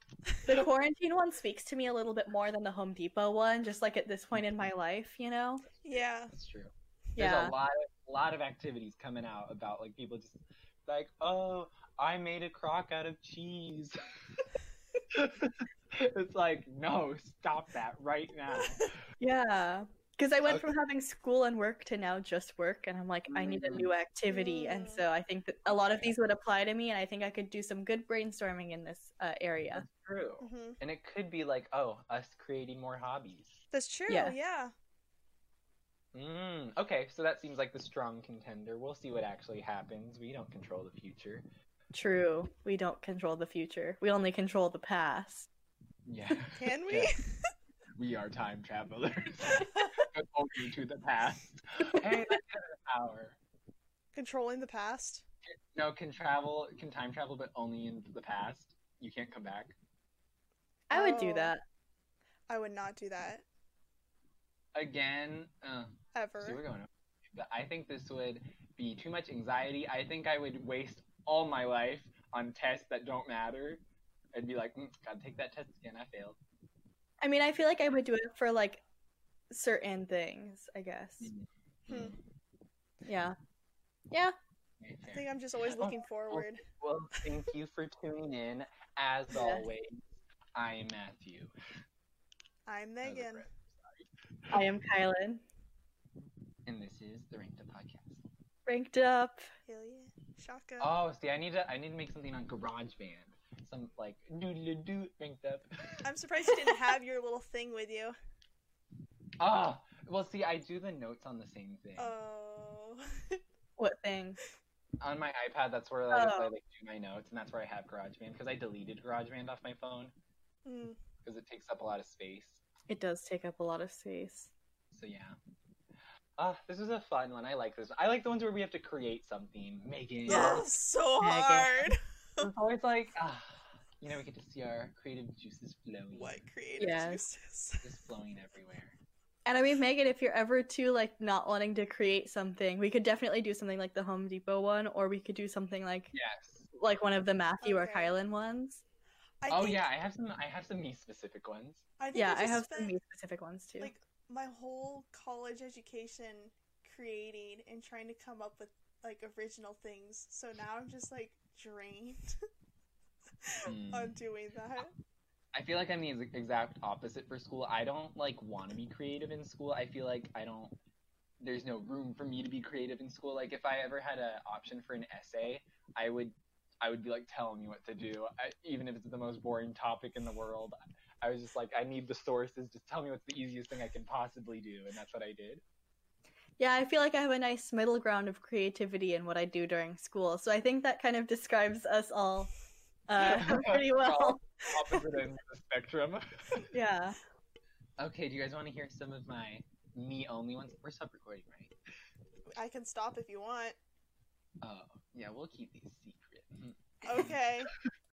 A: the quarantine one speaks to me a little bit more than the Home Depot one, just like at this point in my life, you know?
B: yeah.
C: that's true. Mm-hmm. There's
A: Yeah.
C: a lot of lot of activities coming out about like people just like, oh, I made a crock out of cheese. it's like, no, stop that right now.
A: Yeah. Because I went
C: Okay.
A: from having school and work to now just work, and I'm like, I need a
C: Mm.
A: new activity. And
B: Mm.
A: so I think that a lot of these would apply to me, and I think I could do some good brainstorming in this uh, area.
C: That's true.
B: hmm
C: And it could be like, oh, us creating more hobbies.
B: That's true. Yeah.
A: Yeah.
C: Mm, okay, so that seems like the strong contender. We'll see what actually happens. We don't control the future.
A: True, we don't control the future, we only control the past.
C: Yeah.
B: Can we?
C: Yeah. we are time travelers. But Only to the past. Hey, that's power.
B: Controlling the past.
C: No, can travel, can time travel, but only in the past. You can't come back.
A: I would do
B: Oh.
A: that.
B: I would not do that
C: Again, uh, so we're
B: ever.
C: going. But I think this would be too much anxiety. I think I would waste all my life on tests that don't matter. I'd be like, mm, gotta take that test again. I failed.
A: I mean, I feel like I would do it for like certain things, I guess.
B: Hmm.
A: Yeah. Yeah.
C: Okay,
B: I
C: fair.
B: think I'm just always
C: Oh,
B: looking forward.
C: Well, thank you for tuning in. As
A: Yeah.
C: always, I am Matthew.
B: I'm
C: That was a
B: Megan.
C: breath.
A: I am Kylan.
C: And this is the Ranked Up Podcast.
A: Ranked up.
B: Hell yeah. Shaka.
C: Oh, see, I need to I need to make something on GarageBand. Some like doodle doo ranked up.
B: I'm surprised you didn't have your little thing with you.
C: Ah, well, see, I do the notes on the same thing
B: Oh.
A: What thing?
C: on my iPad. That's where I, just, I
A: Oh.
C: like do my notes, and that's where I have GarageBand because I deleted GarageBand off my phone
B: Mm.
C: because it takes up a lot of space.
A: It does take up a lot of space.
C: So yeah. Ah, this was a fun one. I like this. I like the ones where we have to create something. Megan.
A: Yeah.
B: Oh, so
A: Megan.
B: hard.
C: It's always like, ah, you know, we get to see our creative juices flowing.
B: What creative
A: Yes.
B: juices?
C: Just flowing everywhere.
A: And I mean, Megan, if you're ever too like not wanting to create something, we could definitely do something like the Home Depot one, or we could do something like
C: Yes.
A: like one of the Matthew
B: Okay.
A: or Kylan ones.
B: I
C: oh
B: think,
C: yeah, I have some. I have some me specific ones.
B: I think
A: yeah,
B: I,
A: I,
B: just
A: have
B: spent
A: some me specific ones too.
B: like my whole college education creating and trying to come up with like original things. So now I'm just like drained
C: Hmm.
B: on doing that.
C: I feel like I'm the ex- exact opposite for school. I don't like want to be creative in school. I feel like I don't. There's no room for me to be creative in school. Like if I ever had an option for an essay, I would. I would be like, tell me what to do, I, even if it's the most boring topic in the world. I was just like, I need the sources. Just tell me what's the easiest thing I can possibly do, and that's what I did.
A: Yeah, I feel like I have a nice middle ground of creativity in what I do during school. So I think that kind of describes us all uh, pretty well.
C: Opposite ends of the spectrum.
A: Yeah.
C: Okay, do you guys want to hear some of my me only ones? We're sub recording, right?
B: I can stop if you want.
C: Oh, yeah, we'll keep these secret.
B: Okay.